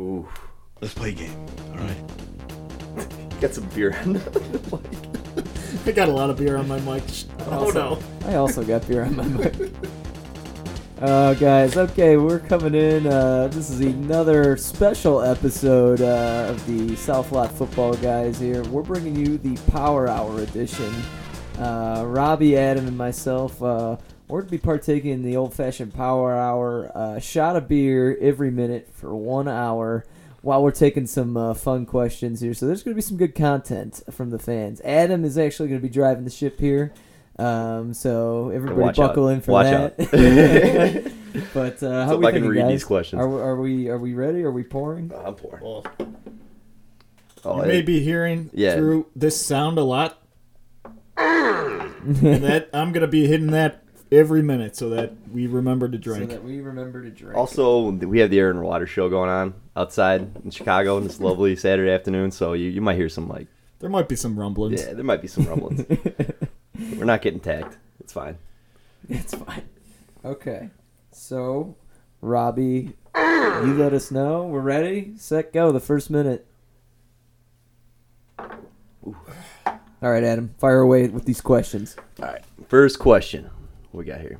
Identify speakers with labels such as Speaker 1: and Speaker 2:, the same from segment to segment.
Speaker 1: Ooh.
Speaker 2: Let's play a game. All right.
Speaker 1: Get some beer.
Speaker 3: I got a lot of beer on my mic. Oh no.
Speaker 4: I also got beer on my mic. Uh, guys, okay, we're coming in. Uh, this is another special episode uh, of the South Lot Football Guys here. We're bringing you the Power Hour edition. Uh, Robbie, Adam, and myself, uh, we're going to be partaking in the old fashioned Power Hour. Uh, shot of beer every minute for one hour while we're taking some uh, fun questions here. So there's going to be some good content from the fans. Adam is actually going to be driving the ship here. Um, so everybody
Speaker 1: Watch out.
Speaker 4: buckle in for
Speaker 1: Watch
Speaker 4: that.
Speaker 1: out.
Speaker 4: But uh, how
Speaker 1: Hope
Speaker 4: we
Speaker 1: I can
Speaker 4: thinking,
Speaker 1: read
Speaker 4: guys?
Speaker 1: these questions.
Speaker 4: Are, we- are we are we ready? Are we pouring?
Speaker 1: I'm poor.
Speaker 3: Well,
Speaker 1: Oh,
Speaker 3: you
Speaker 1: I-
Speaker 3: may be hearing
Speaker 1: Yeah.
Speaker 3: through this sound a lot. and that I'm gonna be hitting that every minute so that we remember to
Speaker 4: So
Speaker 3: drink.
Speaker 4: that we remember to drink.
Speaker 1: Also, we have the Air and Water show going on outside in Chicago, and it's lovely Saturday afternoon. So you, you might hear some like,
Speaker 3: there might be some rumblings.
Speaker 1: yeah, there might be some rumblings. We're not getting tagged. It's fine.
Speaker 4: it's fine. Okay, so Robbie, you let us know. We're ready. Set go. The first minute. All right, Adam, fire away with these questions.
Speaker 1: All right. First question. What we got here?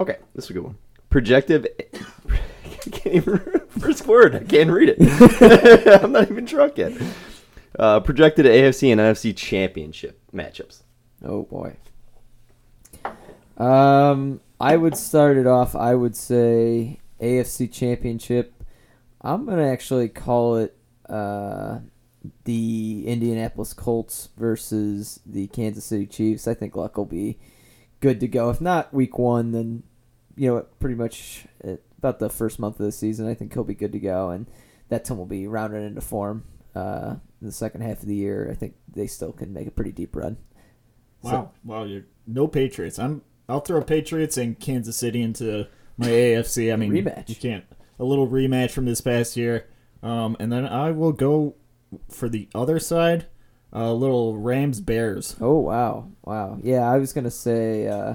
Speaker 1: Okay, this is a good one. Projective. I can't even. First word. I can't read it. I'm not even drunk yet. Uh, projected AFC and NFC championship matchups.
Speaker 4: Oh boy. Um, I would start it off. I would say AFC Championship. I'm gonna actually call it uh, the Indianapolis Colts versus the Kansas City Chiefs. I think luck will be good to go. If not week one, then you know pretty much at about the first month of the season. I think he'll be good to go, and that team will be rounded into form uh, in the second half of the year. I think they still can make a pretty deep run.
Speaker 3: Wow. wow, you no Patriots. I'm I'll throw Patriots and Kansas City into my AFC. I mean
Speaker 4: Rematch.
Speaker 3: you can't a little rematch from this past year. Um, and then I will go for the other side, uh, little Rams Bears.
Speaker 4: Oh wow, wow. Yeah, I was gonna say uh,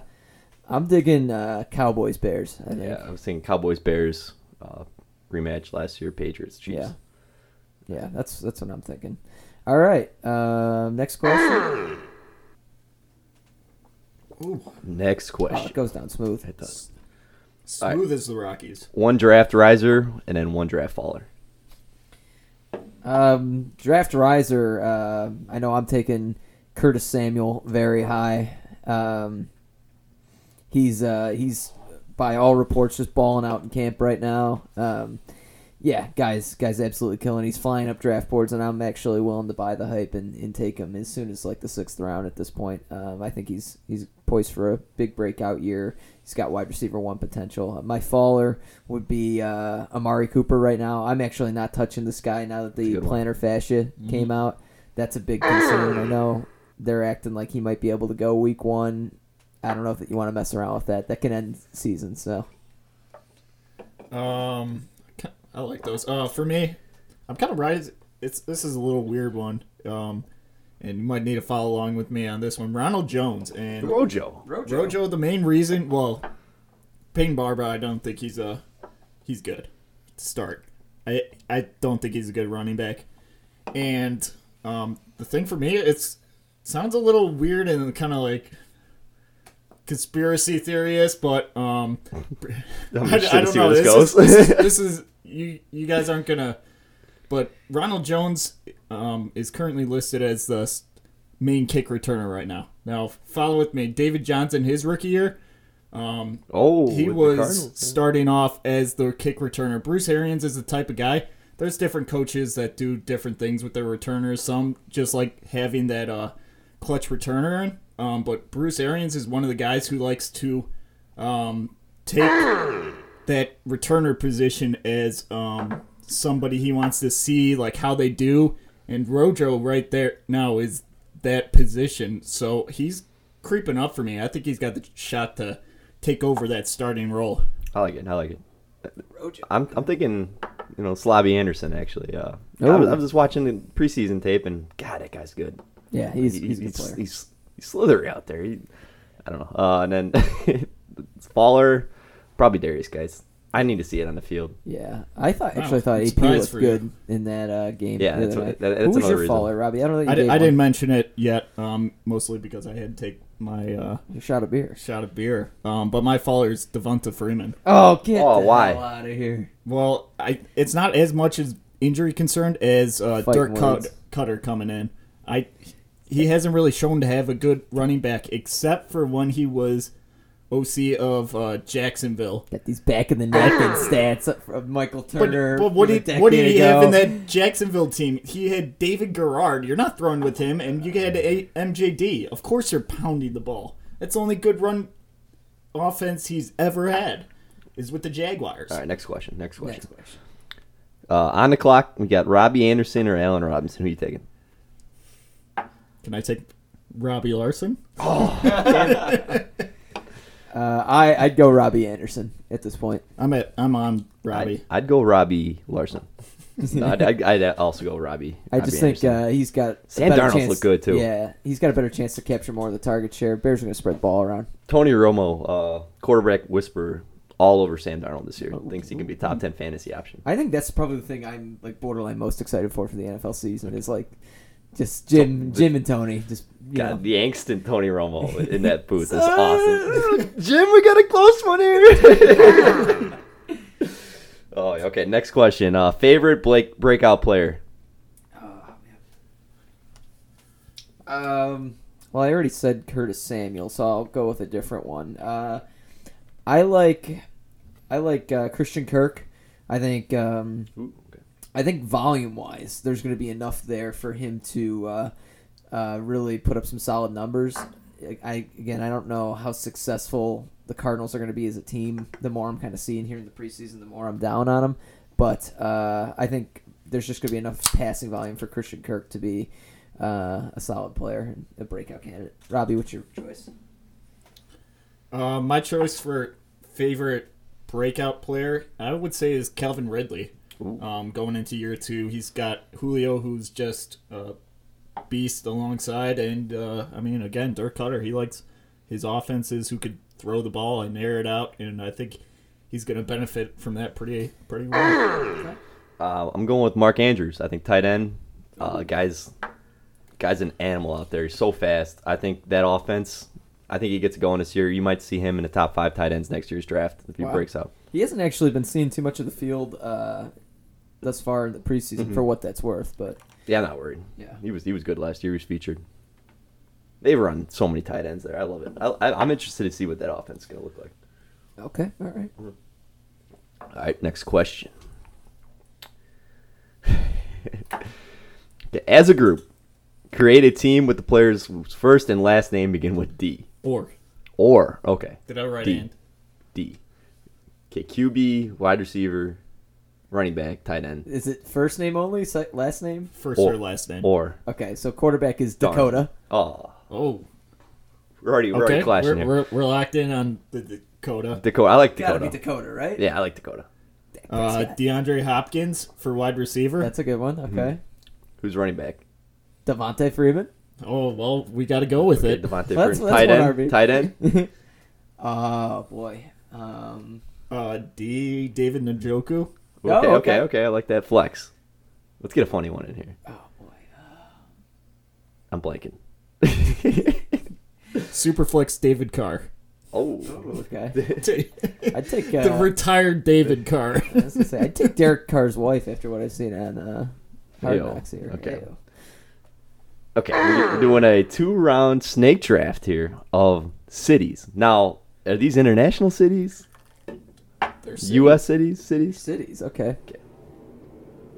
Speaker 4: I'm digging uh, Cowboys Bears. I think.
Speaker 1: Yeah, I was thinking Cowboys Bears uh, rematch last year. Patriots Chiefs.
Speaker 4: Yeah. yeah, that's that's what I'm thinking. All right, um, next question.
Speaker 1: Next
Speaker 4: Oh, it
Speaker 1: question.
Speaker 4: goes down smooth.
Speaker 1: It does. right.
Speaker 3: Smooth as the Rockies.
Speaker 1: One draft riser and then one draft faller.
Speaker 4: Um, draft riser. Uh, I know I'm taking Curtis Samuel very high. Um, he's uh, he's by all reports just balling out in camp right now. Um, yeah, guys, guys, absolutely killing. He's flying up draft boards, and I'm actually willing to buy the hype and, and take him as soon as like the sixth round. At this point, um, I think he's he's poised for a big breakout year. He's got wide receiver one potential. Uh, My faller would be uh, Amari Cooper right now. I'm actually not touching this guy now that the
Speaker 1: good one. Mm-hmm.
Speaker 4: plantar fascia came out. That's a big concern. I know they're acting like he might be able to go week one. I don't know if you want to mess around with that. That can end season. So
Speaker 3: Um, I like those. Uh, for me, I'm kind of right. It's this is a little weird one. Um, and you might need to follow along with me on this one. Ronald Jones and
Speaker 1: Rojo.
Speaker 3: Rojo. the main reason, well, Peyton Barber, I don't think he's a he's good to start. I I don't think he's a good running back. And um, the thing for me, it's sounds a little weird and kind of like conspiracy theorist, but um,
Speaker 1: I'm
Speaker 3: I,
Speaker 1: interested to
Speaker 3: I don't
Speaker 1: see
Speaker 3: know.
Speaker 1: where this,
Speaker 3: This,
Speaker 1: goes.
Speaker 3: is, this, is, this is you. You guys aren't gonna. But Ronald Jones um, is currently listed as the s- main kick returner right now. Now follow with me. David Johnson, his rookie year,
Speaker 1: oh, with
Speaker 3: he
Speaker 1: the
Speaker 3: was
Speaker 1: Cardinals.
Speaker 3: starting off as the kick returner. Bruce Arians is the type of guy. There's different coaches that do different things with their returners. Some just like having that uh, clutch returner. in. Um, but Bruce Arians is one of the guys who likes to um, take that returner position as um, somebody he wants to see, like how they do. And Rojo right there now is that position. So he's creeping up for me. I think he's got the shot to take over that starting role.
Speaker 1: I like it. I like it. I'm, I'm thinking, you know, Slavi Anderson actually. Uh, I,
Speaker 4: Oh.
Speaker 1: was, I was just watching the preseason tape, and God, that guy's good.
Speaker 4: yeah, he's
Speaker 1: He-
Speaker 4: he's a good
Speaker 1: he's,
Speaker 4: player.
Speaker 1: he's he's slithery out there. He, I don't know. Uh, and then it's Faller, probably Darius guys. I need to see it on the field.
Speaker 4: Yeah, I thought
Speaker 3: Wow,
Speaker 4: actually I thought
Speaker 3: I'm
Speaker 4: AP
Speaker 3: surprised
Speaker 4: looked
Speaker 3: for you.
Speaker 4: good in that uh, game.
Speaker 1: Yeah,
Speaker 4: the
Speaker 1: that's
Speaker 4: other
Speaker 1: what-
Speaker 4: night.
Speaker 1: that- that's
Speaker 4: Who was
Speaker 1: another
Speaker 4: your
Speaker 1: reason.
Speaker 4: faller, Robbie? I don't think you
Speaker 3: I, di-
Speaker 4: gave
Speaker 3: I
Speaker 4: one.
Speaker 3: didn't mention it yet, um, mostly because I had to take my uh,
Speaker 4: You shot a beer.
Speaker 3: shot of beer. Um, but my faller is Devonta Freeman.
Speaker 4: Oh, get
Speaker 1: Oh,
Speaker 4: the
Speaker 1: why?
Speaker 4: hell out of here.
Speaker 3: Well, I, it's not as much as injury concerned as uh,
Speaker 4: Fight
Speaker 3: Dirk
Speaker 4: words.
Speaker 3: Cut, Cutter coming in. I he hasn't really shown to have a good running back except for when he was OC of uh, Jacksonville.
Speaker 4: Got these back in the neck and stats up from Michael
Speaker 3: But,
Speaker 4: Turner.
Speaker 3: but what
Speaker 4: from a
Speaker 3: did what did
Speaker 4: decade
Speaker 3: he have in
Speaker 4: ago.
Speaker 3: that Jacksonville team? He had David Garrard. You're not throwing with him, and you had a MJD. Of course, you're pounding the ball. That's the only good run offense he's ever had is with the Jaguars.
Speaker 1: All right, next question. Next question.
Speaker 4: Next question.
Speaker 1: Uh, on the clock, we got Robbie Anderson or Allen Robinson. Who you taking?
Speaker 3: Can I take Robbie Larson?
Speaker 4: Uh, I I'd go Robbie Anderson at this point.
Speaker 3: I'm at I'm on Robbie.
Speaker 1: I'd, I'd go Robbie Larson. No, I'd, I'd, I'd also go Robbie.
Speaker 4: I
Speaker 1: Robbie
Speaker 4: just think
Speaker 1: Anderson.
Speaker 4: uh, he's got a
Speaker 1: Sam
Speaker 4: better
Speaker 1: Darnold's
Speaker 4: chance-
Speaker 1: looked good, too.
Speaker 4: Yeah, he's got a better chance to capture more of the target share. Bears are going to spread the ball around.
Speaker 1: Tony Romo, uh, quarterback whisperer, all over Sam Darnold this year. Thinks he can be a top ten fantasy option.
Speaker 4: I think that's probably the thing I'm like borderline most excited for for the NFL season is like just Jim Jim and Tony just you know.
Speaker 1: God, the angst in Tony Romo in that booth is awesome. Uh, Jim, we got a close one here. oh, okay. Next question. Uh, favorite Blake breakout player?
Speaker 4: Um, well, I already said Curtis Samuel, so I'll go with a different one. Uh, I like, I like uh, Christian Kirk. I think, um,
Speaker 1: Ooh, okay.
Speaker 4: I think volume wise, there's going to be enough there for him to uh, uh, really put up some solid numbers. I- I again, I don't know how successful the Cardinals are going to be as a team. The more I'm kind of seeing here in the preseason, the more I'm down on them. But uh, I think there's just going to be enough passing volume for Christian Kirk to be uh, a solid player and a breakout candidate. Robbie, what's your choice?
Speaker 3: Uh, my choice for favorite breakout player, I would say, is Calvin Ridley. Um, going into year two, he's got Julio, who's just a beast alongside, and uh, I mean, again, Dirk Cutter. He likes his offenses who could throw the ball and air it out, and I think he's going to benefit from that pretty pretty well.
Speaker 1: Uh, I'm going with Mark Andrews. I think tight end. Uh, guys, guys, an animal out there. He's so fast. I think that offense. I think he gets going this year. You might see him in the top five tight ends next year's draft if he
Speaker 4: Wow.
Speaker 1: breaks out.
Speaker 4: He hasn't actually been seeing too much of the field uh, thus far in the preseason, for what that's worth. But
Speaker 1: Yeah, I'm not worried.
Speaker 4: Yeah.
Speaker 1: he was he was good last year. He was featured. They run so many tight ends there. I love it. I, I, I'm interested to see what that offense is going to look like.
Speaker 4: okay, all right.
Speaker 1: All right, next question. As a group, create a team with the players whose first and last name begin with D.
Speaker 3: Or
Speaker 1: Or okay,
Speaker 3: did I write
Speaker 1: D.
Speaker 3: in?
Speaker 1: D. Okay, QB, wide receiver, running back, tight end,
Speaker 4: Is it first name only? se- Last name?
Speaker 3: First
Speaker 1: Or-
Speaker 3: or, last name?
Speaker 1: or
Speaker 4: Okay, so quarterback is
Speaker 1: Darn.
Speaker 4: Dakota.
Speaker 1: oh,
Speaker 3: oh,
Speaker 1: we're already we're
Speaker 3: okay.
Speaker 1: already clashing
Speaker 3: We're,
Speaker 1: here.
Speaker 3: we're, we're locked in on the Dakota.
Speaker 1: Dakota, I like
Speaker 4: Gotta
Speaker 1: Dakota.
Speaker 4: be Dakota, right?
Speaker 1: Yeah, I like Dakota.
Speaker 3: Uh, DeAndre Hopkins for wide receiver.
Speaker 4: That's a good one.
Speaker 1: Mm-hmm.
Speaker 4: Okay.
Speaker 1: Who's running back?
Speaker 4: Devontae Freeman.
Speaker 3: Oh well, we got to go with
Speaker 1: Okay,
Speaker 3: it.
Speaker 1: Devontae
Speaker 4: That's-
Speaker 1: Freeman.
Speaker 4: that's
Speaker 1: tight
Speaker 4: one
Speaker 1: end,
Speaker 4: RB.
Speaker 1: tight end.
Speaker 4: Oh, boy. Um,
Speaker 3: Uh, D. David Njoku.
Speaker 1: Okay,
Speaker 4: Oh,
Speaker 1: okay,
Speaker 4: okay.
Speaker 1: okay, I like that flex. Let's get a funny one in here.
Speaker 4: oh, boy.
Speaker 1: I'm blanking.
Speaker 3: Superflex David Carr.
Speaker 1: oh,
Speaker 4: Okay. I'd take. Uh,
Speaker 3: the retired David Carr.
Speaker 4: I was gonna say, I'd take Derek Carr's wife after what I've seen on uh, Hard
Speaker 1: Ew.
Speaker 4: Knocks here.
Speaker 1: Okay.
Speaker 4: Ew.
Speaker 1: Okay, we're we're doing a two-round snake draft here of cities. Now, are these international cities? U.S. cities? Cities?
Speaker 4: Cities. Okay.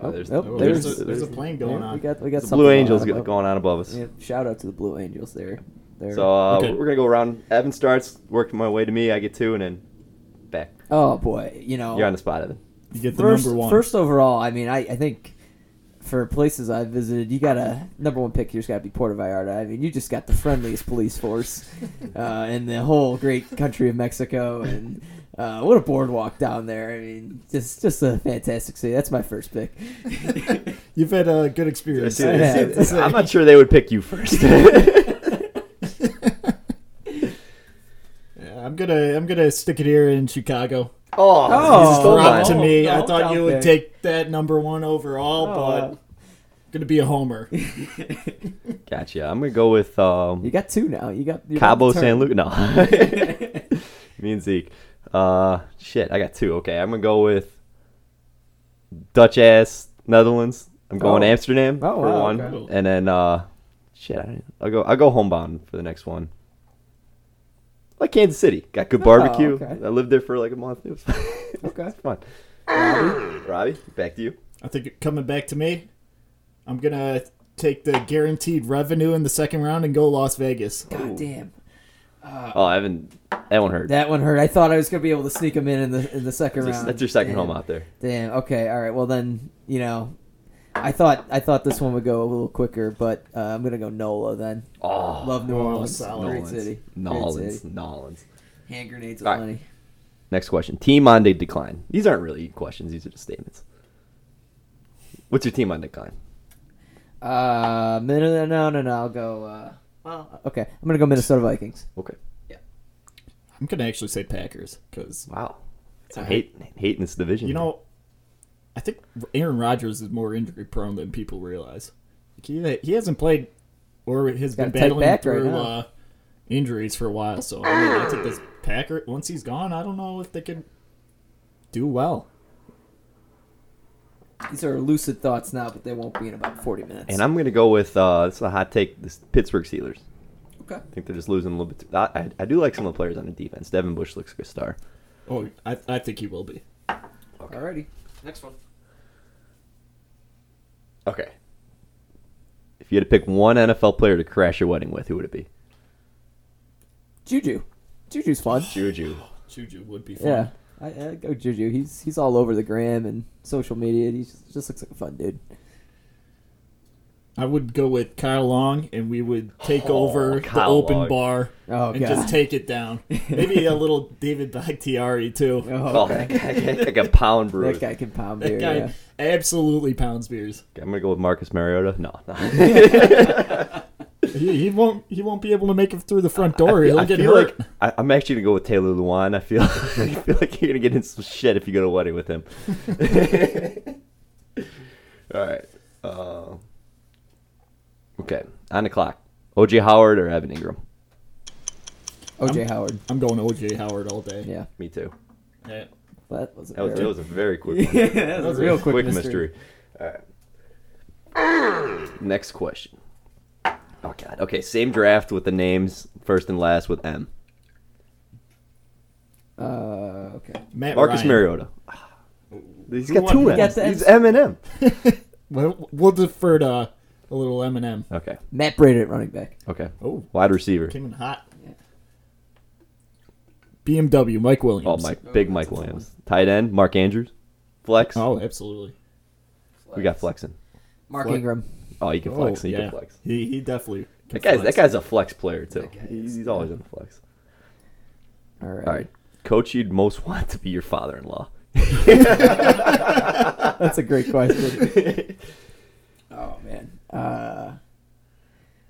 Speaker 1: Oh, there's,
Speaker 4: nope,
Speaker 3: Oh,
Speaker 1: there's,
Speaker 3: there's, a, there's a plane
Speaker 4: Yeah,
Speaker 3: going
Speaker 4: we
Speaker 3: on.
Speaker 4: got we got
Speaker 1: the
Speaker 4: something
Speaker 1: Blue Angels
Speaker 4: going on. Oh,
Speaker 1: going on above us.
Speaker 4: Yeah, shout out to the Blue Angels there. They're,
Speaker 1: So uh,
Speaker 3: Okay.
Speaker 1: we're gonna go around. Evan starts, working my way to me. I get two, and then back.
Speaker 4: oh boy, you know
Speaker 1: You're on the spot, Evan.
Speaker 3: You get the
Speaker 4: first,
Speaker 3: number one.
Speaker 4: First overall, I mean, I, I think for places I've visited, you got to number one pick here's got to be Puerto Vallarta. I mean, you just got the friendliest police force uh, in the whole great country of Mexico, and uh, what a boardwalk down there. I mean, just just a fantastic city. That's my first pick.
Speaker 3: You've had a good experience.
Speaker 4: I have.
Speaker 3: That's it.
Speaker 1: I'm not sure they would pick you first. Oh,
Speaker 3: Yeah, I'm gonna I'm gonna stick it here in Chicago.
Speaker 1: Oh,
Speaker 4: Oh.
Speaker 1: you stole
Speaker 3: Rob,
Speaker 1: mine.
Speaker 3: to me,
Speaker 4: no,
Speaker 3: I thought you would
Speaker 4: okay. uh,
Speaker 3: take that number one overall,
Speaker 1: Oh, uh,
Speaker 3: but gonna be a homer.
Speaker 1: Gotcha. I'm gonna go with um,
Speaker 4: You got two now. You got you're
Speaker 1: Cabo
Speaker 4: about to
Speaker 1: San
Speaker 4: turn.
Speaker 1: Lucas. No, me and Zeke. Uh, shit, I got two. Okay, I'm gonna go with Dutch ass Netherlands. I'm going
Speaker 4: Oh.
Speaker 1: Amsterdam
Speaker 4: Oh,
Speaker 1: for
Speaker 4: wow,
Speaker 1: one,
Speaker 4: okay.
Speaker 1: and then uh, shit, I, I'll go. I'll go homebound for the next one. Like Kansas City, got good barbecue.
Speaker 4: Oh, okay.
Speaker 1: I lived there for like a month. It was
Speaker 4: Okay. Ah.
Speaker 1: it's fun. Robbie, Robbie, back to you.
Speaker 3: I think coming back to me, I'm gonna take the guaranteed revenue in the second round and go Las Vegas.
Speaker 4: God damn.
Speaker 1: Oh, I haven't. That one hurt.
Speaker 4: That one hurt. I thought I was gonna be able to sneak him in in the in the second
Speaker 1: That's your-
Speaker 4: round.
Speaker 1: that's your second
Speaker 4: Damn.
Speaker 1: home out there.
Speaker 4: Damn. Okay. All right. Well then, you know, I thought I thought this one would go a little quicker, but uh, I'm gonna go Nola then.
Speaker 1: Oh,
Speaker 4: Love New
Speaker 3: Oh,
Speaker 4: Orleans.
Speaker 3: solid.
Speaker 4: Great
Speaker 1: Nolans.
Speaker 4: city. Great
Speaker 1: Nolans.
Speaker 4: city.
Speaker 1: Nolans.
Speaker 4: Hand grenades
Speaker 1: All right.
Speaker 4: plenty.
Speaker 1: Next question. Team on de- decline. These aren't really questions. These are just statements. What's your team on decline?
Speaker 4: Uh, no, no, no, no, no. I'll go. Uh, well, okay. I'm gonna go Minnesota Vikings.
Speaker 1: Okay.
Speaker 3: I'm gonna actually say Packers because
Speaker 1: Wow. So hate hate in this division.
Speaker 3: you know, I think Aaron Rodgers is more injury prone than people realize. Like, He, he hasn't played or has
Speaker 4: Gotta
Speaker 3: been
Speaker 4: take
Speaker 3: battling
Speaker 4: back right
Speaker 3: through
Speaker 4: now.
Speaker 3: uh, injuries for a while. So I mean, I think this Packer once he's gone, I don't know if they can do well.
Speaker 4: These are lucid thoughts now, but they won't be in about 40 minutes.
Speaker 1: and I'm gonna go with uh, this is a hot take. This Pittsburgh Steelers.
Speaker 4: okay.
Speaker 1: I think they're just losing a little bit. Too, I, I I do like some of the players on the defense. Devin Bush looks like a star.
Speaker 3: Oh, I, I think he will be.
Speaker 4: Alrighty. Next one.
Speaker 1: Okay. If you had to pick one NFL player to crash your wedding with, who would it be?
Speaker 4: Juju. Juju's fun.
Speaker 1: Juju.
Speaker 3: Juju would be fun.
Speaker 4: Yeah. I, I go Juju. He's he's all over the gram and social media. He just, just looks like a fun dude.
Speaker 3: I would go with Kyle Long, and we would take
Speaker 1: Oh,
Speaker 3: over the
Speaker 1: Kyle
Speaker 3: open
Speaker 1: Long.
Speaker 3: bar
Speaker 4: Oh,
Speaker 3: and
Speaker 4: God.
Speaker 3: just take it down. Maybe a little David Bakhtiari too.
Speaker 1: Oh, that guy, like a pound brewer.
Speaker 4: That guy can pound
Speaker 3: that
Speaker 4: beer.
Speaker 3: guy
Speaker 4: yeah.
Speaker 3: absolutely pounds beers.
Speaker 1: I'm gonna go with Marcus Mariota. No, no.
Speaker 3: He, he won't. He won't be able to make it through the front door. He'll
Speaker 1: I
Speaker 3: get
Speaker 1: feel
Speaker 3: hurt.
Speaker 1: like I, I'm actually gonna go with Taylor Lewan. I feel I feel like you're gonna get in some shit if you go to a wedding with him. All right. Uh, okay. On the clock. OJ Howard or Evan Ingram?
Speaker 4: OJ Howard.
Speaker 3: I'm going OJ Howard all day.
Speaker 4: Yeah.
Speaker 1: Me too.
Speaker 3: Yeah.
Speaker 4: That was a
Speaker 1: That was, that
Speaker 4: very-
Speaker 1: was a very quick one.
Speaker 4: that was a real quick, mystery.
Speaker 1: All right. Next question. Oh God. Okay. Same draft with the names first and last with M.
Speaker 4: Uh, okay.
Speaker 3: Matt
Speaker 1: Marcus
Speaker 3: Ryan.
Speaker 1: Mariota. He's got
Speaker 3: won
Speaker 1: two
Speaker 3: that?
Speaker 1: M's.
Speaker 4: Got the
Speaker 1: He's M
Speaker 4: M's.
Speaker 1: and M.
Speaker 3: We'll, we'll defer to a little Eminem.
Speaker 1: Okay.
Speaker 4: Matt Brady at running back.
Speaker 1: Okay.
Speaker 3: Oh,
Speaker 1: Wide receiver.
Speaker 3: came in hot. BMW Mike
Speaker 1: Oh,
Speaker 3: Williams.
Speaker 1: Mike, big Mike Williams. Tight end, Mark Andrews. Flex.
Speaker 3: Oh, absolutely.
Speaker 1: We got flexing.
Speaker 4: Mark
Speaker 3: Flex.
Speaker 4: Ingram.
Speaker 1: Oh, you can flex.
Speaker 3: oh,
Speaker 1: you
Speaker 3: yeah.
Speaker 1: can flex.
Speaker 3: He he definitely. can
Speaker 1: That guy's
Speaker 3: flex.
Speaker 1: that guy's a flex player too.
Speaker 4: guy
Speaker 1: He's, he's always in the flex.
Speaker 4: All right.
Speaker 1: All right, coach you'd most want to be your father-in-law.
Speaker 4: That's a great question. oh man. Uh,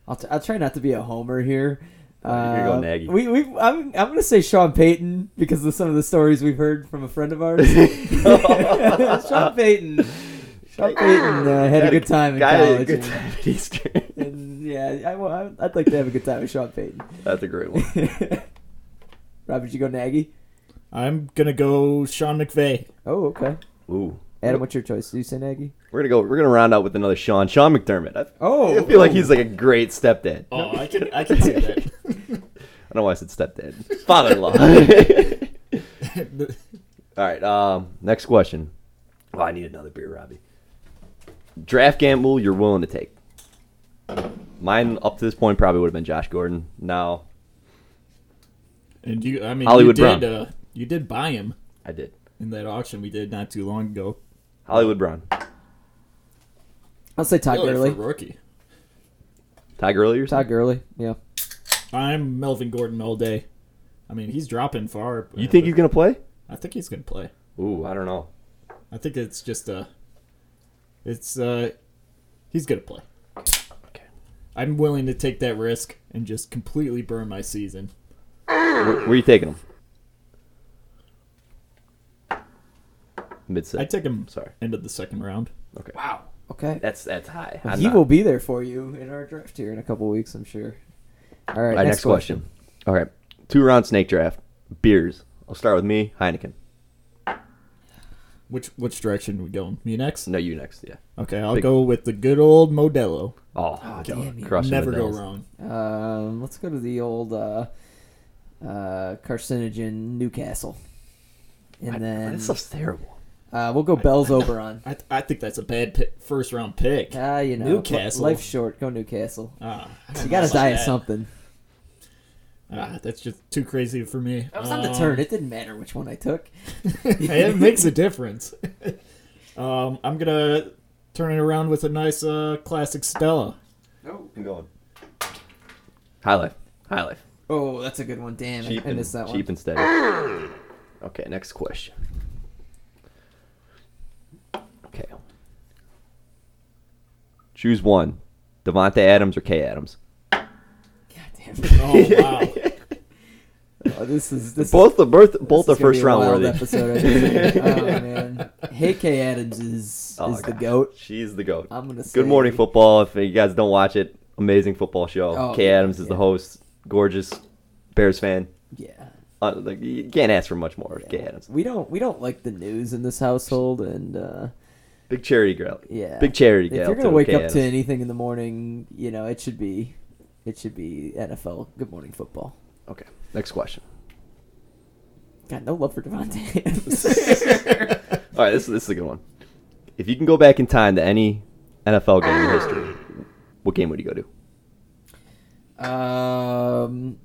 Speaker 4: I'll, t- I'll try not to be a homer here.
Speaker 1: Here you go,
Speaker 4: Uh,
Speaker 1: Nagy.
Speaker 4: We, we, I'm, I'm going to say Sean Payton because of some of the stories we've heard from a friend of ours. Sean Payton. Sean Peyton uh, had a good time in
Speaker 1: Guy had a
Speaker 4: college.
Speaker 1: good
Speaker 4: and-
Speaker 1: time at Eastern.
Speaker 4: And yeah, I, wa- I'd like to have a good time with Sean Payton.
Speaker 1: That's a great one.
Speaker 4: Rob, did you go Nagy?
Speaker 3: I'm gonna go Sean McVay.
Speaker 4: Oh, okay.
Speaker 1: Ooh,
Speaker 4: Adam, what's your choice? Do you say Nagy?
Speaker 1: we're gonna go. We're gonna round out with another Sean. Sean McDermott. I,
Speaker 4: Oh,
Speaker 1: I feel like he's like a great stepdad.
Speaker 3: Oh, I can I can see that.
Speaker 1: I don't know why I said stepdad. Father-in-law. All right. Um, next question. Oh, I need another beer, Robbie. Draft gamble you're willing to take. Mine up to this point probably would have been Josh Gordon. Now
Speaker 3: and you, I mean,
Speaker 1: Hollywood
Speaker 3: you did
Speaker 1: Brown.
Speaker 3: uh, you did buy him
Speaker 1: I did
Speaker 3: in that auction we did not too long ago.
Speaker 1: Hollywood Brown,
Speaker 4: I'll say Todd
Speaker 3: Really,
Speaker 4: Gurley.
Speaker 3: for rookie.
Speaker 1: Todd Gurley or something.
Speaker 4: Todd Gurley, yeah.
Speaker 3: I'm Melvin Gordon all day. I mean, he's dropping far.
Speaker 1: You think he's gonna play?
Speaker 3: I think he's gonna play.
Speaker 1: Ooh, I don't know.
Speaker 3: I think it's just a. It's uh, he's gonna play.
Speaker 1: Okay.
Speaker 3: I'm willing to take that risk and just completely burn my season.
Speaker 1: Where, where you taking him? mid
Speaker 3: I
Speaker 1: six.
Speaker 3: take him
Speaker 1: Sorry.
Speaker 3: end of the second round.
Speaker 1: Okay.
Speaker 3: Wow.
Speaker 4: Okay.
Speaker 1: That's that's high. I'm
Speaker 4: he
Speaker 1: not-
Speaker 4: will be there for you in our draft here in a couple weeks, I'm sure. All right.
Speaker 1: All right, next, question. All right, two round snake draft beers. I'll start with me, Heineken.
Speaker 3: Which which direction we going? Me next?
Speaker 1: No, you next. Yeah.
Speaker 3: Okay, I'll
Speaker 1: Big-
Speaker 3: go with the good old Modelo.
Speaker 1: Oh,
Speaker 4: damn you.
Speaker 1: crushing
Speaker 3: Never
Speaker 1: the
Speaker 3: go
Speaker 1: dice.
Speaker 3: wrong.
Speaker 4: Um, let's go to the old uh, uh, carcinogen Newcastle, and
Speaker 1: I-
Speaker 4: then
Speaker 1: That stuff's terrible.
Speaker 4: uh, we'll go Bell's Oberon.
Speaker 3: I, th- I think that's a bad pi first round pick.
Speaker 4: Ah, you know,
Speaker 3: Newcastle.
Speaker 4: Life's short. Go Newcastle.
Speaker 3: Ah, I
Speaker 4: You
Speaker 3: don't
Speaker 4: gotta
Speaker 3: know about
Speaker 4: die of
Speaker 3: that.
Speaker 4: something.
Speaker 3: Ah, that's just too crazy for me.
Speaker 4: I was on the
Speaker 3: Um,
Speaker 4: turn. It didn't matter which one I took.
Speaker 3: it makes a difference. um, I'm gonna turn it around with a nice uh, classic Stella.
Speaker 1: No, I'm going. High life. High life.
Speaker 4: Oh, that's a good one. Damn,
Speaker 1: Cheap
Speaker 4: I
Speaker 1: and,
Speaker 4: missed that one.
Speaker 1: cheap and steady. Okay, next question. Okay. Choose one. Devonte Adams or K Adams?
Speaker 4: God damn it.
Speaker 3: Oh wow!
Speaker 4: Oh, this is this
Speaker 1: Both the birth,
Speaker 4: This
Speaker 1: both are
Speaker 4: is gonna be
Speaker 1: first
Speaker 4: a
Speaker 1: round
Speaker 4: wild
Speaker 1: worthy.
Speaker 4: Episode, I think. oh man, hey Kay Adams is
Speaker 1: Oh,
Speaker 4: is the
Speaker 1: God.
Speaker 4: goat.
Speaker 1: She's the goat.
Speaker 4: I'm gonna. Say,
Speaker 1: Good Morning Football. If you guys don't watch it, amazing football show.
Speaker 4: Oh,
Speaker 1: Kay
Speaker 4: yeah,
Speaker 1: Adams is the
Speaker 4: yeah.
Speaker 1: host. Gorgeous Bears fan.
Speaker 4: Yeah,
Speaker 1: Uh, like, you can't ask for much more. of Kay Adams.
Speaker 4: we don't we don't like the news in this household, and uh,
Speaker 1: Big charity girl.
Speaker 4: yeah,
Speaker 1: Big charity
Speaker 4: If
Speaker 1: gal.
Speaker 4: you're gonna
Speaker 1: too,
Speaker 4: wake
Speaker 1: Kay
Speaker 4: up to
Speaker 1: Adams.
Speaker 4: anything in the morning, you know it should be, it should be NFL. Good Morning Football.
Speaker 1: Okay. Next question.
Speaker 4: Got no love for Devontae. Adams.
Speaker 1: All right, this, this is a good one. If you can go back in time to any NFL game in history, what game would you go to?
Speaker 4: um,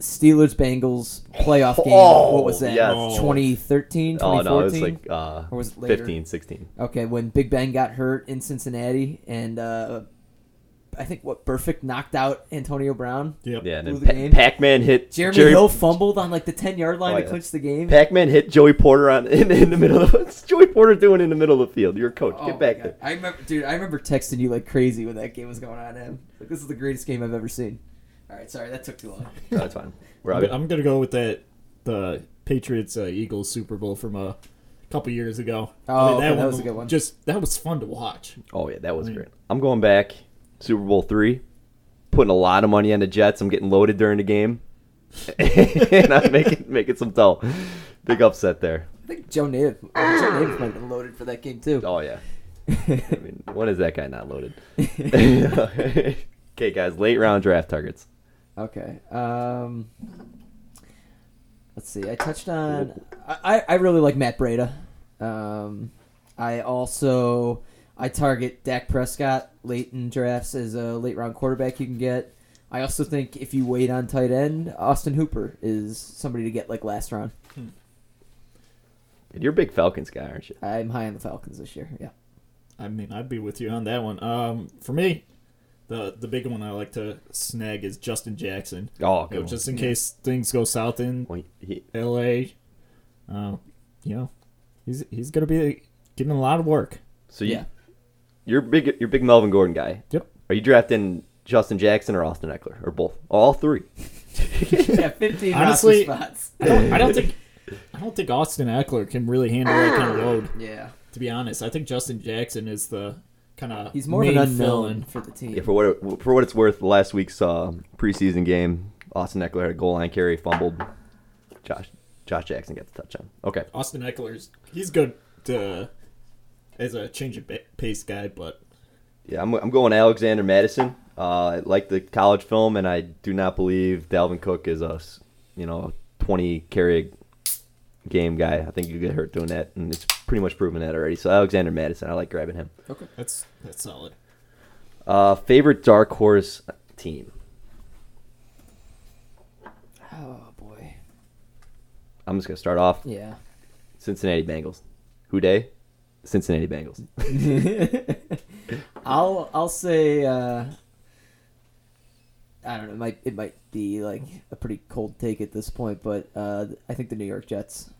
Speaker 4: Steelers Bengals playoff game.
Speaker 1: Oh,
Speaker 4: what was that?
Speaker 1: yes.
Speaker 4: 2013, 2014?
Speaker 1: Oh, no, it's like uh,
Speaker 4: Or was it later?
Speaker 1: 15, 16.
Speaker 4: Okay, when Big Ben got hurt in Cincinnati, and uh, I think what Burfict knocked out Antonio Brown.
Speaker 3: Yep.
Speaker 1: Yeah, and
Speaker 4: Blew
Speaker 1: then
Speaker 4: the game.
Speaker 1: pa- Pac Man hit
Speaker 4: Jeremy
Speaker 1: Jerry-
Speaker 4: Hill fumbled on like the ten yard line
Speaker 1: Oh,
Speaker 4: to
Speaker 1: yeah.
Speaker 4: clinch the game.
Speaker 1: Pac-Man hit Joey Porter on in, in the middle of what's Joey Porter doing in the middle of the field. You're a coach.
Speaker 4: Oh
Speaker 1: Get
Speaker 4: my
Speaker 1: back
Speaker 4: God.
Speaker 1: there.
Speaker 4: I remember, dude. I remember texting you like crazy when that game was going on. Em. Like this is the greatest game I've ever seen. All right, sorry that took too long.
Speaker 1: No, that's fine.
Speaker 3: I'm,
Speaker 1: Robbie.
Speaker 3: I'm gonna go with that the Patriots uh, Eagles Super Bowl from a couple years ago.
Speaker 4: Oh, okay, that was a good one.
Speaker 3: Just that was fun to watch.
Speaker 1: Oh yeah, that was
Speaker 3: Mm.
Speaker 1: great. I'm going back Super Bowl three, putting a lot of money on the Jets. I'm getting loaded during the game, and I'm making making some dough. Big upset there.
Speaker 4: I think Joe Namath, Joe Namath might have been loaded for that game too.
Speaker 1: Oh yeah. I mean, when is that guy not loaded? okay, guys, late round draft targets.
Speaker 4: Okay. Um, let's see. I touched on. I, I- I really like Matt Breda. Um, I also I target Dak Prescott late in drafts as a late round quarterback you can get. I also think if you wait on tight end, Austin Hooper is somebody to get like last round.
Speaker 1: You're a big Falcons guy, aren't you?
Speaker 4: I'm high on the Falcons this year. Yeah.
Speaker 3: I mean, I'd be with you on that one. Um, for me, the the big one I like to snag is Justin Jackson.
Speaker 1: Oh,
Speaker 3: You know,
Speaker 1: good.
Speaker 3: just in case things go south in
Speaker 1: one. He-
Speaker 3: L.A., uh, you know, he's he's gonna be getting a lot of work.
Speaker 1: so you,
Speaker 4: Yeah.
Speaker 1: you're big. You're a big Melvin Gordon guy.
Speaker 3: Yep.
Speaker 1: Are you drafting Justin Jackson or Austin Eckler or both? All three.
Speaker 4: yeah, 15 roster
Speaker 3: Honestly-
Speaker 4: spots.
Speaker 3: I don't, I don't think I don't think Austin Eckler can really handle that kind
Speaker 4: Ah.
Speaker 3: of load.
Speaker 4: Yeah.
Speaker 3: To be honest, I think Justin Jackson is the kind of
Speaker 4: He's more of an unknown for the team.
Speaker 1: Yeah, for what it, for what it's worth, last week's uh, preseason game, Austin Eckler had a goal line carry, fumbled. Josh Josh Jackson got the touchdown. Okay,
Speaker 3: Austin Eckler's he's good to, as a change of ba- pace guy, but
Speaker 1: yeah, I'm, I'm going Alexander Madison. Uh, I like the college film, and I do not believe Dalvin Cook is a s- you know 20 carry game guy. I think you get hurt doing that, and it's pretty much proven that already. So Alexander Madison, I like grabbing him.
Speaker 3: okay, that's that's solid.
Speaker 1: Uh, favorite dark horse team.
Speaker 4: Oh, boy.
Speaker 1: I'm just gonna start off
Speaker 4: Yeah.
Speaker 1: Cincinnati Bengals. Who day? Cincinnati Bengals.
Speaker 4: I'll I'll say uh, I don't know. It might it might be like a pretty cold take at this point, but uh, I think the New York Jets.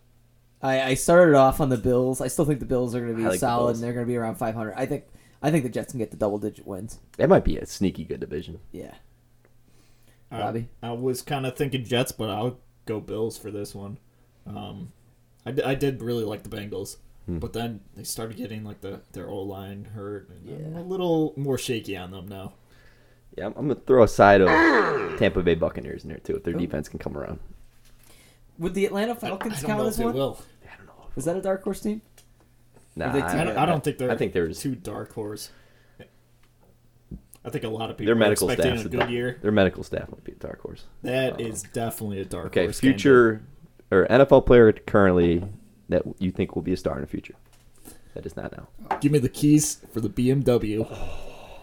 Speaker 4: I, I started off on the Bills. I still think the Bills are going to
Speaker 1: I
Speaker 4: be
Speaker 1: like the
Speaker 4: solid,
Speaker 1: Bills.
Speaker 4: and they're going to be around 500. I think I think the Jets can get the double digit wins.
Speaker 1: That might be a sneaky good division.
Speaker 4: Yeah,
Speaker 3: I-
Speaker 4: Robbie?
Speaker 3: I was kind of thinking Jets, but I'll go Bills for this one. Um, I, d- I did really like the Bengals.
Speaker 1: Hmm.
Speaker 3: But then they started getting like the their O line hurt. And I'm a little more shaky on them now.
Speaker 1: Yeah, I'm, I'm gonna throw a side of Tampa Bay Buccaneers in there too if
Speaker 3: Oh.
Speaker 1: their defense can come around.
Speaker 4: Would the Atlanta
Speaker 3: I, I
Speaker 4: Falcons
Speaker 3: don't
Speaker 4: count
Speaker 3: know
Speaker 4: as
Speaker 3: if they
Speaker 4: one?
Speaker 3: will.
Speaker 1: I don't know.
Speaker 4: Is that a dark horse team?
Speaker 1: Nah,
Speaker 4: they
Speaker 3: I don't, I don't think they're.
Speaker 1: I think they're just
Speaker 3: two dark horse. I think a lot of people
Speaker 1: their
Speaker 3: are
Speaker 1: medical
Speaker 3: expecting
Speaker 1: staff.
Speaker 3: a good year.
Speaker 1: Their medical staff might be a dark horse.
Speaker 3: That is definitely a dark
Speaker 1: Okay,
Speaker 3: horse. candidate.
Speaker 1: future or NFL player currently that you think will be a star in the future. That is not now.
Speaker 3: Give me the keys for the BMW.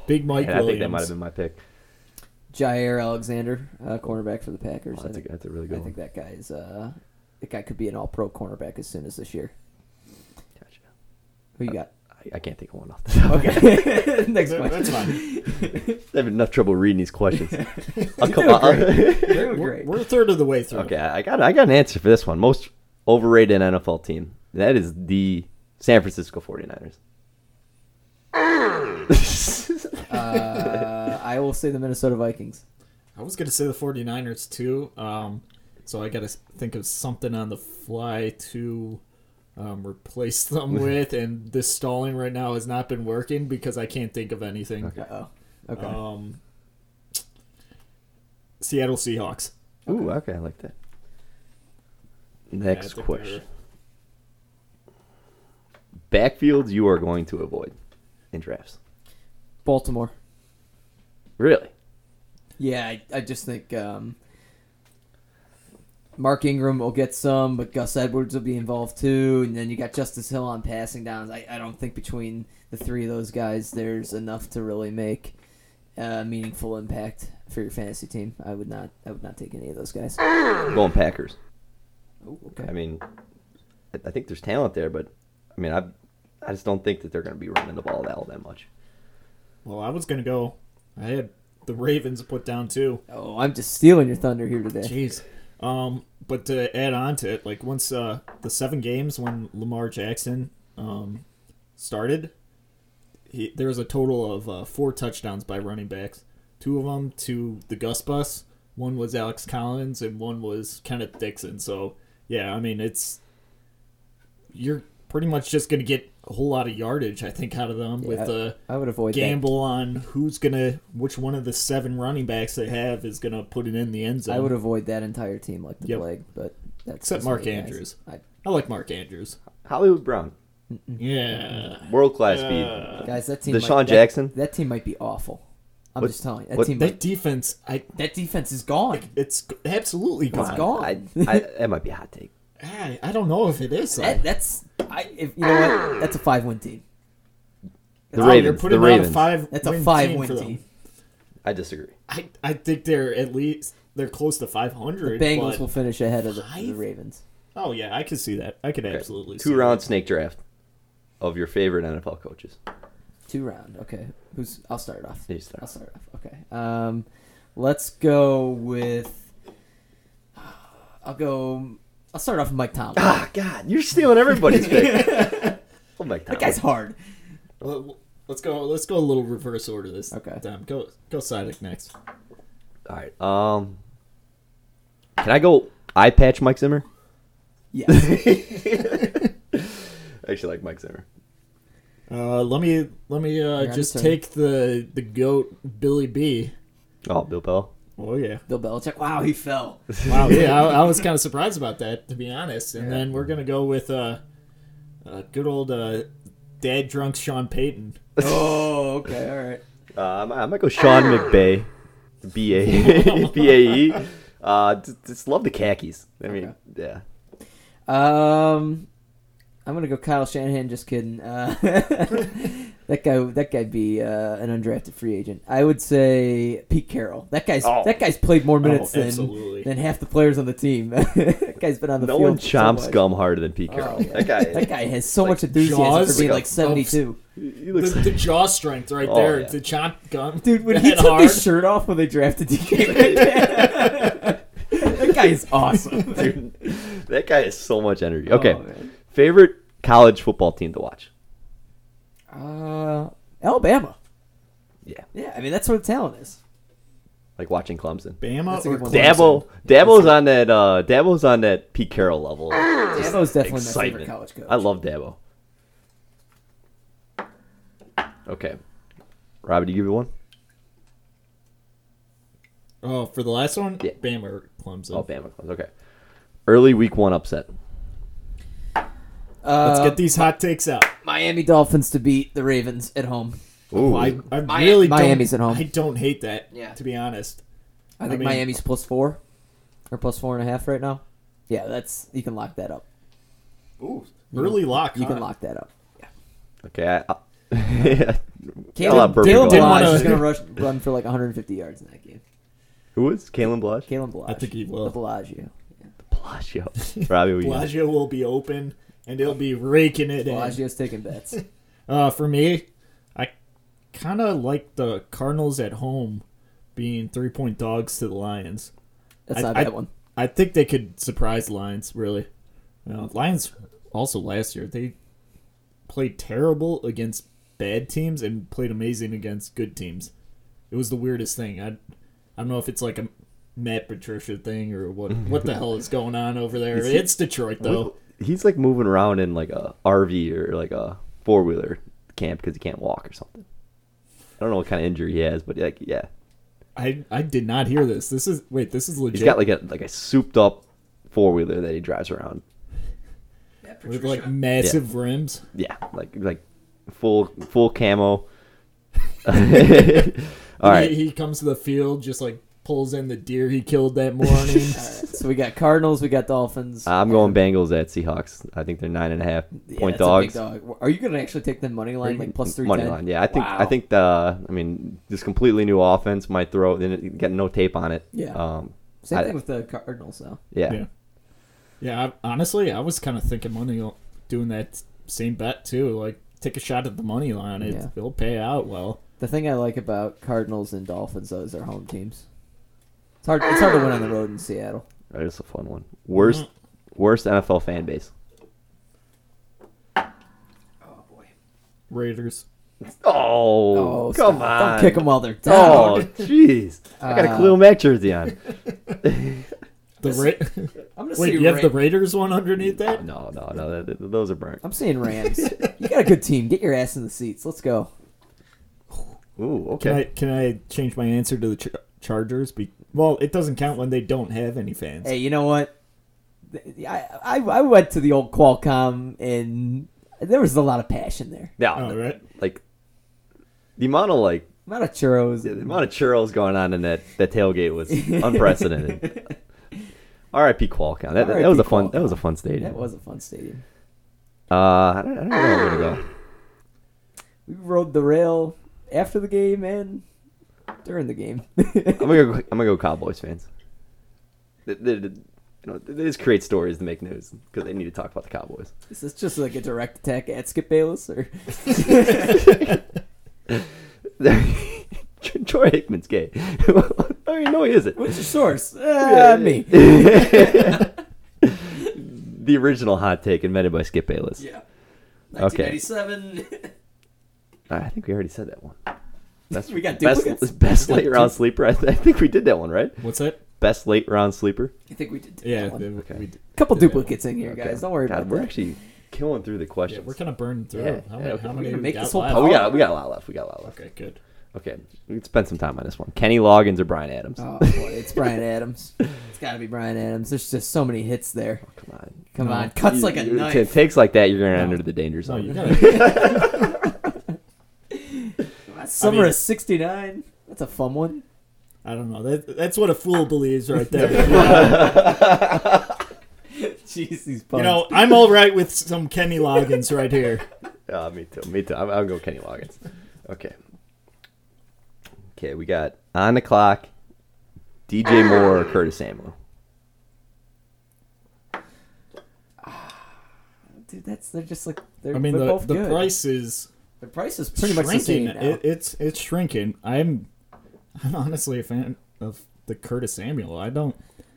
Speaker 3: Big Mike
Speaker 1: And I
Speaker 3: Williams.
Speaker 1: think that might have been my pick.
Speaker 4: Jair Alexander, uh, cornerback for the Packers.
Speaker 1: Oh, that's,
Speaker 4: I think,
Speaker 1: a, that's a really
Speaker 4: I
Speaker 1: good one.
Speaker 4: think that guy is. Uh, that guy could be an All Pro cornerback as soon as this year.
Speaker 1: Gotcha.
Speaker 4: Who you got?
Speaker 1: I, I can't think of one off the top.
Speaker 4: Okay, next
Speaker 3: That-
Speaker 4: question.
Speaker 3: That's fine.
Speaker 1: I have enough trouble reading these questions. I'll come
Speaker 4: doing
Speaker 1: I'll-
Speaker 4: They
Speaker 3: We're,
Speaker 4: were great.
Speaker 3: we're a third of the way through.
Speaker 1: okay, I got I got an answer for this one. Most overrated NFL team. That is the San Francisco 49ers.
Speaker 4: Uh, I will say the Minnesota Vikings.
Speaker 3: I was going to say the 49ers too. Um, so I got to think of something on the fly to um, replace them with. And this stalling right now has not been working because I can't think of anything.
Speaker 4: Uh oh. Okay.
Speaker 3: Um, Seattle Seahawks.
Speaker 1: Ooh, okay, I like that.
Speaker 3: Yeah, I
Speaker 1: Next
Speaker 3: think
Speaker 1: question.
Speaker 3: they're-
Speaker 1: Backfields you are going to avoid in drafts.
Speaker 4: Baltimore.
Speaker 1: Really?
Speaker 4: Yeah, I, I just think um, Mark Ingram will get some, but Gus Edwards will be involved too. And then you got Justice Hill on passing downs. I, I don't think between the three of those guys, there's enough to really make a meaningful impact for your fantasy team. I would not. I would not take any of those guys.
Speaker 1: Going Packers.
Speaker 4: Oh, okay.
Speaker 1: I mean, I- I think there's talent there, but I mean, I I just don't think that they're going to be running the ball that all that much.
Speaker 3: Well, I was going to go. I had the Ravens put down too.
Speaker 4: Oh, I'm just stealing your thunder here today.
Speaker 3: Jeez. Um, but to add on to it, like once uh, the seven games when Lamar Jackson um, started, he, there was a total of uh, four touchdowns by running backs. Two of them to the Gus Bus. One was Alex Collins, and one was Kenneth Dixon. So yeah, I mean it's you're pretty much just going to get a whole lot of yardage, I think, out of them with
Speaker 4: Yeah,
Speaker 3: the.
Speaker 4: I would avoid that.
Speaker 3: gamble on who's gonna which one of the seven running backs they have is gonna put it in the end zone.
Speaker 4: I would avoid that entire team like the
Speaker 3: Yep.
Speaker 4: plague, but that's
Speaker 3: Except
Speaker 4: just
Speaker 3: Mark
Speaker 4: me, guys.
Speaker 3: Andrews.
Speaker 4: I-
Speaker 3: I like Mark Andrews.
Speaker 1: Hollywood Brown,
Speaker 4: Mm-hmm.
Speaker 3: Yeah.
Speaker 1: world class
Speaker 3: Uh,
Speaker 1: speed.
Speaker 4: guys, that team.
Speaker 1: Deshaun
Speaker 4: might, that-
Speaker 1: Jackson.
Speaker 4: That, team might be awful. I'm
Speaker 1: What-
Speaker 4: just telling you. That
Speaker 1: what-
Speaker 4: team.
Speaker 3: That
Speaker 4: Might,
Speaker 3: defense, I
Speaker 4: that defense is gone.
Speaker 3: it's absolutely gone.
Speaker 4: gone.
Speaker 1: I, I, that might be a hot take.
Speaker 3: I, I don't know if it is. oh,
Speaker 4: That, that's I. If you know what, that's a five win team.
Speaker 1: The
Speaker 3: Oh, you're
Speaker 1: Ravens.
Speaker 3: putting
Speaker 1: The
Speaker 3: them on a
Speaker 1: Ravens.
Speaker 3: five.
Speaker 4: That's a
Speaker 3: win
Speaker 4: five
Speaker 3: team
Speaker 4: win
Speaker 3: for them.
Speaker 4: team.
Speaker 1: I disagree.
Speaker 3: I I think they're at least they're close to five
Speaker 4: The
Speaker 3: hundred.
Speaker 4: Bengals will finish ahead of the, the
Speaker 3: Five?
Speaker 4: Ravens.
Speaker 3: Oh yeah, I could see that. I could
Speaker 1: Okay.
Speaker 3: absolutely see
Speaker 1: Two round snake draft of your favorite NFL coaches.
Speaker 4: Two round. Okay, who's? I'll start it off.
Speaker 1: You start.
Speaker 4: I'll start it off. Okay. Um, let's go with. I'll go. I'll start off with Mike Tomlin.
Speaker 1: Ah, God, you're stealing everybody's pick. oh my
Speaker 4: That guy's hard.
Speaker 3: That. Well, Let's go. Let's go a little reverse order this.
Speaker 4: Okay.
Speaker 3: Time. Go go Sidek next.
Speaker 1: All right. Um, can I go eye patch Mike Zimmer?
Speaker 4: Yes.
Speaker 1: I actually like Mike Zimmer.
Speaker 3: Uh, let me let me uh,
Speaker 4: Your
Speaker 3: just
Speaker 4: turn.
Speaker 3: take the the goat Billy B.
Speaker 1: Oh, Bill Bell.
Speaker 3: Oh yeah,
Speaker 4: Bill Belichick. Wow, he fell.
Speaker 3: wow, yeah. I, I was kind of surprised about that to be honest. And then we're gonna go with uh, uh good old uh, dad drunk Sean Payton.
Speaker 4: Oh, okay, all right.
Speaker 1: Uh, I might- I might go Sean McBay, B A B A E. Uh, j- just love the khakis. I mean, yeah.
Speaker 4: Um, I'm gonna go Kyle Shanahan. Just kidding. Uh, that guy, that guy be uh, an undrafted free agent. I would say Pete Carroll. That guy's
Speaker 1: Oh.
Speaker 4: that guy's played more minutes than,
Speaker 3: absolutely.
Speaker 4: than half the players on the team. that guy's been on the
Speaker 1: No
Speaker 4: field.
Speaker 1: one chomps
Speaker 4: so much.
Speaker 1: scum harder than Pete Carroll.
Speaker 4: yeah.
Speaker 1: That guy.
Speaker 4: That guy has so
Speaker 1: Like
Speaker 4: much enthusiasm
Speaker 3: Jaws,
Speaker 4: for being
Speaker 1: like a-
Speaker 4: like 72.
Speaker 1: He
Speaker 3: the,
Speaker 1: looks
Speaker 3: the jaw strength right
Speaker 1: Oh,
Speaker 3: there,
Speaker 1: yeah.
Speaker 3: the chomp gum.
Speaker 4: Dude, when he
Speaker 3: That
Speaker 4: took
Speaker 3: hard.
Speaker 4: his shirt off when they drafted DK, that guy is awesome.
Speaker 1: dude, that guy has so much energy. Okay,
Speaker 4: Oh, man.
Speaker 1: favorite college football team to watch?
Speaker 4: Uh, Alabama.
Speaker 1: Yeah,
Speaker 4: Yeah, I mean that's where the talent is.
Speaker 1: like watching Clemson.
Speaker 3: Bama
Speaker 4: That's a
Speaker 3: or
Speaker 4: good one.
Speaker 1: Dabble, Dabble's on that. Uh, Dabble's on that Pete Carroll level.
Speaker 4: Ah. Dabo's definitely my favorite
Speaker 1: Excitement.
Speaker 4: college coach.
Speaker 1: I love Dabble. Okay. Robbie, do you give it one?
Speaker 3: Oh, for the last one,
Speaker 1: Yeah.
Speaker 3: Bama or Clemson.
Speaker 1: Oh, Bama. Clemson. Okay. Early week one upset.
Speaker 4: Uh,
Speaker 3: Let's get these hot takes out.
Speaker 4: Miami Dolphins to beat the Ravens at home.
Speaker 1: Ooh.
Speaker 3: I, I
Speaker 4: Mi-
Speaker 3: really don't-
Speaker 4: Miami's at home.
Speaker 3: I don't hate that.
Speaker 4: Yeah.
Speaker 3: To be honest,
Speaker 4: I think
Speaker 3: mean-
Speaker 4: Miami's plus four or plus four and a half right now. Yeah, that's you can lock that up.
Speaker 3: ooh, early lock.
Speaker 4: You
Speaker 3: huh?
Speaker 4: can lock that up.
Speaker 1: okay. I, I, I'll have
Speaker 4: Caleb,
Speaker 1: Burpee go.
Speaker 3: Didn't
Speaker 4: Caleb Blige
Speaker 3: wanna-
Speaker 4: is going to rush run for like 150 yards in that game.
Speaker 1: Who is Kalen Blush?
Speaker 4: Caleb Blige.
Speaker 3: I think he will.
Speaker 4: Bellagio.
Speaker 1: Bellagio. Robbie, what you got?
Speaker 3: Bellagio will be open, and they'll be raking it in.
Speaker 4: Bellagio's taking bets.
Speaker 3: Uh, for me, I kind of like the Cardinals at home being three point dogs to the Lions.
Speaker 4: That's
Speaker 3: I-
Speaker 4: not a
Speaker 3: I-
Speaker 4: bad one.
Speaker 3: I think they could surprise the Lions, really. You know, Lions also last year, they played terrible against bad teams and played amazing against good teams. It was the weirdest thing. I, I don't know if it's like a Matt Patricia thing or what what the hell is going on over there.
Speaker 1: Is he-
Speaker 3: It's Detroit, though.
Speaker 1: He's like moving around in like a RV or like a four wheeler camp because he can't walk or something. I don't know what kind of injury he has, but like yeah,
Speaker 3: I, I did not hear this. This is wait. This is legit.
Speaker 1: he's got like a like a souped up four wheeler that he drives around.
Speaker 3: with like massive rims.
Speaker 1: Yeah, like like full full camo. All
Speaker 3: He,
Speaker 1: right,
Speaker 3: he comes to the field, just like pulls in the deer he killed that morning.
Speaker 4: All right, so we got Cardinals, we got Dolphins.
Speaker 1: I'm going Bengals at Seahawks. I think they're nine and a half
Speaker 4: Yeah,
Speaker 1: point
Speaker 4: that's a big
Speaker 1: dogs.
Speaker 4: dog. Are you going to actually take the money line, like plus three
Speaker 1: money
Speaker 4: ten?
Speaker 1: line. Yeah, I think I
Speaker 4: Wow.
Speaker 1: think the I mean this completely new offense might throw then get no tape on it.
Speaker 4: Yeah.
Speaker 1: Um.
Speaker 4: Same
Speaker 1: I-
Speaker 4: thing with the Cardinals, though.
Speaker 1: yeah.
Speaker 3: Yeah. Yeah, I, honestly, I was kind of thinking money o- doing that same bet too. Like, take a shot at the money line; it,
Speaker 4: Yeah.
Speaker 3: it'll pay out well.
Speaker 4: The thing I like about Cardinals and Dolphins though is their home teams. It's hard. It's hard to win on the road in Seattle.
Speaker 1: That is a fun one. Worst worst NFL fan base.
Speaker 3: Raiders.
Speaker 1: Oh,
Speaker 4: so-
Speaker 1: come on.
Speaker 4: Don't kick them while they're down.
Speaker 1: Oh, jeez. I got a
Speaker 4: Uh,
Speaker 1: Khalil Mack jersey on.
Speaker 3: The Ra-
Speaker 4: I'm gonna
Speaker 3: wait,
Speaker 4: see.
Speaker 3: you have
Speaker 4: Ra-
Speaker 3: the Raiders one underneath that?
Speaker 1: No, no, no. th- th- Those are burnt.
Speaker 4: I'm seeing Rams. you got a good team. Get your ass in the seats. Let's go.
Speaker 1: Ooh,
Speaker 3: Can I
Speaker 1: okay.
Speaker 3: can I change my answer to the ch- Chargers? Be- well, it doesn't count when they don't have any fans.
Speaker 4: Hey, you know what? I, I I went to the old Qualcomm and there was a lot of passion there.
Speaker 1: Yeah,
Speaker 3: All oh, right.
Speaker 1: like the amount of like
Speaker 4: A lot of churros.
Speaker 1: the amount of churros going on in that, that tailgate was unprecedented. R.I.P. Qualcomm. That, that
Speaker 4: R.I.P.
Speaker 1: was a fun. That
Speaker 4: Qualcomm.
Speaker 1: was a fun stadium.
Speaker 4: that was a fun stadium.
Speaker 1: Uh, I don't, I don't know where we're gonna go.
Speaker 4: We rode the rail after the game and during the game.
Speaker 1: I'm gonna go, I'm gonna go Cowboys fans. They, they, they- you know, they just create stories to make news because they need to talk about the Cowboys.
Speaker 4: Is this just like a direct attack at Skip Bayless or
Speaker 1: Troy Aikman's gay. I mean, no, he isn't.
Speaker 4: what's your source? Uh, me.
Speaker 1: The original hot take invented by Skip Bayless.
Speaker 4: Yeah.
Speaker 1: Okay.
Speaker 4: 1997.
Speaker 1: I think we already said that one. That's
Speaker 4: We got duplicates?
Speaker 1: best, best late round sleeper. I, th- I think we did that one, right?
Speaker 3: What's that?
Speaker 1: Best late round sleeper.
Speaker 4: I think we did do
Speaker 3: Yeah,
Speaker 4: that one.
Speaker 3: they-
Speaker 1: Okay.
Speaker 3: we d-
Speaker 4: A couple
Speaker 3: did that
Speaker 4: duplicates in here, guys. Don't worry
Speaker 1: God,
Speaker 4: about
Speaker 1: we're
Speaker 4: that.
Speaker 1: actually killing through the
Speaker 3: Yeah,
Speaker 1: questions.
Speaker 3: we're kind of burned through.
Speaker 1: Yeah,
Speaker 3: it. how
Speaker 1: yeah,
Speaker 3: many?
Speaker 1: okay.
Speaker 3: How
Speaker 1: We're
Speaker 3: many?
Speaker 4: gonna
Speaker 3: we
Speaker 4: make
Speaker 3: got
Speaker 4: this whole
Speaker 3: left?
Speaker 1: oh, we got we got a lot left. We got a lot left.
Speaker 3: Okay, good.
Speaker 1: Okay, we can spend some time on this one. Kenny Loggins or Brian Adams?
Speaker 4: Oh boy, it's Brian Adams. It's got to be Brian Adams. There's just so many hits there.
Speaker 1: Come on.
Speaker 4: Come on, cuts
Speaker 1: You-
Speaker 4: like a
Speaker 1: you-
Speaker 4: knife.
Speaker 1: It takes like that, you're gonna enter the danger
Speaker 3: No, you
Speaker 1: zone.
Speaker 3: gotta,
Speaker 4: Summer
Speaker 3: I mean-
Speaker 4: of '69. That's a fun one.
Speaker 3: I don't know. That, that's what a fool believes, right there.
Speaker 4: Jeez, these puns.
Speaker 3: you know, I'm all right with some Kenny Loggins right here.
Speaker 1: Uh, me too. Me too. I'm, I'll go Kenny Loggins. Okay. Okay, we got on the clock. DJ Moore or Curtis Samuel?
Speaker 4: dude, that's they're just like they're.
Speaker 3: I mean,
Speaker 4: they're
Speaker 3: the,
Speaker 4: both
Speaker 3: the
Speaker 4: good.
Speaker 3: price is
Speaker 4: The price is pretty much the same.
Speaker 3: shrinking.
Speaker 4: Now.
Speaker 3: It, it's it's shrinking. I'm I'm honestly a fan of the Curtis Samuel. I don't.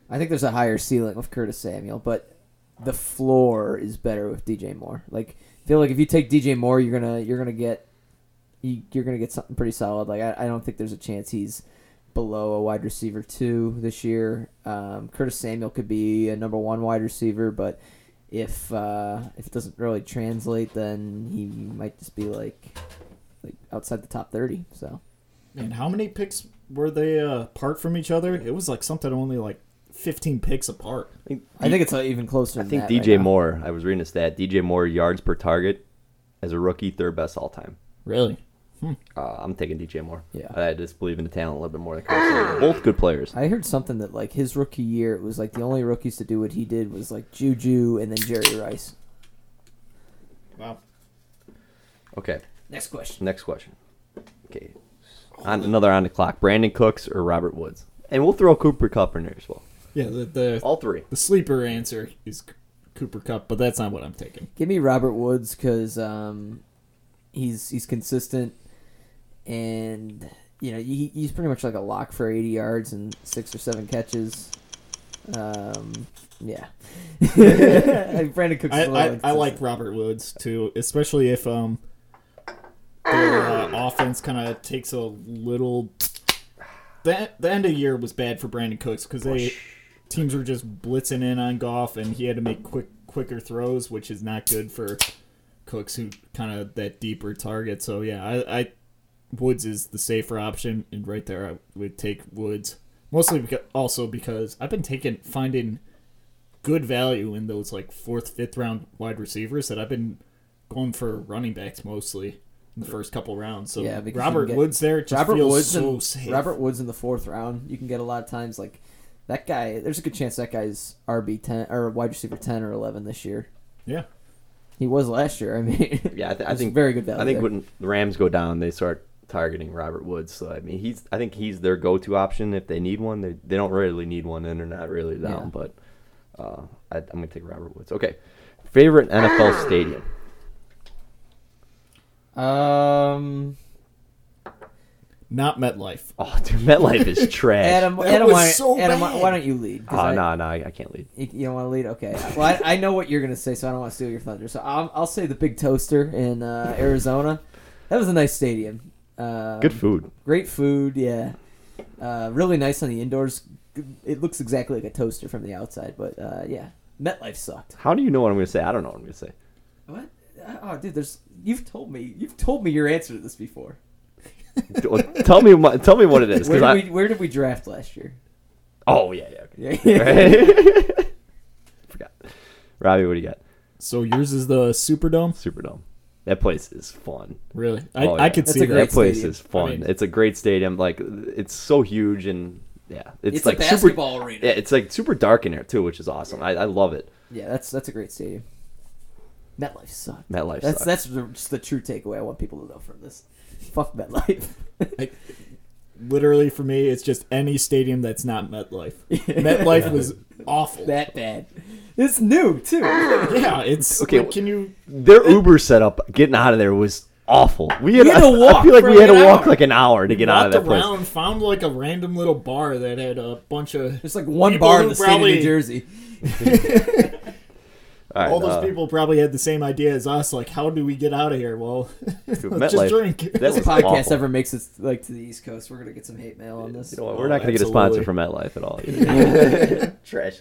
Speaker 4: I think there's a higher ceiling with Curtis Samuel, but the floor is better with DJ Moore. Like, I feel like if you take DJ Moore, you're gonna you're gonna get you, you're gonna get something pretty solid. Like, I, I don't think there's a chance he's below a wide receiver two this year. Um, Curtis Samuel could be a number one wide receiver, but if uh, if it doesn't really translate, then he might just be like like outside the top thirty. So
Speaker 3: And how many picks were they uh, apart from each other? It was like something only like 15 picks apart.
Speaker 4: I think it's uh, even closer.
Speaker 1: I think
Speaker 4: than that
Speaker 1: DJ
Speaker 4: right now.
Speaker 1: Moore. I was reading a stat. DJ Moore yards per target as a rookie, third best all time.
Speaker 3: Really?
Speaker 1: Uh, I'm taking DJ Moore.
Speaker 4: Yeah.
Speaker 1: I just believe in the talent a little bit more than Chris. Taylor. Both good players.
Speaker 4: I heard something that like his rookie year, it was like the only rookies to do what he did was like Juju and then Jerry Rice.
Speaker 3: Wow.
Speaker 1: Okay,
Speaker 4: Next question.
Speaker 1: next question. Okay, on, another on the clock. Brandon Cooks or Robert Woods, and we'll throw Cooper Cup in there as well.
Speaker 3: Yeah, the, the,
Speaker 1: All three.
Speaker 3: the sleeper answer is C- Cooper Cup, but that's not what I'm taking.
Speaker 4: Give me Robert Woods because um, he's he's consistent and you know he, he's pretty much like a lock for 80 yards and six or seven catches. Um, yeah, Brandon Cooks.
Speaker 3: I,
Speaker 4: is a little
Speaker 3: I, I like
Speaker 4: inconsistent.
Speaker 3: Robert Woods too, especially if um their uh, offense kind of takes a little. The, the end of year was bad for Brandon Cooks because they teams were just blitzing in on golf and he had to make quick quicker throws, which is not good for Cooks who kind of that deeper target. So yeah, I, I Woods is the safer option, and right there I would take Woods mostly because, also because I've been taking finding good value in those like fourth, fifth round wide receivers that I've been going for running backs mostly in the first couple rounds. So
Speaker 4: Yeah, because you
Speaker 3: Robert
Speaker 4: can get-
Speaker 3: Woods there just
Speaker 4: Robert
Speaker 3: feels
Speaker 4: Woods
Speaker 3: so
Speaker 4: in,
Speaker 3: safe.
Speaker 4: Robert Woods in the fourth round, you can get a lot of times like that guy. There's a good chance that guy's RB ten or wide receiver ten or eleven this year.
Speaker 3: yeah,
Speaker 4: He was last year. I mean,
Speaker 1: Yeah, I, th- I
Speaker 4: It's
Speaker 1: think
Speaker 4: very good value
Speaker 1: I think
Speaker 4: there.
Speaker 1: when the Rams go down, they start targeting Robert Woods. So I mean, he's I think he's their go-to option if they need one. They they don't really need one, and they're not really down. But uh, I, I'm gonna take Robert Woods. Okay, favorite NFL stadium.
Speaker 4: um,
Speaker 3: not MetLife.
Speaker 1: Oh, dude, MetLife is trash.
Speaker 4: Adam,
Speaker 3: That
Speaker 4: Adam,
Speaker 3: was
Speaker 4: why,
Speaker 3: so
Speaker 4: Adam why,
Speaker 3: bad.
Speaker 4: why don't you lead? 'Cause
Speaker 1: Oh
Speaker 4: I-
Speaker 1: no, no, I, I can't lead.
Speaker 4: You, you don't want to lead? Okay. Well, I, I know what you're going to say, so I don't want to steal your thunder. So I'll, I'll say the Big Toaster in uh, Arizona. That was a nice stadium. Um,
Speaker 1: Good food.
Speaker 4: Great food, yeah. Uh, really nice on the indoors. It looks exactly like a toaster from the outside, but uh, yeah. MetLife sucked.
Speaker 1: How do you know what I'm gonna say? I don't know what I'm gonna say.
Speaker 4: What? Oh, dude, there's. You've told me. You've told me your answer to this before.
Speaker 1: D- well, tell me, what, tell me what it is. 'cause
Speaker 4: Where did,
Speaker 1: I-
Speaker 4: we, where did we draft last year?
Speaker 1: oh yeah, yeah. Okay.
Speaker 4: Yeah.
Speaker 1: Forgot. Robbie, what do you got?
Speaker 3: So yours is the Superdome,
Speaker 1: Superdome. That place is fun.
Speaker 3: really? I,
Speaker 1: Oh, yeah.
Speaker 3: I could
Speaker 4: That's
Speaker 3: see that.
Speaker 4: a great
Speaker 1: that place
Speaker 4: stadium.
Speaker 1: is fun.
Speaker 3: I mean-
Speaker 1: it's a great stadium. Like it's so huge and yeah, it's,
Speaker 4: It's a
Speaker 1: like
Speaker 4: basketball
Speaker 1: super,
Speaker 4: arena.
Speaker 1: Yeah, it's like super dark in there too, which is awesome. I, I love it.
Speaker 4: Yeah, that's that's a great stadium. MetLife sucked.
Speaker 1: MetLife
Speaker 4: That's
Speaker 1: sucks.
Speaker 4: that's the, just the true takeaway I want people to know from this. Fuck MetLife.
Speaker 3: I, literally for me, it's just any stadium that's not MetLife. MetLife was awful.
Speaker 4: that bad. It's new too.
Speaker 3: yeah, it's
Speaker 1: Okay,
Speaker 3: okay.
Speaker 1: well-
Speaker 3: can you?
Speaker 1: Their Uber setup getting out of there was awful. We had,
Speaker 4: You had to
Speaker 1: I
Speaker 4: walk
Speaker 1: feel like we
Speaker 4: for
Speaker 1: had to
Speaker 4: an
Speaker 1: walk
Speaker 4: hour.
Speaker 1: like an hour to get out of
Speaker 3: walked
Speaker 1: that place.
Speaker 3: around, found like a random little bar that had a bunch of
Speaker 4: There's like one
Speaker 3: People
Speaker 4: bar in
Speaker 3: who
Speaker 4: the state of New
Speaker 3: probably-
Speaker 4: Jersey.
Speaker 1: All right,
Speaker 3: all those
Speaker 1: uh,
Speaker 3: people probably had the same idea as us. Like, how do we get out of here? Well, let's
Speaker 1: dude,
Speaker 3: just
Speaker 1: MetLife,
Speaker 3: drink.
Speaker 1: That
Speaker 4: If this
Speaker 1: was
Speaker 4: podcast
Speaker 1: awful.
Speaker 4: ever makes it like to the East Coast, we're gonna get some hate mail on this.
Speaker 1: You know what, we're not going to get a
Speaker 3: Absolutely.
Speaker 1: sponsor from MetLife at all. either. Trashing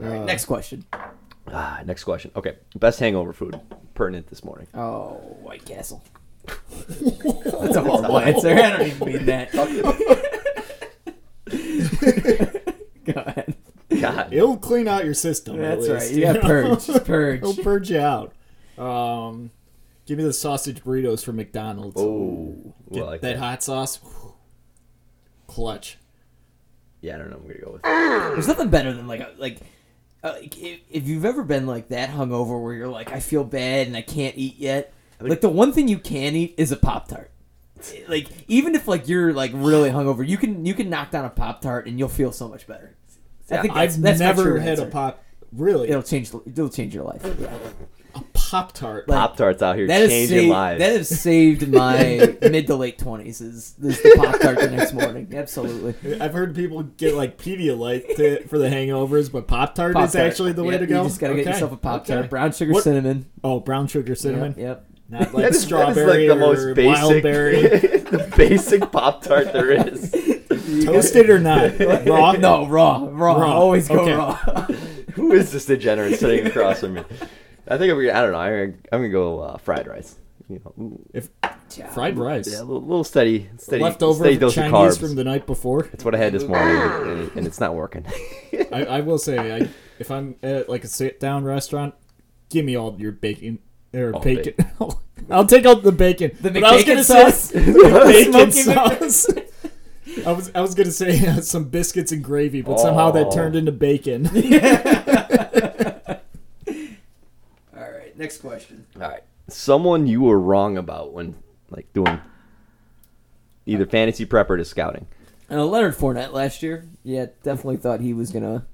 Speaker 1: them.
Speaker 3: Uh,
Speaker 4: Next question.
Speaker 1: Ah, next question. Okay, best hangover food pertinent this morning.
Speaker 4: Oh, White Castle. That's a horrible answer. I don't even mean that. Go ahead.
Speaker 1: God,
Speaker 3: It'll clean out your system. at
Speaker 4: That's right.
Speaker 3: least,
Speaker 4: You got
Speaker 3: know?
Speaker 4: purge. Just purge.
Speaker 3: It'll purge you out. Um, give me the sausage burritos from McDonald's.
Speaker 1: oh,
Speaker 3: Get
Speaker 1: like
Speaker 3: that
Speaker 1: that.
Speaker 3: hot sauce. Whew. Clutch.
Speaker 1: Yeah, I don't know. I'm going to go with.
Speaker 4: There's nothing better than like a- like uh, if, if you've ever been like that hungover where you're like I feel bad and I can't eat yet. Like the one thing you can eat is a pop tart. Like even if like you're like really hungover, you can you can knock down a pop tart and you'll feel so much better. I think that's,
Speaker 3: I've
Speaker 4: that's my true
Speaker 3: never had
Speaker 4: answer.
Speaker 3: a pop. Really,
Speaker 4: It'll change it'll change your life. Yeah.
Speaker 3: Pop Tart.
Speaker 4: Like,
Speaker 1: Pop Tarts out here
Speaker 4: That has
Speaker 1: changing
Speaker 4: saved,
Speaker 1: lives.
Speaker 4: that has saved my mid to late twenties. Is, is the pop tart the next morning? Absolutely.
Speaker 3: I've heard people get like Pedialyte to, for the hangovers, but Pop Tart is
Speaker 4: Pop-Tart.
Speaker 3: actually the way
Speaker 4: Yep,
Speaker 3: to go.
Speaker 4: You just gotta get
Speaker 3: Okay,
Speaker 4: yourself a pop tart,
Speaker 3: okay.
Speaker 4: brown sugar,
Speaker 3: What-
Speaker 4: cinnamon.
Speaker 3: Oh, brown sugar cinnamon.
Speaker 4: Yep, yep.
Speaker 3: Not like
Speaker 1: That is- that is,
Speaker 3: strawberry
Speaker 1: like the
Speaker 3: or
Speaker 1: most basic,
Speaker 3: wild berry.
Speaker 1: the basic Pop Tart there is.
Speaker 3: Toasted or not? Raw?
Speaker 4: Oh, No, raw, raw.
Speaker 3: Raw.
Speaker 4: Always go
Speaker 3: Okay.
Speaker 4: raw.
Speaker 1: Who is this degenerate sitting across from me? I think I'm gonna. I don't know. I'm gonna, I'm gonna go uh, fried rice. you know,
Speaker 3: If fried rice,
Speaker 1: yeah, a little, little steady, steady,
Speaker 3: leftover
Speaker 1: steady dose of
Speaker 3: Chinese
Speaker 1: carbs.
Speaker 3: from the night before.
Speaker 1: That's what I had this morning, and, and it's not working.
Speaker 3: I, I will say, I, if I'm at like a sit down restaurant, give me all your bacon or
Speaker 1: All
Speaker 3: bacon. I'll take out the bacon.
Speaker 4: The
Speaker 3: But I was
Speaker 4: McBacon
Speaker 3: gonna
Speaker 4: sauce?
Speaker 3: Say, bacon
Speaker 4: Smoky Mc-
Speaker 3: sauce. I was I was gonna say uh, some biscuits and gravy, but somehow that
Speaker 1: Oh.
Speaker 3: turned into bacon.
Speaker 4: All right, next question.
Speaker 1: All right, someone you were wrong about when like doing either fantasy prep or just scouting.
Speaker 4: Uh, Leonard Fournette last year, yeah, definitely thought he was gonna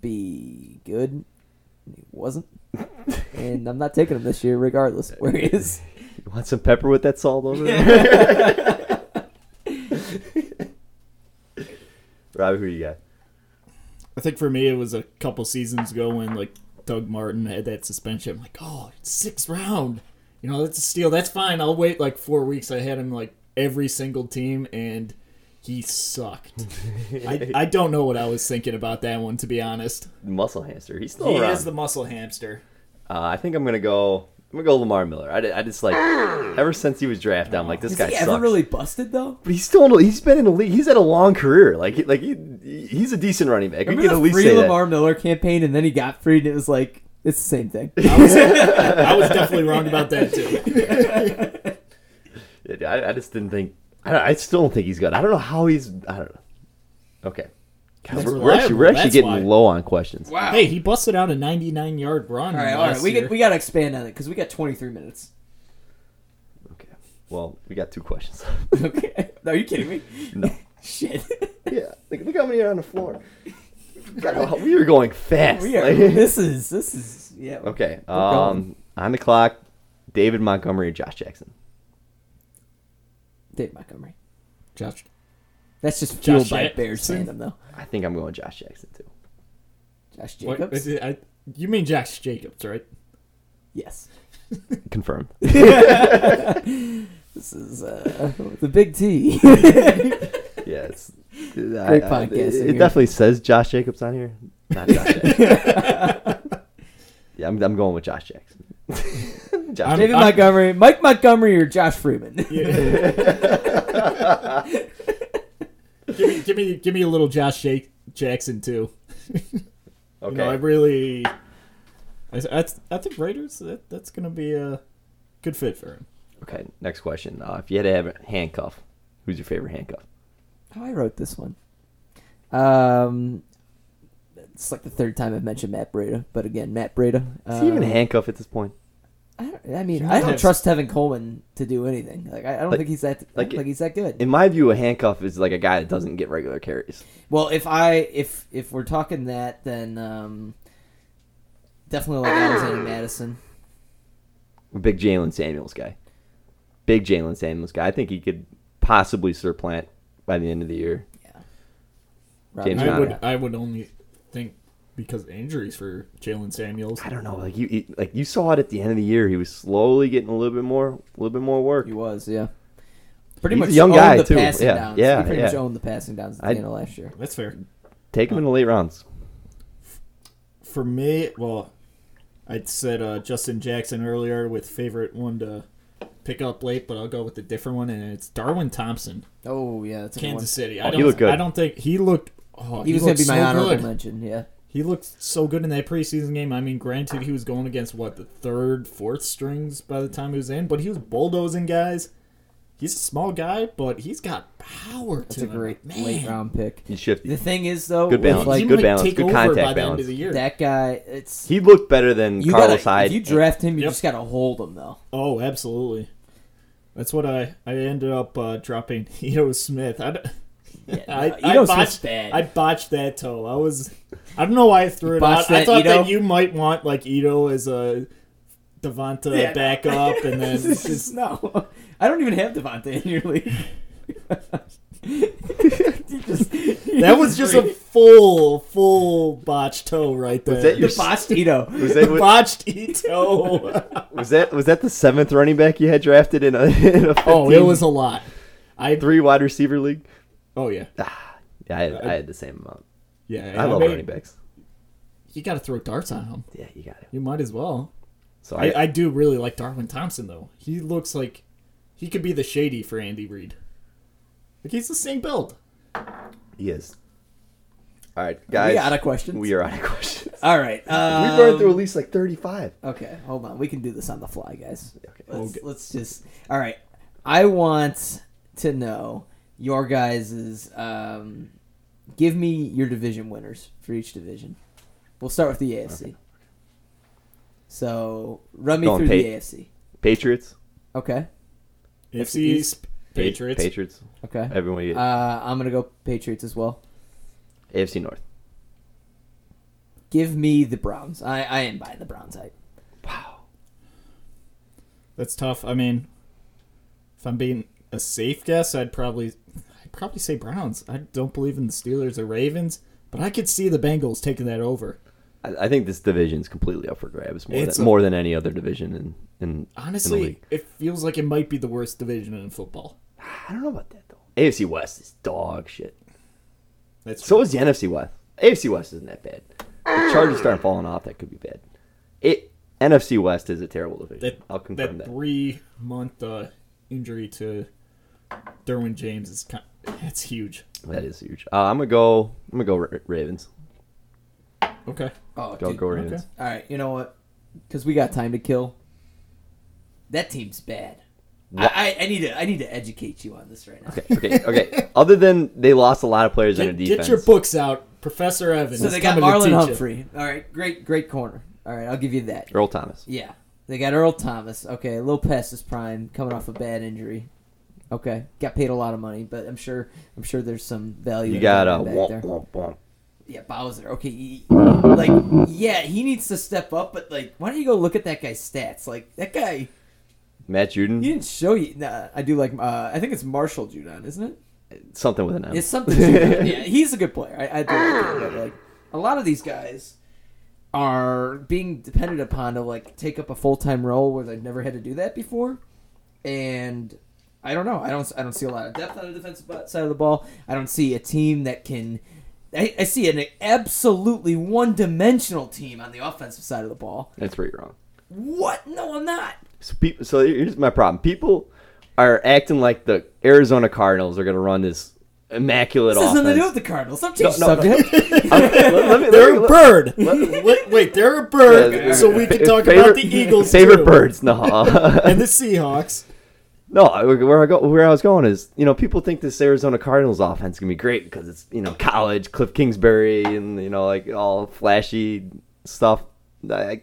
Speaker 4: be good. He wasn't, and I'm not taking him this year, regardless of where he is.
Speaker 1: You want some pepper with that salt over there? Robbie, who you got?
Speaker 3: I think for me it was a couple seasons ago when like Doug Martin had that suspension. I'm like, oh, it's sixth round. You know, that's a steal. That's fine. I'll wait like four weeks. I had him like every single team and he sucked. I, I don't know what I was thinking about that one to be honest.
Speaker 1: Muscle hamster. He's still
Speaker 3: He
Speaker 1: around.
Speaker 3: is the muscle hamster.
Speaker 1: uh, I think I'm gonna go. I'm gonna go Lamar Miller. I, di- I just like ever since he was drafted, I'm like this
Speaker 4: Ah! Is
Speaker 1: guy
Speaker 4: he
Speaker 1: sucks.
Speaker 4: ever really busted though?
Speaker 1: But he's still in the, he's been in the league. He's had a long career. Like he- like he, he's a decent running back. We
Speaker 4: Remember
Speaker 1: can
Speaker 4: the
Speaker 1: at least
Speaker 4: free
Speaker 1: say that.
Speaker 4: Lamar Miller campaign, and then he got free, and it was like it's the same thing.
Speaker 3: I was definitely wrong about that too.
Speaker 1: Yeah, I, I just didn't think. I, don't- I still don't think he's good. I don't know how he's. I don't know. Okay. God, we're, we're actually, we're
Speaker 3: reliable,
Speaker 1: actually
Speaker 3: that's
Speaker 1: getting
Speaker 3: why.
Speaker 1: low on questions.
Speaker 4: Wow.
Speaker 3: Hey, he busted out a 99 yard run.
Speaker 4: all right, all right, we get, we gotta expand on it because we got 23 minutes.
Speaker 1: Okay. Well, we got two questions.
Speaker 4: Okay, no, are you kidding me?
Speaker 1: no.
Speaker 4: Shit,
Speaker 1: Yeah. Like, look how many are on the floor. God, we are going fast.
Speaker 4: we are.
Speaker 1: Like-
Speaker 4: this is this is yeah.
Speaker 1: okay.
Speaker 4: going.
Speaker 1: Um, on the clock, David Montgomery or Josh Jackson?
Speaker 4: Dave Montgomery.
Speaker 3: Josh.
Speaker 4: That's just fueled
Speaker 3: Josh
Speaker 4: by
Speaker 3: Jack-
Speaker 4: Bears fandom though.
Speaker 1: I think I'm going Josh Jackson too.
Speaker 4: Josh
Speaker 3: What,
Speaker 4: Jacobs.
Speaker 3: is it- I, you mean Josh Jacobs, right?
Speaker 4: Yes.
Speaker 1: Confirmed.
Speaker 4: This is uh, the big T.
Speaker 1: yeah. It's,
Speaker 4: Great podcasting
Speaker 1: it,
Speaker 4: here.
Speaker 1: it definitely says Josh Jacobs on here. Not Josh Jackson. yeah, I'm, I'm going with Josh Jackson. Josh
Speaker 3: I'm-
Speaker 4: David Montgomery, Mike Montgomery, or Josh Freeman.
Speaker 3: give me, give me, give me a little Josh Jake Jackson too.
Speaker 1: Okay.
Speaker 3: You know, I really, I, I, I think Raiders. That, that's gonna be a good fit for him.
Speaker 1: okay. Next question. Uh, if you had to have a handcuff, who's your favorite handcuff?
Speaker 4: Oh, I wrote this one. Um, it's like the third time I've mentioned Matt Breda, but again, Matt Breda.
Speaker 1: Is he even a
Speaker 4: uh,
Speaker 1: handcuff at this point?
Speaker 4: I, don't, I mean,
Speaker 3: He
Speaker 4: I don't
Speaker 3: has-
Speaker 4: trust Tevin Coleman to do anything. Like, I, I don't
Speaker 1: Like-
Speaker 4: think he's that. Like,
Speaker 1: like-
Speaker 4: like he's that good.
Speaker 1: In my view, a handcuff is like a guy that doesn't get regular carries.
Speaker 4: well, if I if if we're talking that, then um, definitely like Alexander Madison.
Speaker 1: I'm a big Jalen Samuels guy. Big Jalen Samuels guy. I think he could possibly surplant by the end of the year.
Speaker 4: Yeah. Robbie
Speaker 1: James
Speaker 4: Brown.
Speaker 3: I
Speaker 1: Conner.
Speaker 3: would, I would only think because of injuries for Jalen Samuels.
Speaker 1: I don't know. Like you, you- like you saw it at the end of the year. He was slowly getting a little bit more, a little bit more work.
Speaker 4: He was, yeah. Pretty
Speaker 1: He's
Speaker 4: much
Speaker 1: a young
Speaker 4: owned
Speaker 1: guy,
Speaker 4: the
Speaker 1: too.
Speaker 4: Passing
Speaker 1: Yeah,
Speaker 4: downs.
Speaker 1: yeah,
Speaker 4: He pretty much
Speaker 1: yeah.
Speaker 4: owned the passing downs at the
Speaker 1: I-
Speaker 4: end of last year.
Speaker 3: That's fair.
Speaker 1: Take him in the late rounds.
Speaker 3: For me, well, I said uh, Justin Jackson earlier with favorite one to pick up late, but I'll go with a different one, and it's Darwin Thompson,
Speaker 4: Oh yeah, that's a good one.
Speaker 3: Kansas City.
Speaker 1: Oh,
Speaker 3: I
Speaker 1: he
Speaker 3: don't,
Speaker 1: looked good.
Speaker 3: I don't think he looked. Oh,
Speaker 4: He was going to be
Speaker 3: looked
Speaker 4: my
Speaker 3: so
Speaker 4: honorable
Speaker 3: good.
Speaker 4: mention. Yeah,
Speaker 3: He looked so good in that preseason game. I mean, granted, he was going against what the third, fourth strings by the time he was in, but he was bulldozing guys. He's a small guy, but he's got power
Speaker 4: that's
Speaker 3: to
Speaker 4: a
Speaker 3: him.
Speaker 4: great
Speaker 3: Man.
Speaker 4: late round pick.
Speaker 1: He's
Speaker 4: The
Speaker 1: shifty.
Speaker 4: thing is though,
Speaker 1: Good
Speaker 4: with,
Speaker 1: balance,
Speaker 4: like
Speaker 3: he
Speaker 1: good
Speaker 3: might
Speaker 1: balance,
Speaker 3: take
Speaker 1: good
Speaker 3: over
Speaker 1: contact
Speaker 3: by the end
Speaker 1: balance.
Speaker 3: of the year.
Speaker 4: that guy, it's
Speaker 1: He looked better than
Speaker 4: you
Speaker 1: Carlos
Speaker 4: gotta,
Speaker 1: Hyde.
Speaker 4: if you draft him, you
Speaker 3: Yep.
Speaker 4: just got to hold him though.
Speaker 3: oh, absolutely. That's what I I ended up uh, dropping. Eno Smith. I, d-
Speaker 4: Yeah,
Speaker 3: I,
Speaker 4: no,
Speaker 3: I
Speaker 4: Eno Smith's
Speaker 3: botched
Speaker 4: bad.
Speaker 3: I botched that toe. I was I don't know why I threw it out.
Speaker 4: botched that,
Speaker 3: I thought
Speaker 4: Ito?
Speaker 3: that you might want like Ito as a Devonta
Speaker 4: Yeah.
Speaker 3: backup, and then
Speaker 4: This
Speaker 3: just
Speaker 4: is- no, I don't even have Devontae in your league. You just-
Speaker 3: That was just a full, full botched toe right there.
Speaker 1: Was that your-
Speaker 4: debauched Ito.
Speaker 1: was, that, was,
Speaker 3: botched toe?
Speaker 1: was that was that the seventh running back you had drafted in a, in a
Speaker 3: oh, it
Speaker 1: 15
Speaker 3: was a lot. I
Speaker 1: three wide receiver league?
Speaker 3: oh yeah
Speaker 1: Yeah, I had, I had the same amount.
Speaker 3: yeah.
Speaker 1: I love
Speaker 3: mean,
Speaker 1: running backs.
Speaker 3: You got to throw darts on him.
Speaker 1: Yeah, you got it.
Speaker 3: You might as well.
Speaker 1: So
Speaker 3: I,
Speaker 1: I,
Speaker 3: I do really like Darwin Thompson though. He looks like he could be the shady for Andy Reid. Like he's the same build.
Speaker 1: he is. All right, guys.
Speaker 4: out of questions?
Speaker 1: We are out of questions.
Speaker 4: All right.
Speaker 1: we
Speaker 4: Um,
Speaker 1: burned through at least like thirty-five.
Speaker 4: Okay, hold on. We can do this on the fly, guys.
Speaker 1: Okay.
Speaker 4: Let's, let's just. All right. I want to know your guys' um, give me your division winners for each division. We'll start with the AFC. So run me
Speaker 1: Going
Speaker 4: through the
Speaker 1: Pat-
Speaker 4: AFC.
Speaker 1: Patriots.
Speaker 4: Okay.
Speaker 3: AFC
Speaker 4: East.
Speaker 3: East Patriots.
Speaker 1: Patriots.
Speaker 4: Okay.
Speaker 1: Everyone. You get.
Speaker 4: Uh, I'm gonna go Patriots as well.
Speaker 1: AFC North.
Speaker 4: Give me the Browns. I, I am buying the Browns. I
Speaker 1: Wow.
Speaker 3: That's tough. I mean, if I'm being a safe guess, I'd probably I'd probably say Browns. I don't believe in the Steelers or Ravens, but I could see the Bengals taking that over.
Speaker 1: I, I think this division is completely up for grabs more,
Speaker 3: It's
Speaker 1: than,
Speaker 3: a- Uh,
Speaker 1: more than any other division in in in the
Speaker 3: Honestly,
Speaker 1: league.
Speaker 3: it feels like it might be the worst division in football.
Speaker 1: I don't know about that though. AFC West is dog shit.
Speaker 3: That's
Speaker 1: So is the NFC West. AFC West isn't that bad. The Chargers start falling off. That could be bad. It NFC West is a terrible division.
Speaker 3: that
Speaker 1: I'll confirm that.
Speaker 3: three month uh, injury to Derwin James is kind that's huge.
Speaker 1: that is huge. Uh, I'm gonna go. I'm gonna go Ra- Ravens.
Speaker 3: Okay.
Speaker 4: oh
Speaker 1: Go
Speaker 4: dude.
Speaker 1: go Ravens.
Speaker 4: All right. You know what? Because we got time to kill. That team's bad.
Speaker 1: Wha-
Speaker 4: I, I, I need to I need to educate you on this right now.
Speaker 1: Okay. Okay. okay. Other than they lost a lot of players in
Speaker 3: Get,
Speaker 1: their
Speaker 3: get
Speaker 1: defense.
Speaker 3: your books out, Professor Evans.
Speaker 4: So
Speaker 3: is
Speaker 4: they got
Speaker 3: coming to
Speaker 4: Marlon
Speaker 3: teach you.
Speaker 4: Humphrey. All right, great, great corner. All right, I'll give you that.
Speaker 1: Earl Thomas.
Speaker 4: Yeah, they got Earl Thomas. Okay, a little past his prime, coming off a bad injury. Okay, got paid a lot of money, but I'm sure I'm sure there's some value.
Speaker 1: You
Speaker 4: in
Speaker 1: got uh, a
Speaker 4: having him
Speaker 1: womp,
Speaker 4: back there.
Speaker 1: womp, womp.
Speaker 4: yeah Bowser. Okay, he- like yeah, he needs to step up, but like, why don't you go look at that guy's stats? Like that guy,
Speaker 1: Matt
Speaker 4: he
Speaker 1: Juden.
Speaker 4: didn't show you. Nah, I do like. Uh, I think it's Marshall Judon, isn't it?
Speaker 1: Something with an M.
Speaker 4: It's something. To yeah, he's a good player. I, I do like
Speaker 1: Ah.
Speaker 4: him, but like a lot of these guys are being depended upon to like take up a full time role where they've never had to do that before, and I don't know. I don't. I don't see a lot of depth on the defensive bu- side of the ball. I don't see a team that can. I, I see an absolutely one dimensional team on the offensive side of the ball.
Speaker 1: That's where you're wrong.
Speaker 4: What? No, I'm not.
Speaker 1: So, people, so here's my problem. People are acting like the Arizona Cardinals are going to run this immaculate
Speaker 4: This has
Speaker 1: offense.
Speaker 4: nothing to do with the Cardinals. I'm changing
Speaker 1: No, no, no. I'm-
Speaker 4: subject.
Speaker 1: let- let me- let
Speaker 3: They're
Speaker 1: me-
Speaker 3: a
Speaker 1: let-
Speaker 3: bird. wait, wait, they're a bird.
Speaker 1: Yeah,
Speaker 3: so we can
Speaker 1: fa-
Speaker 3: talk
Speaker 1: favorite-
Speaker 3: about the Eagles.
Speaker 1: Favorite
Speaker 3: too.
Speaker 1: birds, no,
Speaker 3: and the Seahawks.
Speaker 1: no. I- Where I go, where I was going is, you know, people think this Arizona Cardinals offense is gonna be great because it's, you know, college, Cliff Kingsbury, and you know, like all flashy stuff. I,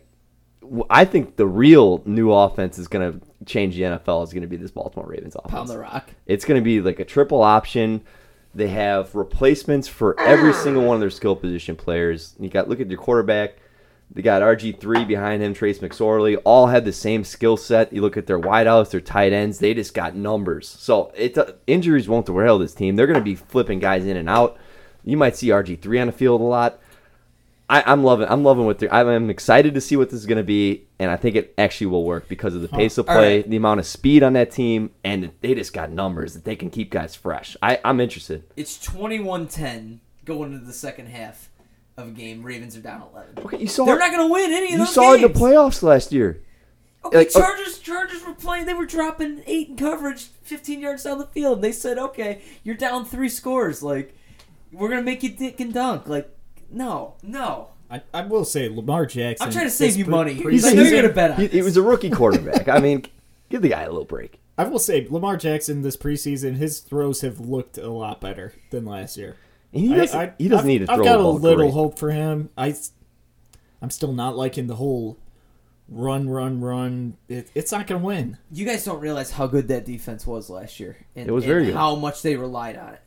Speaker 1: I think the real new offense is gonna change the NFL. Is gonna be this Baltimore Ravens offense.
Speaker 4: Pound the rock.
Speaker 1: It's going to be like a triple option. They have replacements for every single one of their skill position players. You got look at your quarterback. They got RG three behind him, Trace McSorley. All had the same skill set. You look at their wideouts, their tight ends. They just got numbers. So it uh, injuries won't derail this team. They're going to be flipping guys in and out. You might see RG three on the field a lot. I, I'm loving. I'm loving what they're. I'm- I'm excited to see what this is going to be, and I think it actually will work because of the pace of
Speaker 4: All
Speaker 1: play,
Speaker 4: right.
Speaker 1: the amount of speed on that team, and they just got numbers that they can keep guys fresh. I, I'm interested.
Speaker 4: It's 21-10 going into the second half of a game. Ravens are down 11.
Speaker 1: Okay, you saw.
Speaker 4: They're not going to win any of
Speaker 1: you
Speaker 4: those
Speaker 1: saw it in the
Speaker 4: games.
Speaker 1: playoffs last year.
Speaker 4: Okay,
Speaker 1: like, oh-
Speaker 4: Chargers, Chargers were playing. They were dropping eight in coverage, 15 yards down the field. And they said, okay, you're down three scores. Like, we're going to make you dick and dunk. Like, no, no.
Speaker 3: I, I will say Lamar Jackson.
Speaker 4: I'm trying to save
Speaker 3: is
Speaker 4: you
Speaker 3: pre-
Speaker 4: money.
Speaker 3: pre-
Speaker 4: He's- I know you're gonna bet on
Speaker 1: he- It
Speaker 4: this.
Speaker 1: was a rookie quarterback. I mean, give the guy a little break.
Speaker 3: I will say Lamar Jackson this preseason, his throws have looked a lot better than last year.
Speaker 1: And he doesn't. he doesn't
Speaker 3: I've,
Speaker 1: need to throw
Speaker 3: I've got
Speaker 1: the
Speaker 3: a
Speaker 1: ball
Speaker 3: little
Speaker 1: great.
Speaker 3: hope for him. I, s- I'm still not liking the whole run, run, run. It, it's not going to win.
Speaker 4: You guys don't realize how good that defense was last year. And,
Speaker 1: It was
Speaker 4: and
Speaker 1: very good.
Speaker 4: how much they relied on it.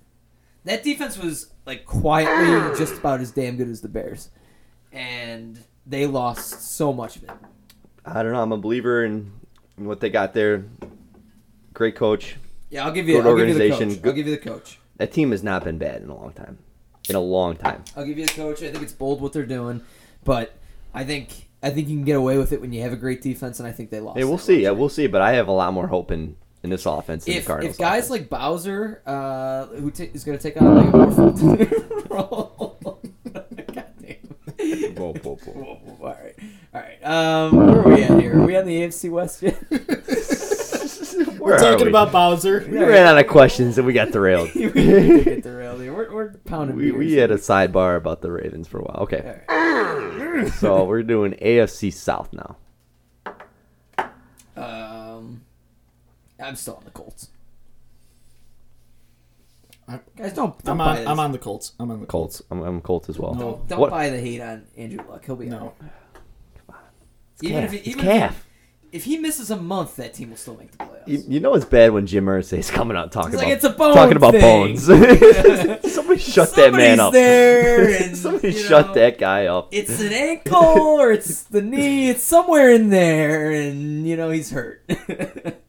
Speaker 4: That defense was, like,
Speaker 1: Ah.
Speaker 4: quietly just about as damn good as the Bears. And they lost so much of it.
Speaker 1: I don't know. I'm a believer in, in what they got there. Great coach.
Speaker 4: Yeah, I'll give you.
Speaker 1: Good
Speaker 4: I'll give you the
Speaker 1: organization,
Speaker 4: coach.
Speaker 1: good-
Speaker 4: I'll give you the coach.
Speaker 1: That team has not been bad in a long time. In a long time.
Speaker 4: I'll give you the coach. I think it's bold what they're doing, but I think I think you can get away with it when you have a great defense, and I think they lost.
Speaker 1: Yeah, we'll
Speaker 4: that
Speaker 1: see.
Speaker 4: last
Speaker 1: Yeah,
Speaker 4: night.
Speaker 1: we'll see. But I have a lot more hope in, in this offense than
Speaker 4: If,
Speaker 1: the Cardinals.
Speaker 4: if guys
Speaker 1: offense.
Speaker 4: like Bowser, uh, who ta is going to take on like a more full role, God damn.
Speaker 1: Whoa, whoa, whoa.
Speaker 4: All right, all All right. Um, where are we at here? Are we on the AFC West yet?
Speaker 1: Where
Speaker 3: We're
Speaker 1: are
Speaker 3: talking
Speaker 1: we?
Speaker 3: about Bowser.
Speaker 1: We ran out of questions and we got derailed.
Speaker 4: we need to get derailed here. We're, we're pounding
Speaker 1: we, we
Speaker 4: beers.
Speaker 1: had a sidebar about the Ravens for a while. Okay. so we're doing AFC South now.
Speaker 4: Um, I'm still on the Colts.
Speaker 3: I-
Speaker 4: Guys, don't, don't
Speaker 3: I'm
Speaker 4: buy
Speaker 3: on.
Speaker 4: this.
Speaker 3: I'm on the Colts. I'm on the Colts.
Speaker 1: Colts. I'm, I'm Colts as well.
Speaker 3: No.
Speaker 4: Don't
Speaker 1: What?
Speaker 4: buy the hate on Andrew Luck. He'll be
Speaker 3: No,
Speaker 4: out. Even if
Speaker 1: Calf.
Speaker 4: he,
Speaker 1: It's
Speaker 4: even if,
Speaker 1: calf.
Speaker 4: if he misses a month, that team will still make the playoffs.
Speaker 1: You, you know it's bad when Jim Irsay's coming out talking
Speaker 4: It's like,
Speaker 1: about
Speaker 4: "It's a bone
Speaker 1: talking about
Speaker 4: thing."
Speaker 1: bones. Somebody shut that man
Speaker 4: Somebody's
Speaker 1: up.
Speaker 4: There and,
Speaker 1: Somebody
Speaker 4: you
Speaker 1: shut
Speaker 4: know,
Speaker 1: that guy up.
Speaker 4: It's an ankle or it's the knee. It's somewhere in there, and you know he's hurt.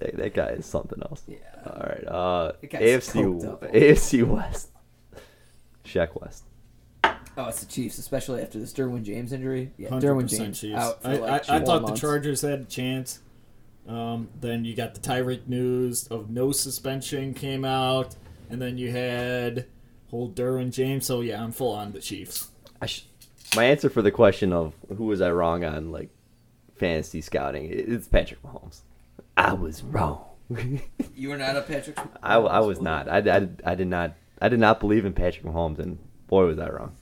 Speaker 1: That, that guy is something else.
Speaker 4: Yeah.
Speaker 1: All right. Uh,
Speaker 4: That guy's
Speaker 1: AFC
Speaker 4: coked up.
Speaker 1: AFC West. Shaq West.
Speaker 4: oh, it's the Chiefs, especially after this Derwin James injury. Yeah,
Speaker 3: hundred
Speaker 4: Derwin
Speaker 3: percent
Speaker 4: James
Speaker 3: Chiefs.
Speaker 4: out for
Speaker 3: I,
Speaker 4: like
Speaker 3: I, I
Speaker 4: four
Speaker 3: thought
Speaker 4: months.
Speaker 3: the Chargers had a chance. Um, then you got the Tyreek news of no suspension came out, and then you had whole Derwin James. So yeah, I'm full on the Chiefs.
Speaker 1: I sh- my answer for the question of who was I wrong on like fantasy scouting i- it's Patrick Mahomes. I was wrong.
Speaker 4: You were not a Patrick.
Speaker 1: I, I was not. I, I, I did not. I did not believe in Patrick Mahomes, and boy was I wrong.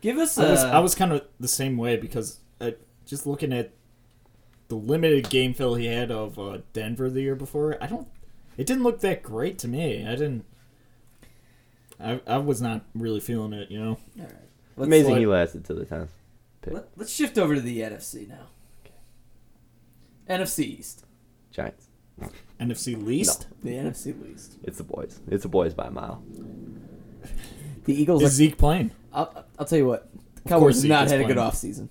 Speaker 4: Give us.
Speaker 3: I was
Speaker 4: uh,
Speaker 3: I was kind of the same way because I, just looking at the limited game fill he had of uh, Denver the year before, I don't. It didn't look that great to me. I didn't. I, I was not really feeling it, you know.
Speaker 4: all right. Let's- uh,
Speaker 1: Amazing
Speaker 3: like-
Speaker 1: he lasted till the tenth.
Speaker 4: Let, us shift over to the NFC now. NFC East.
Speaker 1: Giants.
Speaker 3: NFC least.
Speaker 4: The NFC East.
Speaker 1: It's the boys. It's the boys by a mile.
Speaker 4: The Eagles.
Speaker 3: Is Zeke playing?
Speaker 4: I'll, I'll tell you what. The
Speaker 3: course
Speaker 4: Cowboys have
Speaker 3: Zeke
Speaker 4: not
Speaker 3: is
Speaker 4: had a good
Speaker 3: playing.
Speaker 4: offseason.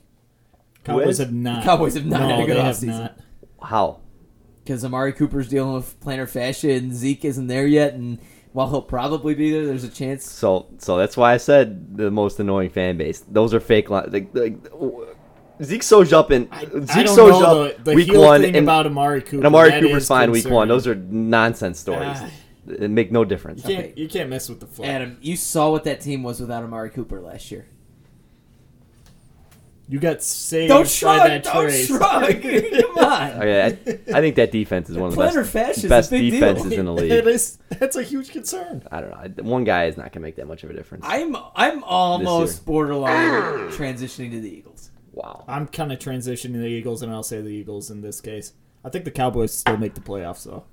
Speaker 3: Cowboys
Speaker 1: is?
Speaker 3: have not.
Speaker 4: Cowboys have not
Speaker 3: no,
Speaker 4: had a good
Speaker 3: they have
Speaker 4: offseason.
Speaker 3: not.
Speaker 1: How?
Speaker 4: Because Amari Cooper's dealing with plantar fascia and Zeke isn't there yet. And while he'll probably be there, there's a chance.
Speaker 1: So so that's why I said the most annoying fan base. Those are fake lines. Like, like w- Zeke Soj up in
Speaker 3: I,
Speaker 1: Zeke
Speaker 3: I don't
Speaker 1: Soj
Speaker 3: know
Speaker 1: up
Speaker 3: the, the
Speaker 1: week
Speaker 3: heel
Speaker 1: one
Speaker 3: thing
Speaker 1: and,
Speaker 3: about Amari Cooper.
Speaker 1: and Amari
Speaker 3: That
Speaker 1: Cooper's
Speaker 3: is
Speaker 1: fine week one.
Speaker 3: concerning.
Speaker 1: Those are nonsense stories.
Speaker 3: Ah.
Speaker 1: It make no difference.
Speaker 3: you can't,
Speaker 4: Okay.
Speaker 3: you can't mess with the flag.
Speaker 4: Adam, you saw what that team was without Amari Cooper last year.
Speaker 3: You got saved
Speaker 4: Don't
Speaker 3: by
Speaker 4: shrug!
Speaker 3: that
Speaker 4: Don't
Speaker 3: trade.
Speaker 4: shrug! Come on!
Speaker 1: Okay, I, I think that defense is one of the
Speaker 4: Plantar
Speaker 1: best,
Speaker 4: fascia's a
Speaker 1: best
Speaker 4: big deal.
Speaker 1: defenses in the
Speaker 3: That
Speaker 1: league.
Speaker 3: is, that's a huge concern.
Speaker 1: I don't know. I- One guy is not gonna make that much of a difference.
Speaker 4: I'm I'm almost borderline transitioning to the Eagles.
Speaker 1: Wow.
Speaker 3: I'm kind of transitioning the Eagles, and I'll say the Eagles in this case. I think the Cowboys still make the playoffs, though.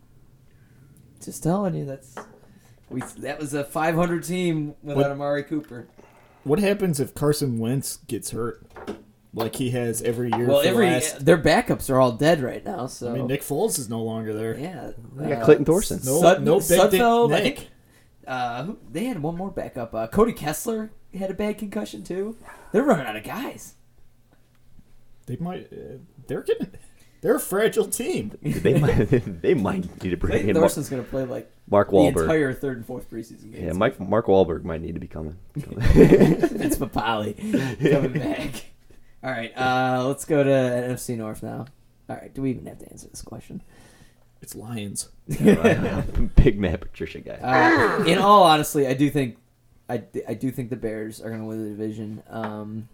Speaker 4: Just telling you, that's we. That was a 500 team without
Speaker 3: What-
Speaker 4: Amari Cooper.
Speaker 3: What happens if Carson Wentz gets hurt, like he has every year?
Speaker 4: Well,
Speaker 3: for the
Speaker 4: every
Speaker 3: last,
Speaker 4: their backups are all dead right now.
Speaker 3: I
Speaker 4: So
Speaker 3: mean, Nick Foles is no longer there.
Speaker 4: yeah,
Speaker 1: got Clayton Thorson.
Speaker 3: No,
Speaker 4: Sut-
Speaker 3: no big dick
Speaker 4: Sutfeld, I
Speaker 3: Nick.
Speaker 4: think, uh, who- they had one more backup. Uh, Cody Kessler had a bad concussion too. They're running out of guys.
Speaker 3: They might. Uh, they're getting. They're a fragile team.
Speaker 1: they might they might need to bring
Speaker 4: Clayton
Speaker 1: in Mar-
Speaker 4: Thorson's going to play like
Speaker 1: Mark
Speaker 4: the
Speaker 1: Wahlberg.
Speaker 4: entire third and fourth preseason games.
Speaker 1: yeah, Mike Mark Wahlberg might need to be coming.
Speaker 4: It's Papali coming back. All right, uh, let's go to NFC North now. All right, do we even have to answer this question?
Speaker 3: It's Lions.
Speaker 1: Big Matt Patricia guy.
Speaker 4: Uh, in all honesty, I do think I, I do think the Bears are going to win the division. Um,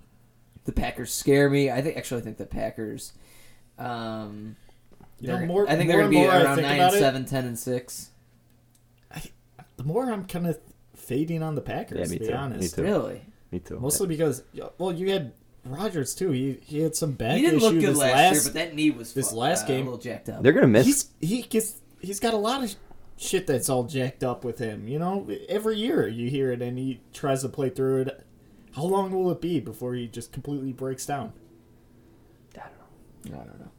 Speaker 4: the Packers scare me. I think actually I think the Packers. Um,
Speaker 3: You know,
Speaker 4: they're-
Speaker 3: more.
Speaker 4: I think
Speaker 3: more
Speaker 4: they're
Speaker 3: and
Speaker 4: going to be
Speaker 3: more I
Speaker 4: around
Speaker 3: think
Speaker 4: nine
Speaker 3: about
Speaker 4: and
Speaker 3: it,
Speaker 4: seven, ten and six.
Speaker 3: The more I'm kind of fading on the Packers.
Speaker 1: Yeah, me
Speaker 3: to be
Speaker 1: too. Me
Speaker 3: honest,
Speaker 1: too.
Speaker 4: Really,
Speaker 1: Me too.
Speaker 3: mostly because well, you had Rodgers too. He he had some back
Speaker 4: he didn't
Speaker 3: issue
Speaker 4: look good
Speaker 3: this
Speaker 4: last, year, but that knee was
Speaker 3: this
Speaker 4: fu-
Speaker 3: last
Speaker 4: uh,
Speaker 3: game-
Speaker 4: a little jacked up.
Speaker 1: They're gonna miss.
Speaker 3: he's he gets he's got a lot of shit that's all jacked up with him. You know, every year you hear it, and he tries to play through it. How long will it be before he just completely breaks down?
Speaker 1: I don't know.
Speaker 4: I don't know.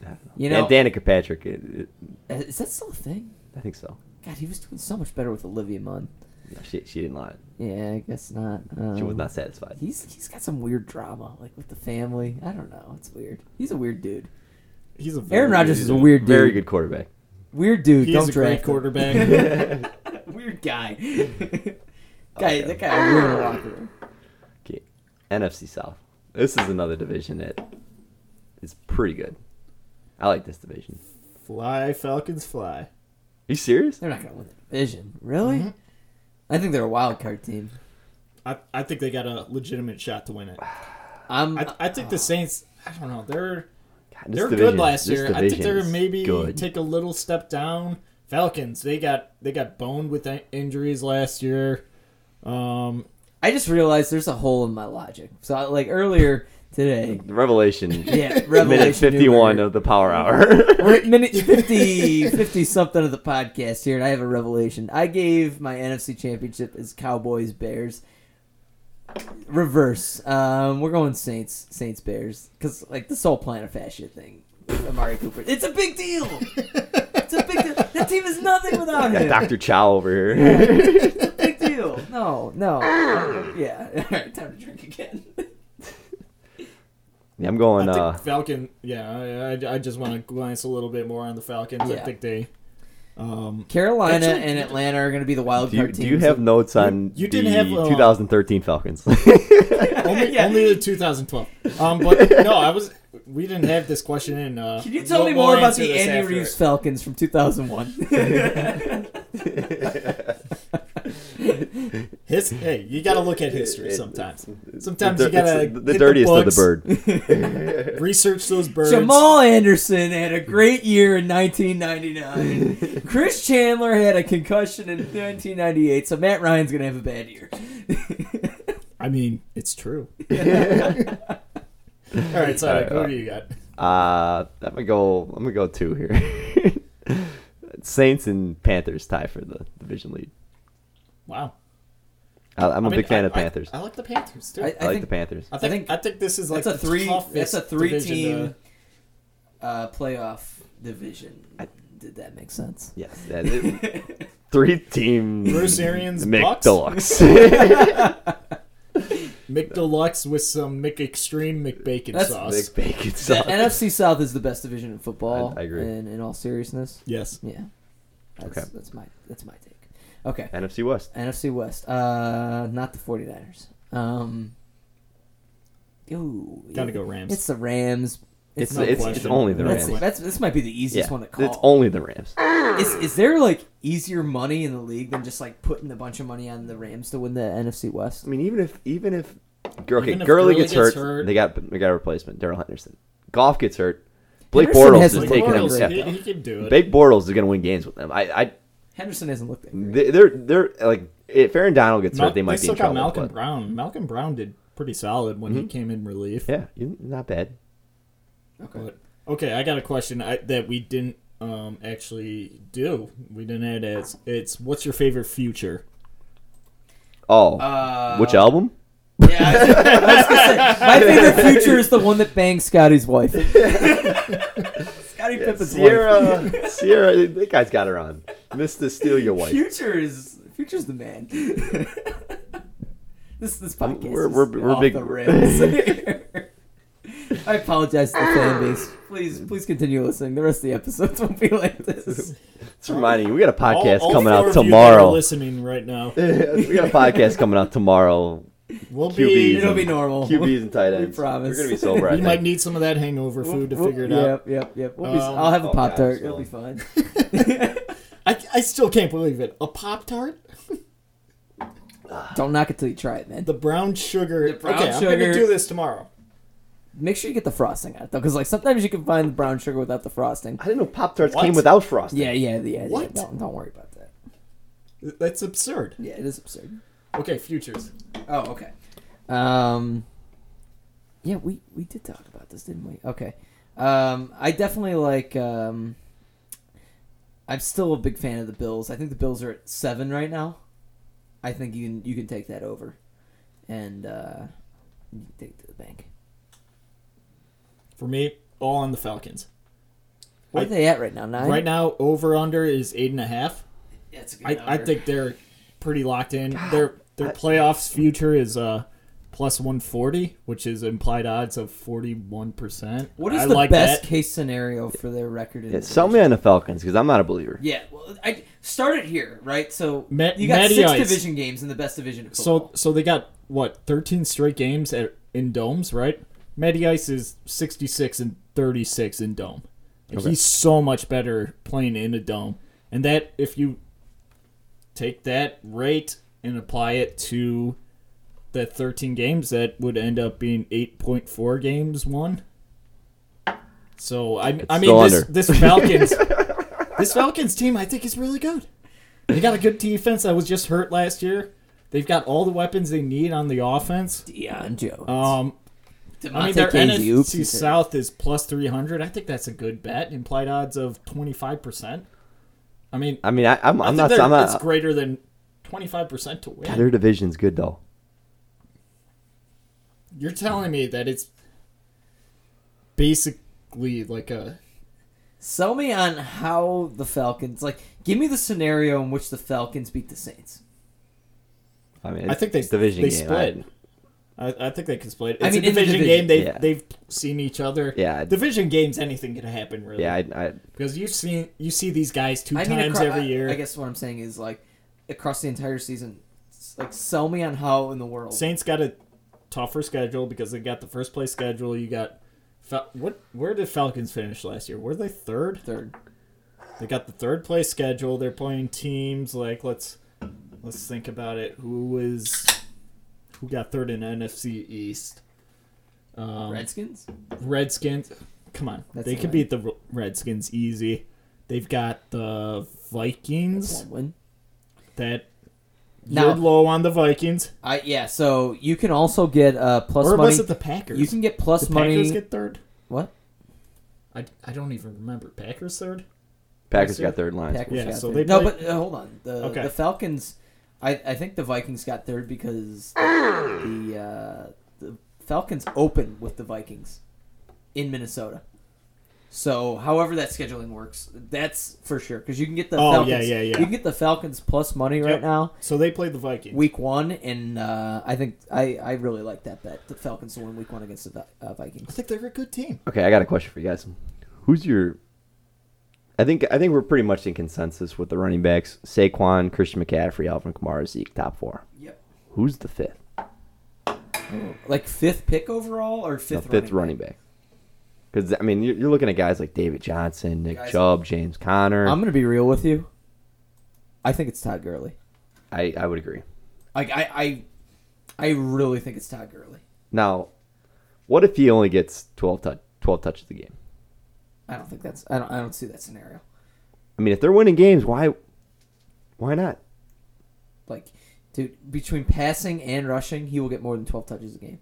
Speaker 1: I don't know.
Speaker 4: You know-
Speaker 1: Dan- Danica Patrick. It, it,
Speaker 4: Is that still a thing?
Speaker 1: I think so.
Speaker 4: God, he was doing so much better with Olivia Munn.
Speaker 1: No, she she didn't lie.
Speaker 4: Yeah, I guess not.
Speaker 1: She was
Speaker 4: Um,
Speaker 1: not satisfied.
Speaker 4: He's he's got some weird drama, like with the family. I don't know. It's weird. He's a weird dude.
Speaker 3: He's a very
Speaker 4: Aaron Rodgers
Speaker 3: good-
Speaker 4: is a weird dude.
Speaker 1: Very good quarterback.
Speaker 4: Weird dude.
Speaker 3: He
Speaker 4: don't
Speaker 3: is a
Speaker 4: draft
Speaker 3: great
Speaker 4: him.
Speaker 3: quarterback.
Speaker 4: weird guy. guy, that guy ruined the locker room.
Speaker 1: Okay. NFC South. This is another division that is pretty good. I like this division.
Speaker 3: fly Falcons, fly.
Speaker 1: you serious?
Speaker 4: They're not gonna win the division, really.
Speaker 3: Mm-hmm.
Speaker 4: I think they're a wild card team.
Speaker 3: I, I think they got a legitimate shot to win it.
Speaker 4: I'm.
Speaker 3: I, I think the Saints. I don't know. They're
Speaker 1: God, this
Speaker 3: they're
Speaker 1: division-
Speaker 3: good last
Speaker 1: this
Speaker 3: year. I think
Speaker 1: division
Speaker 3: they're
Speaker 1: is
Speaker 3: maybe
Speaker 1: good.
Speaker 3: take a little step down. Falcons, they got they got boned with in- injuries last year. Um,
Speaker 4: I just realized there's a hole in my logic. So, I- like earlier today,
Speaker 1: The Revelation.
Speaker 4: yeah,
Speaker 1: Minute
Speaker 4: Revelation
Speaker 1: fifty-one
Speaker 4: Newberger.
Speaker 1: of the Power Hour.
Speaker 4: We're at minute 50, 50 something of the podcast here, and I have a revelation. I gave my NFC Championship as Cowboys Bears. Reverse. Um, we're going Saints Saints Bears because like this whole plantar fascia thing, Amari Cooper. It's a big deal. It's a big deal. That team is nothing without him.
Speaker 1: Got Dr. Chow over here.
Speaker 4: Big deal. No, no. yeah. All right, time to drink again.
Speaker 1: yeah, I'm going.
Speaker 3: I think
Speaker 1: Uh,
Speaker 3: Falcon. Yeah, I, I, I just want to glance a little bit more on the Falcons. I
Speaker 4: Yeah.
Speaker 3: think they. Um,
Speaker 4: Carolina
Speaker 3: Actually,
Speaker 4: and
Speaker 3: you-
Speaker 4: Atlanta are going to be the wild
Speaker 1: do you,
Speaker 4: card
Speaker 1: do
Speaker 4: teams.
Speaker 1: you have notes on
Speaker 3: you didn't
Speaker 1: the
Speaker 3: have, uh,
Speaker 1: 2013 Falcons?
Speaker 3: only,
Speaker 4: Yeah.
Speaker 3: only the 2012. Um, but no, I was. We didn't have this question in. Uh,
Speaker 4: Can you tell
Speaker 3: we'll-
Speaker 4: me
Speaker 3: we'll
Speaker 4: more about
Speaker 3: answer
Speaker 4: the
Speaker 3: this
Speaker 4: Andy
Speaker 3: after.
Speaker 4: Reeves Falcons from 2001?
Speaker 3: His, hey, you got to look at history sometimes. Sometimes
Speaker 1: The
Speaker 3: you
Speaker 1: dir- it's
Speaker 3: got to
Speaker 1: the, the dirtiest of the bird.
Speaker 3: bird. Research those birds.
Speaker 4: Jamal Anderson had a great year in 1999. Chris Chandler had a concussion in 1998, so Matt Ryan's going to have a bad year.
Speaker 3: I mean, it's true. All right, so
Speaker 1: All right,
Speaker 3: who
Speaker 1: uh,
Speaker 3: do you got?
Speaker 1: Uh, I'm gonna go. I'm gonna go two here. Saints and Panthers tie for the division lead.
Speaker 3: Wow,
Speaker 1: I, I'm a
Speaker 3: I mean,
Speaker 1: big fan
Speaker 3: I-
Speaker 1: of
Speaker 3: I-
Speaker 1: Panthers.
Speaker 3: I,
Speaker 1: I,
Speaker 3: like the Panthers too.
Speaker 4: I, I
Speaker 3: I,
Speaker 1: like
Speaker 4: think
Speaker 1: the Panthers.
Speaker 3: think, I
Speaker 4: think
Speaker 3: think this is like
Speaker 4: that's a
Speaker 3: the
Speaker 4: three.
Speaker 3: Toughest
Speaker 4: That's a
Speaker 3: division
Speaker 4: three-team
Speaker 3: to-
Speaker 4: uh, playoff division. Did that make sense?
Speaker 1: Yes, that is- three teams.
Speaker 3: Bruce Arians,
Speaker 1: Mick
Speaker 3: Bucks?
Speaker 1: Deluxe.
Speaker 3: Mick Deluxe with some Mick Extreme Mick Bacon
Speaker 4: That's-
Speaker 3: sauce.
Speaker 1: Mick Bacon
Speaker 4: The
Speaker 1: sauce.
Speaker 4: NFC South is the best division in football.
Speaker 1: I- I agree.
Speaker 4: In, in all seriousness,
Speaker 3: yes,
Speaker 4: yeah. That's,
Speaker 1: Okay.
Speaker 4: That's my that's my take. Okay.
Speaker 1: NFC West.
Speaker 4: NFC West. Uh, not the 49ers. Um, ooh,
Speaker 3: gotta go Rams.
Speaker 4: It's the Rams.
Speaker 1: It's
Speaker 3: no
Speaker 1: it's, it's
Speaker 3: question.
Speaker 1: only the
Speaker 4: that's,
Speaker 1: Rams.
Speaker 3: Rams.
Speaker 4: that's this might be the easiest
Speaker 1: Yeah,
Speaker 4: one to call.
Speaker 1: It's only the Rams.
Speaker 4: is, is there like easier money in the league than just like putting a bunch of money on the Rams to win the NFC West?
Speaker 1: I mean, even if even if Gur- okay,
Speaker 3: Even if
Speaker 1: Gurley
Speaker 3: Gurley
Speaker 1: gets,
Speaker 3: gets
Speaker 1: hurt,
Speaker 3: hurt-
Speaker 1: they got they got a replacement, Daryl Henderson. Goff gets hurt. Blake
Speaker 4: Henderson
Speaker 1: Bortles
Speaker 4: hasn't
Speaker 1: is
Speaker 4: been
Speaker 1: taking
Speaker 4: great.
Speaker 1: them.
Speaker 3: Bortles,
Speaker 1: Yeah.
Speaker 3: he, he can do it.
Speaker 1: Blake Bortles is going to win games with them. I, I
Speaker 4: Henderson hasn't looked that great.
Speaker 1: they- they're they're like if Aaron Donald gets
Speaker 3: Mal-
Speaker 1: hurt, they might be
Speaker 3: still
Speaker 1: in trouble.
Speaker 3: got Malcolm
Speaker 1: but- Mm-hmm.
Speaker 3: Brown. Malcolm Brown did pretty solid when he came in relief.
Speaker 1: yeah, you- not bad.
Speaker 3: But okay, I got a question I, that we didn't um, actually do. We didn't add it. It's, it's what's your favorite future?
Speaker 1: Oh,
Speaker 4: Uh,
Speaker 1: which album?
Speaker 4: Yeah, I was, I was gonna say, my favorite future is the one that bangs Scotty's wife. Scotty Pippen's wife.
Speaker 1: Sierra, Sierra, that guy's got her on. Mr. Steal Your Wife.
Speaker 4: Future is future's the man. this this
Speaker 1: I'm-
Speaker 4: podcast
Speaker 1: we're- we're-
Speaker 4: is
Speaker 1: we're
Speaker 4: off
Speaker 1: big-
Speaker 4: the rails. I apologize to the fan base. Please please continue listening. The rest of the episodes won't be like this.
Speaker 1: It's reminding you, we got a podcast
Speaker 3: All- all
Speaker 1: coming
Speaker 3: four
Speaker 1: out
Speaker 3: of you that are
Speaker 1: tomorrow.
Speaker 3: listening right now.
Speaker 1: we got a podcast coming out tomorrow.
Speaker 3: We'll
Speaker 1: QBs.
Speaker 3: be.
Speaker 4: It'll be normal.
Speaker 1: QBs and tight ends.
Speaker 4: promise.
Speaker 1: We're gonna be sober. I
Speaker 3: You might
Speaker 1: think.
Speaker 3: need some of that hangover food to
Speaker 4: We'll-
Speaker 3: figure it out.
Speaker 4: Yep, yep, yep. We'll be,
Speaker 3: Um,
Speaker 4: I'll have a
Speaker 1: oh,
Speaker 4: pop tart.
Speaker 1: gosh,
Speaker 4: It'll be
Speaker 1: no.
Speaker 4: fine.
Speaker 3: I, I still can't believe it. A Pop Tart?
Speaker 4: Don't knock it till you try it, man.
Speaker 3: The brown sugar.
Speaker 4: The brown
Speaker 3: okay, I'm
Speaker 4: sugar.
Speaker 3: going to do this tomorrow.
Speaker 4: Make sure you get the frosting on it though, because like sometimes you can find the brown sugar without the frosting.
Speaker 1: I didn't know Pop Tarts
Speaker 3: What?
Speaker 1: came without frosting.
Speaker 4: Yeah, yeah, yeah. yeah.
Speaker 3: What?
Speaker 4: Don't, don't worry about that.
Speaker 3: That's absurd.
Speaker 4: Yeah, it is absurd.
Speaker 3: Okay, futures.
Speaker 4: Oh, okay. Um, yeah, we we did talk about this, didn't we? Okay. Um, I definitely like. Um, I'm still a big fan of the Bills. I think the Bills are at seven right now. I think you can you can take that over, and uh, you can take it to the bank.
Speaker 3: For me, all on the Falcons.
Speaker 4: Where
Speaker 3: I-
Speaker 4: are they at right now? Nine.
Speaker 3: Right now, over under is eight and a half.
Speaker 4: yeah, it's a good
Speaker 3: I, I
Speaker 4: number.
Speaker 3: think they're pretty locked in. Their their playoffs future is uh plus one forty, which is implied odds of forty one percent.
Speaker 4: What is
Speaker 3: I
Speaker 4: the
Speaker 3: like
Speaker 4: best
Speaker 3: That.
Speaker 4: case scenario for their record? In
Speaker 1: Yeah,
Speaker 4: the
Speaker 1: sell me
Speaker 4: division?
Speaker 1: on the Falcons because I'm not a believer.
Speaker 4: Yeah, well, I started here, right? So
Speaker 3: Ma-
Speaker 4: you got
Speaker 3: Matty
Speaker 4: six
Speaker 3: Ice.
Speaker 4: division games in the best division. Of
Speaker 3: So
Speaker 4: football.
Speaker 3: so they got what thirteen straight games at, in domes, right? Matty Ice is sixty six and thirty six in dome. Like, He's so much better playing in a dome, and that if you take that rate and apply it to the 13 games that would end up being 8.4 games won So I, I mean
Speaker 1: still
Speaker 3: this,
Speaker 1: under.
Speaker 3: this Falcons this Falcons team I think is really good. They got a good defense that was just hurt last year. They've got all the weapons they need on the offense.
Speaker 4: Deion Jones.
Speaker 3: Um, I mean
Speaker 4: Devontae
Speaker 3: their
Speaker 4: Casey,
Speaker 3: NFC
Speaker 4: oopsie sake.
Speaker 3: South is plus three hundred. I think that's a good bet. Implied odds of twenty five percent. I mean,
Speaker 1: I mean, I, I'm,
Speaker 3: I
Speaker 1: I'm
Speaker 3: think
Speaker 1: not.
Speaker 3: they're-
Speaker 1: I'm
Speaker 3: It's
Speaker 1: not.
Speaker 3: greater than twenty five percent to win.
Speaker 1: God, their division's good though.
Speaker 3: You're telling me that it's basically like a
Speaker 4: Sell me on how the Falcons like. Give me the scenario in which the Falcons beat the Saints.
Speaker 1: I mean,
Speaker 3: I think they
Speaker 1: it's a division
Speaker 3: they
Speaker 1: game.
Speaker 3: split.
Speaker 1: I-
Speaker 3: I, I think they can split. It's
Speaker 4: I mean,
Speaker 3: a
Speaker 4: in the
Speaker 3: division, game.
Speaker 4: division,
Speaker 3: They
Speaker 1: yeah.
Speaker 3: they've seen each other.
Speaker 1: Yeah, I-
Speaker 3: division games, anything can happen really.
Speaker 1: yeah, I, I,
Speaker 3: because you've seen you see these guys two
Speaker 4: I mean,
Speaker 3: times
Speaker 4: acro-
Speaker 3: every
Speaker 4: I-
Speaker 3: year.
Speaker 4: I, guess what I'm saying is like across the entire season. s- Like, sell me on how in the world.
Speaker 3: Saints got a tougher schedule because they got the first place schedule. You got Fal- what? Where did Falcons finish last year? Were they third?
Speaker 4: Third.
Speaker 3: They got the third place schedule. They're playing teams like let's let's think about it. Who was who got third in NFC East? Um,
Speaker 4: Redskins.
Speaker 3: Redskins. Come on,
Speaker 4: That's
Speaker 3: they
Speaker 4: a
Speaker 3: could
Speaker 4: win.
Speaker 3: beat the R- Redskins easy. They've got the Vikings.
Speaker 4: One win.
Speaker 3: That
Speaker 4: Now-
Speaker 3: you're low on the Vikings.
Speaker 4: I yeah. So you can also get uh plus
Speaker 3: Or
Speaker 4: money.
Speaker 3: was it the Packers?
Speaker 4: you can get plus
Speaker 3: the
Speaker 4: money.
Speaker 3: Packers get third.
Speaker 4: what?
Speaker 3: I, I don't even remember Packers third.
Speaker 1: Packers
Speaker 3: year?
Speaker 1: got third line.
Speaker 4: Packers
Speaker 3: Yeah,
Speaker 4: got
Speaker 3: so
Speaker 4: third.
Speaker 3: they
Speaker 4: no,
Speaker 3: play-
Speaker 4: but uh, hold on. The
Speaker 3: Okay.
Speaker 4: the Falcons. I, I think the Vikings got third because the uh, the Falcons open with the Vikings in Minnesota. So however that scheduling works, that's for sure because you can get the
Speaker 3: Oh,
Speaker 4: Falcons,
Speaker 3: yeah, yeah, yeah.
Speaker 4: you can get the Falcons plus money right
Speaker 3: Yep.
Speaker 4: now
Speaker 3: So they played the Vikings.
Speaker 4: week one and uh, I think I, I really like that bet the Falcons will win week one against the Vi- uh,
Speaker 3: I
Speaker 4: Vikings.
Speaker 3: think they're a good team.
Speaker 1: Okay, I got a question for you guys. Who's your? I think I think we're pretty much in consensus with the running backs: Saquon, Christian McCaffrey, Alvin Kamara, Zeke, top four.
Speaker 4: Yep.
Speaker 1: Who's the fifth?
Speaker 4: Like fifth pick overall or
Speaker 1: No,
Speaker 4: fifth
Speaker 1: fifth running back. Because I mean, you're, you're looking at guys like David Johnson, Nick
Speaker 4: Guys-
Speaker 1: Chubb, James Conner.
Speaker 4: I'm gonna be real with you. I think it's Todd Gurley.
Speaker 1: I I would agree.
Speaker 4: Like I, I, I really think it's Todd Gurley.
Speaker 1: Now, what if he only gets 12, tou 12 touches a game?
Speaker 4: I don't think that's. I don't. I don't see that scenario.
Speaker 1: I mean, if they're winning games, why why not?
Speaker 4: Like, dude, between passing and rushing, he will get more than twelve touches a game.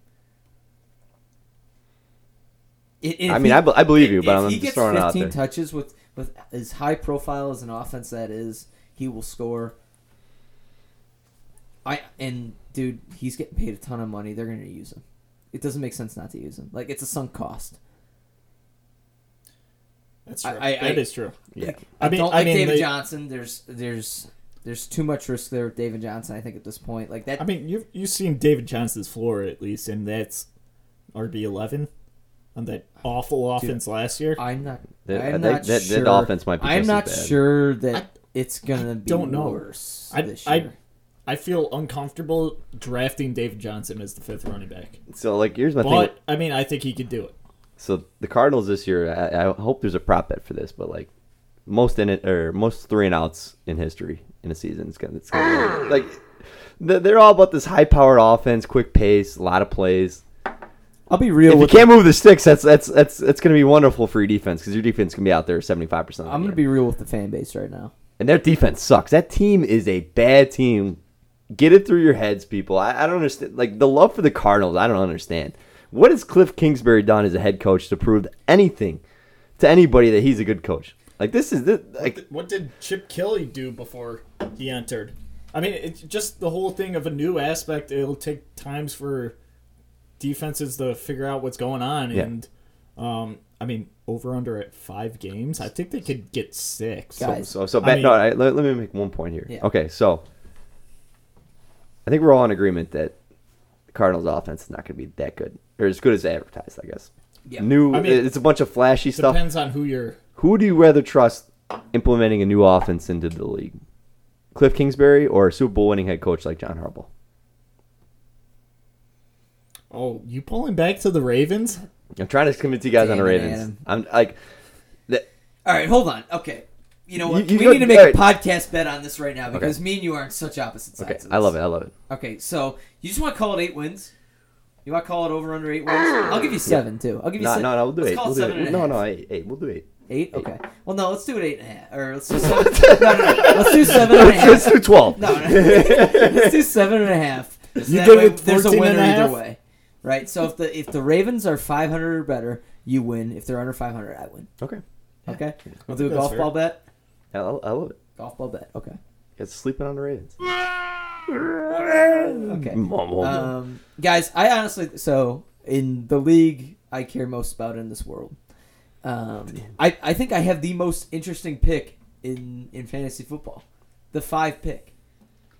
Speaker 4: I- if
Speaker 1: I mean,
Speaker 4: he-
Speaker 1: I be- I believe you, but
Speaker 4: if
Speaker 1: I'm
Speaker 4: he
Speaker 1: just
Speaker 4: gets
Speaker 1: throwing it out there.
Speaker 4: touches with with as high profile as an offense that is, he will score. I and dude, he's getting paid a ton of money. They're gonna use him. It doesn't make sense not to use him. Like it's a sunk cost.
Speaker 3: That's
Speaker 4: I- I- I-
Speaker 3: that is true.
Speaker 1: Yeah.
Speaker 3: I mean,
Speaker 4: don't
Speaker 3: I
Speaker 4: like
Speaker 3: mean,
Speaker 4: David
Speaker 3: they-
Speaker 4: Johnson. There's there's there's too much risk there with David Johnson. I think at this point, like that.
Speaker 3: I mean, you've you've seen David Johnson's floor at least, and that's RB eleven on that awful offense last year.
Speaker 4: I'm not.
Speaker 1: That-
Speaker 4: I'm
Speaker 1: that-
Speaker 4: not
Speaker 1: that- that
Speaker 4: sure.
Speaker 1: offense might be just
Speaker 4: I'm
Speaker 1: as
Speaker 4: not
Speaker 1: bad.
Speaker 4: sure that
Speaker 3: I-
Speaker 4: it's gonna be
Speaker 3: don't know.
Speaker 4: worse
Speaker 3: I,
Speaker 4: this
Speaker 3: I
Speaker 4: year.
Speaker 3: I feel uncomfortable drafting David Johnson as the fifth running back,
Speaker 1: So like, here's my thing.
Speaker 3: but I mean, I think he could do it.
Speaker 1: So the Cardinals this year, I, I hope there's a prop bet for this, but like most in it or most three and outs in history in a season, it's gonna, it's gonna be like they're they're all about this high powered offense, quick pace, a lot of plays.
Speaker 4: I'll be real
Speaker 1: If you
Speaker 4: with.
Speaker 1: can't move the sticks, that's that's that's that's gonna be wonderful for your defense because your defense can be out there seventy five percent.
Speaker 4: I'm gonna be real with the fan base right now.
Speaker 1: and their defense sucks. That team is a bad team. Get it through your heads, people. I, I don't understand. Like the love for the Cardinals, I don't understand. What has Cliff Kingsbury done as a head coach to prove anything to anybody that he's a good coach? Like this is this, like
Speaker 3: What did Chip Kelly do before he entered? I mean, it's just the whole thing of a new aspect. It'll take times for defenses to figure out what's going on,
Speaker 1: Yeah.
Speaker 3: and um, I mean, over under at five games, I think they could get six.
Speaker 4: Guys,
Speaker 1: so. So
Speaker 3: I
Speaker 1: Ben,
Speaker 3: mean-
Speaker 1: no, I, let, let me make one point here.
Speaker 4: Yeah.
Speaker 1: Okay, so I think we're all in agreement that the Cardinals' offense is not going to be that good or as good as advertised. I guess.
Speaker 4: Yeah.
Speaker 1: New,
Speaker 3: I mean,
Speaker 1: it's a bunch of flashy stuff.
Speaker 3: depends on who you're.
Speaker 1: Who do you rather trust implementing a new offense into the league? Cliff Kingsbury or a Super Bowl winning head coach like John Harbaugh?
Speaker 3: Oh, you pulling back to the Ravens?
Speaker 1: I'm trying to convince you guys on the
Speaker 4: Damn it,
Speaker 1: Ravens.
Speaker 4: Adam.
Speaker 1: I'm like, that,
Speaker 4: All right, hold on. Okay. You know what?
Speaker 1: You- you
Speaker 4: we
Speaker 1: go-
Speaker 4: need to make
Speaker 1: all right.
Speaker 4: a podcast bet on this right now because me and you are on such opposite sides.
Speaker 1: okay,
Speaker 4: of
Speaker 1: I
Speaker 4: this.
Speaker 1: love it. I love it.
Speaker 4: Okay, so you just want to call it eight wins? You want to call it over under eight wins? I'll give you seven too. I'll give you
Speaker 1: No,
Speaker 4: seven.
Speaker 1: no, no, we'll do
Speaker 4: let's
Speaker 1: eight.
Speaker 4: Call
Speaker 1: We'll
Speaker 4: it
Speaker 1: do
Speaker 4: seven
Speaker 1: eight.
Speaker 4: and a
Speaker 1: No,
Speaker 4: half.
Speaker 1: no, eight, eight. We'll do eight.
Speaker 4: Eight? Okay. Well, no, let's do it eight and a half. Or let's do seven. no, no, no. Let's do seven and a half.
Speaker 1: Let's do twelve.
Speaker 4: No, no. let's do seven and a half. So
Speaker 3: You
Speaker 4: that
Speaker 3: good
Speaker 4: way
Speaker 3: with
Speaker 4: There's a
Speaker 3: 14 and
Speaker 4: winner
Speaker 3: a half?
Speaker 4: either way, right? So if the if the Ravens are 500 or better, you win. If they're under 500, I win.
Speaker 1: Okay,
Speaker 4: Okay. We'll do a
Speaker 3: That's
Speaker 4: golf
Speaker 3: fair.
Speaker 4: ball bet.
Speaker 1: I, I love it.
Speaker 4: Golf ball bet. Okay.
Speaker 1: It's sleeping on the Ravens.
Speaker 4: Okay.
Speaker 1: Mom,
Speaker 4: Um, guys, I honestly so in the league I care most about in this world. Um, I I think I have the most interesting pick in in fantasy football, the five pick,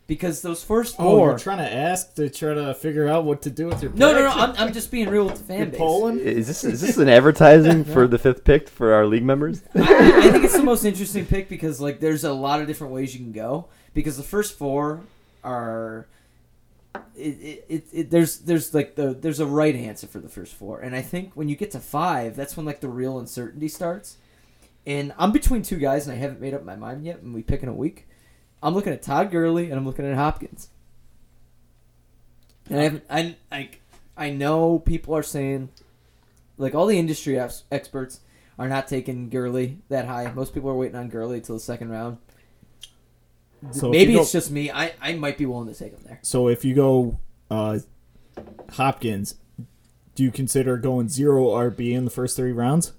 Speaker 4: because those first
Speaker 3: Oh,
Speaker 4: four.
Speaker 3: you're trying to ask to try to figure out what to do with your
Speaker 4: no, no, no!
Speaker 3: prediction?
Speaker 4: I'm, I'm just being real with the fan
Speaker 3: You're
Speaker 4: base.
Speaker 3: polling?
Speaker 1: is this is this an advertising for the fifth pick for our league members?
Speaker 4: I, I think it's the most interesting pick because like there's a lot of different ways you can go because the first four are it, it, it, it there's there's like the there's a right answer for the first four and I think when you get to five that's when like the real uncertainty starts and I'm between two guys and I haven't made up my mind yet and we pick in a week I'm looking at Todd Gurley and I'm looking at Hopkins and I haven't I like I know people are saying like all the industry ex- experts are not taking Gurley that high. Most people are waiting on Gurley till the second round.
Speaker 3: So if
Speaker 4: Maybe
Speaker 3: you
Speaker 4: it's
Speaker 3: go-
Speaker 4: just me. I, I might be willing to take him there.
Speaker 3: So if you go uh, Hopkins, do you consider going zero RB in the first three rounds?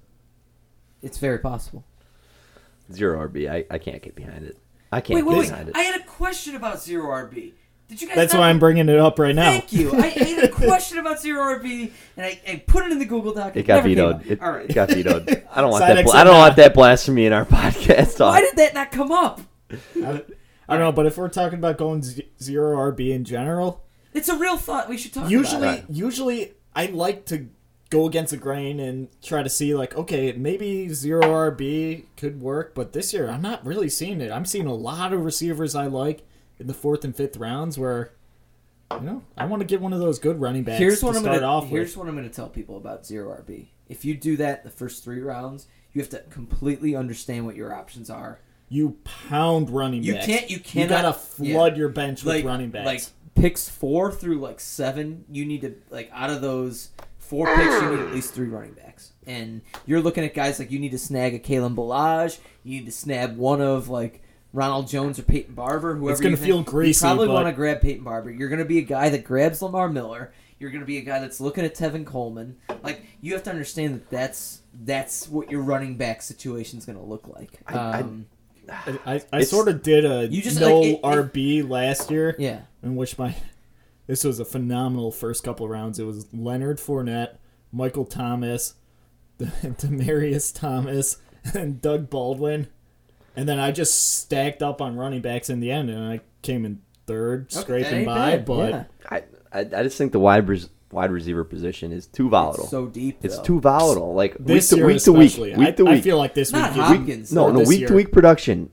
Speaker 4: It's very possible.
Speaker 1: Zero RB. I, I can't get behind it. I can't get
Speaker 4: Wait, wait, wait.
Speaker 1: behind it.
Speaker 4: I had a question about zero RB. Did you guys?
Speaker 3: That's
Speaker 4: not-
Speaker 3: why I'm bringing it up right now.
Speaker 4: Thank you. I, I had a question about zero RB, and I, I put it in the Google Doc.
Speaker 1: it got
Speaker 4: never came
Speaker 1: vetoed.
Speaker 4: up.
Speaker 1: It,
Speaker 4: All right.
Speaker 1: it got vetoed. I don't want
Speaker 3: Side
Speaker 1: that.
Speaker 3: X
Speaker 1: Bl- I
Speaker 3: and
Speaker 1: don't
Speaker 3: not.
Speaker 1: want that blasphemy in our podcast. Talk.
Speaker 4: Why did that not come up?
Speaker 3: I don't know, but if we're talking about going z- zero RB in general,
Speaker 4: It's a real thought. We should talk.
Speaker 3: usually
Speaker 4: about it.
Speaker 3: usually I like to go against the grain and try to see like okay maybe zero RB could work, but this year I'm not really seeing it. I'm seeing a lot of receivers I like in the fourth and fifth rounds where you know I want to get one of those good running backs
Speaker 4: here's
Speaker 3: to
Speaker 4: what I'm
Speaker 3: start
Speaker 4: gonna
Speaker 3: off
Speaker 4: here's
Speaker 3: with.
Speaker 4: what I'm gonna tell people about zero RB. If you do that the first three rounds, you have to completely understand what your options are.
Speaker 3: You pound running
Speaker 4: You
Speaker 3: backs.
Speaker 4: can't- you
Speaker 3: You gotta
Speaker 4: cannot-
Speaker 3: flood
Speaker 4: yeah.
Speaker 3: your bench with running backs.
Speaker 4: Like picks four through like seven, you need to like out of those four picks, you need at least three running backs. And you're looking at guys like you need to snag a Kalen Balaj, you need to snag one of like Ronald Jones or Peyton Barber, whoever.
Speaker 3: It's gonna
Speaker 4: you
Speaker 3: feel
Speaker 4: think.
Speaker 3: greasy,
Speaker 4: You probably
Speaker 3: but-
Speaker 4: want to grab Peyton Barber. You're gonna be a guy that grabs Lamar Miller. You're gonna be a guy that's looking at Tevin Coleman. Like you have to understand that that's that's what your running back situation's gonna look like.
Speaker 1: I-
Speaker 4: Um,
Speaker 3: I, I
Speaker 1: It's-
Speaker 3: sort of did a
Speaker 4: You just,
Speaker 3: no
Speaker 4: like, it- it-
Speaker 3: RB last year.
Speaker 4: yeah.
Speaker 3: in which my this was a phenomenal first couple rounds. It was Leonard Fournette, Michael Thomas, Demarius Thomas, and Doug Baldwin, and then I just stacked up on running backs in the end, and I came in third,
Speaker 4: That
Speaker 3: scraping
Speaker 4: ain't
Speaker 3: by.
Speaker 4: bad,
Speaker 3: But
Speaker 4: yeah.
Speaker 1: I, I, I just think the wide res- wide receiver position is too volatile.
Speaker 4: It's so deep.
Speaker 1: It's
Speaker 4: though.
Speaker 1: too volatile. Like
Speaker 3: this
Speaker 1: week to
Speaker 3: year,
Speaker 1: week to week,
Speaker 3: especially,
Speaker 1: week
Speaker 3: I,
Speaker 1: to week.
Speaker 3: I feel like this week
Speaker 4: Not
Speaker 3: is-
Speaker 4: Hopkins. Hopkins,
Speaker 1: no,
Speaker 3: though,
Speaker 1: no,
Speaker 3: this
Speaker 1: week
Speaker 3: year.
Speaker 1: to week production.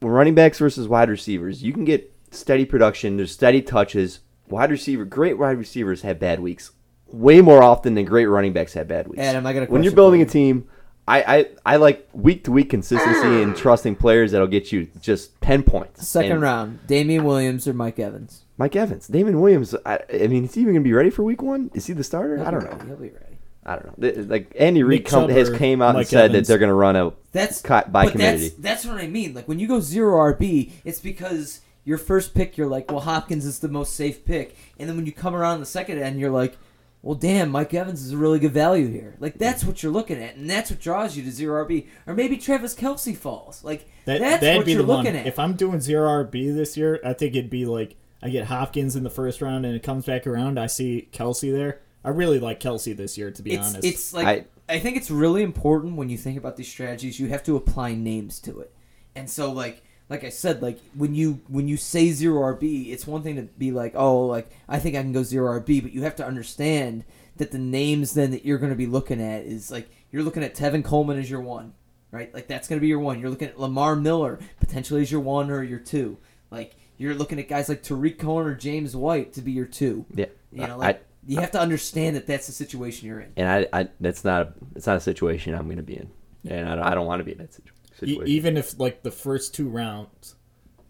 Speaker 1: When running backs versus wide receivers, you can get steady production. There's steady touches. Wide receiver, great wide receivers have bad weeks way more often than great running backs have bad weeks.
Speaker 4: Adam, I got a
Speaker 1: when you're
Speaker 4: question
Speaker 1: building
Speaker 4: for
Speaker 1: a team. I, I, I like week to week consistency and trusting players that'll get you just ten points.
Speaker 4: Second
Speaker 1: And
Speaker 4: round, Damian Williams or Mike Evans?
Speaker 1: Mike Evans, Damon Williams. I, I mean, is he even gonna be ready for week one? Is he the starter? I don't know.
Speaker 4: He'll be ready.
Speaker 1: I don't know. Th- Like Andy Reid come-
Speaker 3: Chubb
Speaker 1: has
Speaker 3: or
Speaker 1: came out and
Speaker 3: Mike
Speaker 1: said
Speaker 3: Evans?
Speaker 1: that they're going to run a
Speaker 4: That's
Speaker 1: cut by
Speaker 4: but
Speaker 1: community.
Speaker 4: That's, that's what I mean. Like when you go zero RB, it's because your first pick, you're like, well, Hopkins is the most safe pick, and then when you come around the second end, you're like, well, damn, Mike Evans is a really good value here. Like that's what you're looking at, and that's what draws you to zero RB, or maybe Travis Kelsey falls. Like
Speaker 3: That,
Speaker 4: that's
Speaker 3: that'd
Speaker 4: what
Speaker 3: be
Speaker 4: you're
Speaker 3: the one.
Speaker 4: looking at.
Speaker 3: If I'm doing zero RB this year, I think it'd be like I get Hopkins in the first round, and it comes back around. I see Kelsey there. I really like Kelsey this year, to be
Speaker 4: it's
Speaker 3: honest.
Speaker 4: it's like I, think it's really important when you think about these strategies you have to apply names to it and so like like i said like when you when you say zero rb it's one thing to be like oh like i think i can go zero rb but you have to understand that the names then that you're going to be looking at is like you're looking at tevin coleman as your one right like that's going to be your one you're looking at lamar miller potentially as your one or your two like you're looking at guys like tariq cohen or james white to be your two
Speaker 1: Yeah.
Speaker 4: you know
Speaker 1: I,
Speaker 4: like you have to understand that that's the situation you're in
Speaker 1: and I, I that's not it's not a situation I'm going to be in, and I don't, I don't want to be in that situ-
Speaker 3: E-
Speaker 1: situation.
Speaker 3: even if like the first two rounds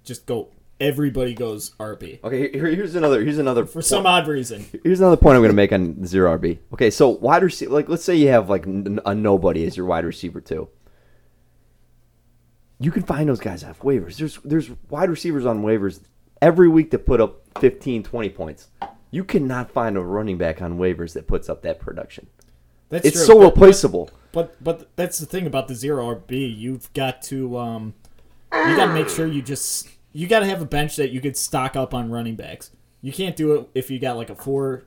Speaker 3: just go everybody goes RB
Speaker 1: Okay, here, here's another. Here's another.
Speaker 3: for some odd reason.
Speaker 1: Here's another point I'm going to make on zero RB. Okay, so wide receiver, like let's say you have like n- a nobody as your wide receiver too. You can find those guys off waivers. There's there's wide receivers on waivers every week that put up 15, 20 points. You cannot find a running back on waivers that puts up that production.
Speaker 3: That's
Speaker 1: It's
Speaker 3: true.
Speaker 1: so
Speaker 3: But-
Speaker 1: replaceable.
Speaker 3: But but that's the thing about the zero RB. You've got to um, you got to make sure you just you got to have a bench that you could stock up on running backs. You can't do it if you got like a four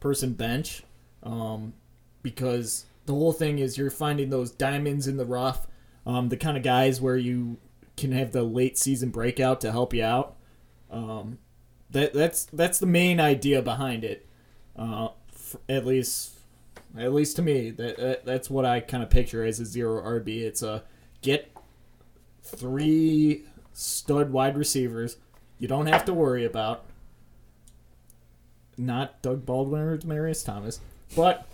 Speaker 3: person bench, um, because the whole thing is you're finding those diamonds in the rough, um, the kind of guys where you can have the late season breakout to help you out. Um, that that's that's the main idea behind it, uh, f at least at least to me that, that that's what i kind of picture as a zero rb it's a get three stud wide receivers you don't have to worry about not doug baldwin or Demarius thomas but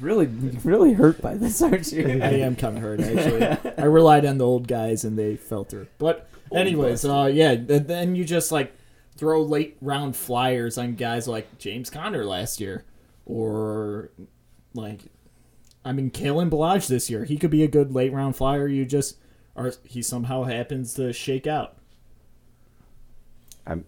Speaker 5: Really, really hurt by this, aren't you?
Speaker 3: i am kind of hurt actually i relied on the old guys and they fell through but anyways uh yeah th- then you just like throw late round flyers on guys like james conner last year or like I mean, Kalen Balaj this year, he could be a good late round flyer. You just or he somehow happens to shake out.
Speaker 1: I'm.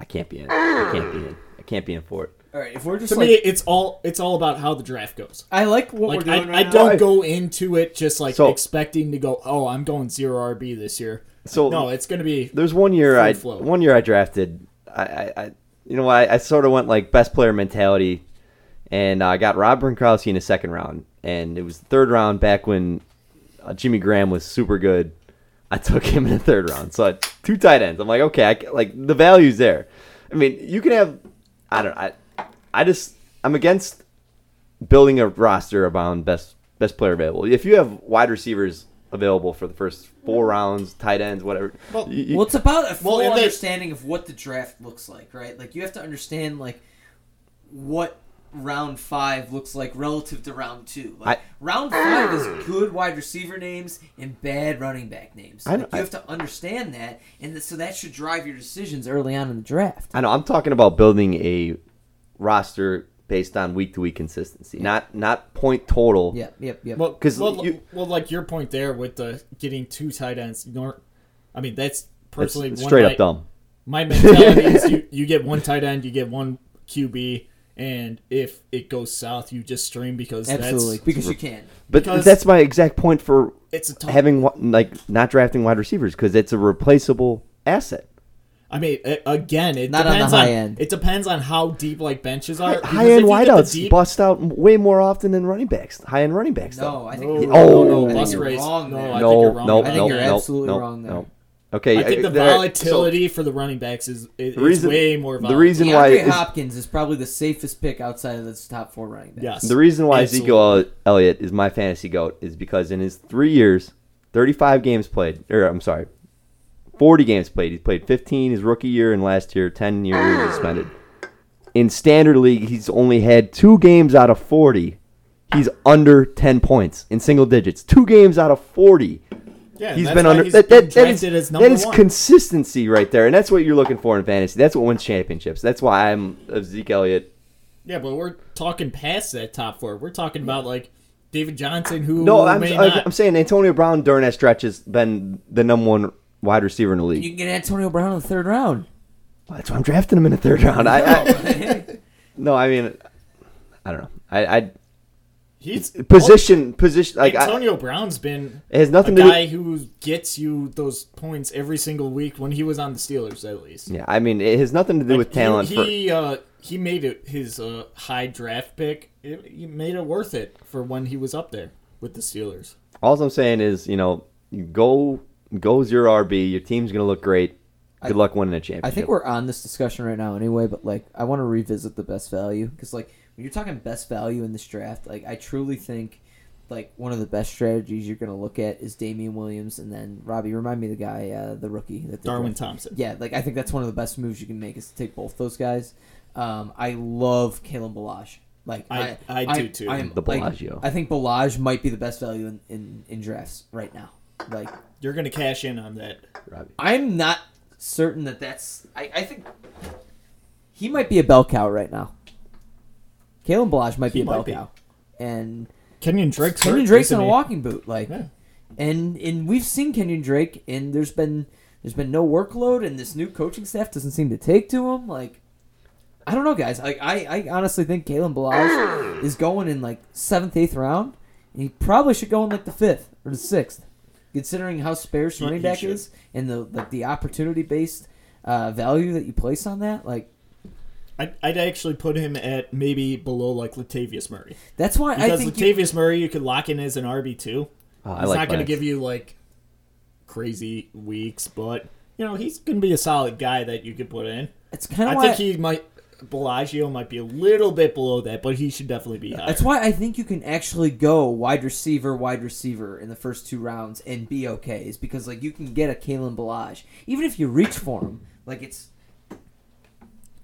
Speaker 1: I can't be in. I can't be in. I can't be in for it.
Speaker 4: All right, if we're just
Speaker 3: To
Speaker 4: like,
Speaker 3: me, it's all it's all about how the draft goes.
Speaker 4: I like what
Speaker 3: Like
Speaker 4: we're doing
Speaker 3: I, I
Speaker 4: right now.
Speaker 3: don't go into it just like
Speaker 1: So-
Speaker 3: expecting to go. Oh, I'm going zero RB this year.
Speaker 1: So
Speaker 3: no, it's gonna be
Speaker 1: There's one year
Speaker 3: Free
Speaker 1: I
Speaker 3: flow.
Speaker 1: one year I drafted. I, I, I you know I, I sort of went like best player mentality, and I got Rob Gronkowski in the second round, and it was the third round back when uh, Jimmy Graham was super good. I took him in the third round, so I, two tight ends. I'm like, okay, I, ca- like the value's there. I mean, you can have. I don't. I I just I'm against building a roster around best best player available. If you have wide receivers available for the first four rounds, tight ends, whatever.
Speaker 3: Well,
Speaker 1: you- you-
Speaker 4: Well, it's about a full
Speaker 3: and they-
Speaker 4: understanding of what the draft looks like, right? Like you have to understand like what round five looks like relative to round two. Like
Speaker 1: I-
Speaker 4: round five is good wide receiver names and bad running back names.
Speaker 1: I know-
Speaker 4: Like, you have to understand that, and th- so that should drive your decisions early on in the draft.
Speaker 1: I know. I'm talking about building a roster based on week to week consistency, not not point total.
Speaker 4: Yep, yep, yep.
Speaker 3: well,
Speaker 1: 'Cause
Speaker 3: well,
Speaker 1: you-
Speaker 3: well, like your point there with the getting two tight ends. You know, I mean, that's
Speaker 1: That's
Speaker 3: personally one
Speaker 1: straight
Speaker 3: night-
Speaker 1: up dumb.
Speaker 3: My mentality is you, you get one tight end, you get one QB, and if it goes south, you just stream because
Speaker 4: Absolutely,
Speaker 3: that's
Speaker 4: because you can.
Speaker 1: But
Speaker 3: because-
Speaker 1: that's my exact point for
Speaker 3: it's a tough.
Speaker 1: having wa- like not drafting wide receivers because it's a replaceable asset.
Speaker 3: I mean, a- again, it
Speaker 4: Not on the
Speaker 3: depends
Speaker 4: high end.
Speaker 3: It depends on how deep like benches are. Uh, because
Speaker 1: High
Speaker 3: if
Speaker 1: end
Speaker 3: you get the
Speaker 1: wideouts
Speaker 3: deep-
Speaker 1: bust out m- way more often than running backs. High end running backs.
Speaker 4: No, I think
Speaker 3: No,
Speaker 4: you're,
Speaker 1: Oh,
Speaker 4: no,
Speaker 1: no,
Speaker 4: I
Speaker 1: bus
Speaker 4: think you're
Speaker 3: race.
Speaker 4: wrong.
Speaker 3: No,
Speaker 4: there.
Speaker 3: I
Speaker 1: no,
Speaker 3: think you're wrong.
Speaker 1: no,
Speaker 3: I
Speaker 4: think
Speaker 1: no,
Speaker 4: you're
Speaker 1: no,
Speaker 4: absolutely
Speaker 1: no,
Speaker 4: wrong there.
Speaker 1: no. Okay,
Speaker 3: I think the
Speaker 1: there- so-
Speaker 3: volatility for the running backs is it,
Speaker 1: The reason-
Speaker 3: it's way more
Speaker 1: the
Speaker 3: volatile.
Speaker 1: reason- why
Speaker 4: DeAndre
Speaker 1: is-
Speaker 4: Hopkins is probably the safest pick outside of this top four running backs.
Speaker 3: Yes.
Speaker 1: The reason why
Speaker 3: Absolutely.
Speaker 1: Ezekiel Elliott is my fantasy goat is because in his three years, 35 games played, or I'm sorry, 40 games played. He's played 15 his rookie year and last year, 10 year he was suspended. In standard league, he's only had two games out of 40. He's under 10 points in single digits. Two games out of 40.
Speaker 3: Yeah,
Speaker 1: He's
Speaker 3: that's
Speaker 1: been
Speaker 3: why
Speaker 1: under
Speaker 3: he's
Speaker 1: that,
Speaker 3: been
Speaker 1: that, that is,
Speaker 3: drafted as
Speaker 1: that
Speaker 3: number
Speaker 1: is
Speaker 3: one.
Speaker 1: consistency right there, and that's what you're looking for in fantasy. That's what wins championships. That's why I'm of Zeke Elliott.
Speaker 3: Yeah, but we're talking past that top four. We're talking about like David Johnson, who
Speaker 1: No, I'm,
Speaker 3: may
Speaker 1: I'm
Speaker 3: not.
Speaker 1: I'm saying Antonio Brown during that stretch has been the number one wide receiver in the
Speaker 4: You
Speaker 1: league.
Speaker 4: can get Antonio Brown in the third round.
Speaker 1: Well, That's why I'm drafting him in the third round. I, I no, I mean, I don't know. I, I
Speaker 3: He's oh,
Speaker 1: position position like I,
Speaker 3: Antonio Brown's been
Speaker 1: it has
Speaker 3: a
Speaker 1: nothing to
Speaker 3: guy
Speaker 1: do.
Speaker 3: who gets you those points every single week when he was on the Steelers, at least.
Speaker 1: Yeah, I mean, it has nothing to do
Speaker 3: Like,
Speaker 1: with talent.
Speaker 3: He
Speaker 1: for,
Speaker 3: he, uh, he made it his uh, high draft pick. It, he made it worth it for when he was up there with the Steelers.
Speaker 1: all I'm saying is, you know, you go go zero RB. Your team's gonna look great. Good luck winning a championship.
Speaker 4: I think we're on this discussion right now anyway, but like I want to revisit the best value because like when you're talking best value in this draft, like I truly think like one of the best strategies you're going to look at is Damian Williams and then Robbie remind me of the guy uh, the rookie that they
Speaker 3: Darwin
Speaker 4: drafted.
Speaker 3: Thompson.
Speaker 4: Yeah, like I think that's one of the best moves you can make is to take both those guys. Um, I love Kalen Balaj. Like
Speaker 3: I-
Speaker 4: I,
Speaker 3: I do, too.
Speaker 4: I am,
Speaker 1: The
Speaker 4: like,
Speaker 1: Bellagio.
Speaker 4: I think Balaj might be the best value in, in, in drafts right now. Like
Speaker 3: You're gonna cash in on that.
Speaker 1: Robbie.
Speaker 4: I'm not certain that that's. I, I think he might be a bell cow right now. Kalen Balaj might be
Speaker 3: He
Speaker 4: a bell
Speaker 3: might be.
Speaker 4: cow, and
Speaker 3: Kenyon Drake's
Speaker 4: Kenyon
Speaker 3: hurt,
Speaker 4: Drake's
Speaker 3: isn't
Speaker 4: in a
Speaker 3: he?
Speaker 4: walking boot, like,
Speaker 3: Yeah.
Speaker 4: and and we've seen Kenyon Drake, and there's been there's been no workload, and this new coaching staff doesn't seem to take to him. Like, I don't know, guys. Like, I I honestly think Kalen Balaj is going in like seventh, eighth round, and he probably should go in like the fifth or the sixth, considering how sparse
Speaker 3: He-
Speaker 4: running
Speaker 3: he
Speaker 4: back
Speaker 3: should.
Speaker 4: is and the like the opportunity based uh, value that you place on that. Like,
Speaker 3: I'd, I'd actually put him at maybe below like Latavius Murray
Speaker 4: that's why I
Speaker 3: because
Speaker 4: think you-
Speaker 3: Latavius Murray you could lock in as an RB two.
Speaker 1: Oh, I
Speaker 3: He's
Speaker 1: like
Speaker 3: not going to
Speaker 1: Vines.
Speaker 3: give you like crazy weeks, but you know he's going to be a solid guy that you could put in.
Speaker 4: it's kind
Speaker 3: I
Speaker 4: of why
Speaker 3: think he might. Bellagio might be a little bit below that, but he should definitely be higher.
Speaker 4: That's why I think you can actually go wide receiver, wide receiver in the first two rounds and be okay. Is because like you can get a Kalen Balaj, even if you reach for him. Like it's,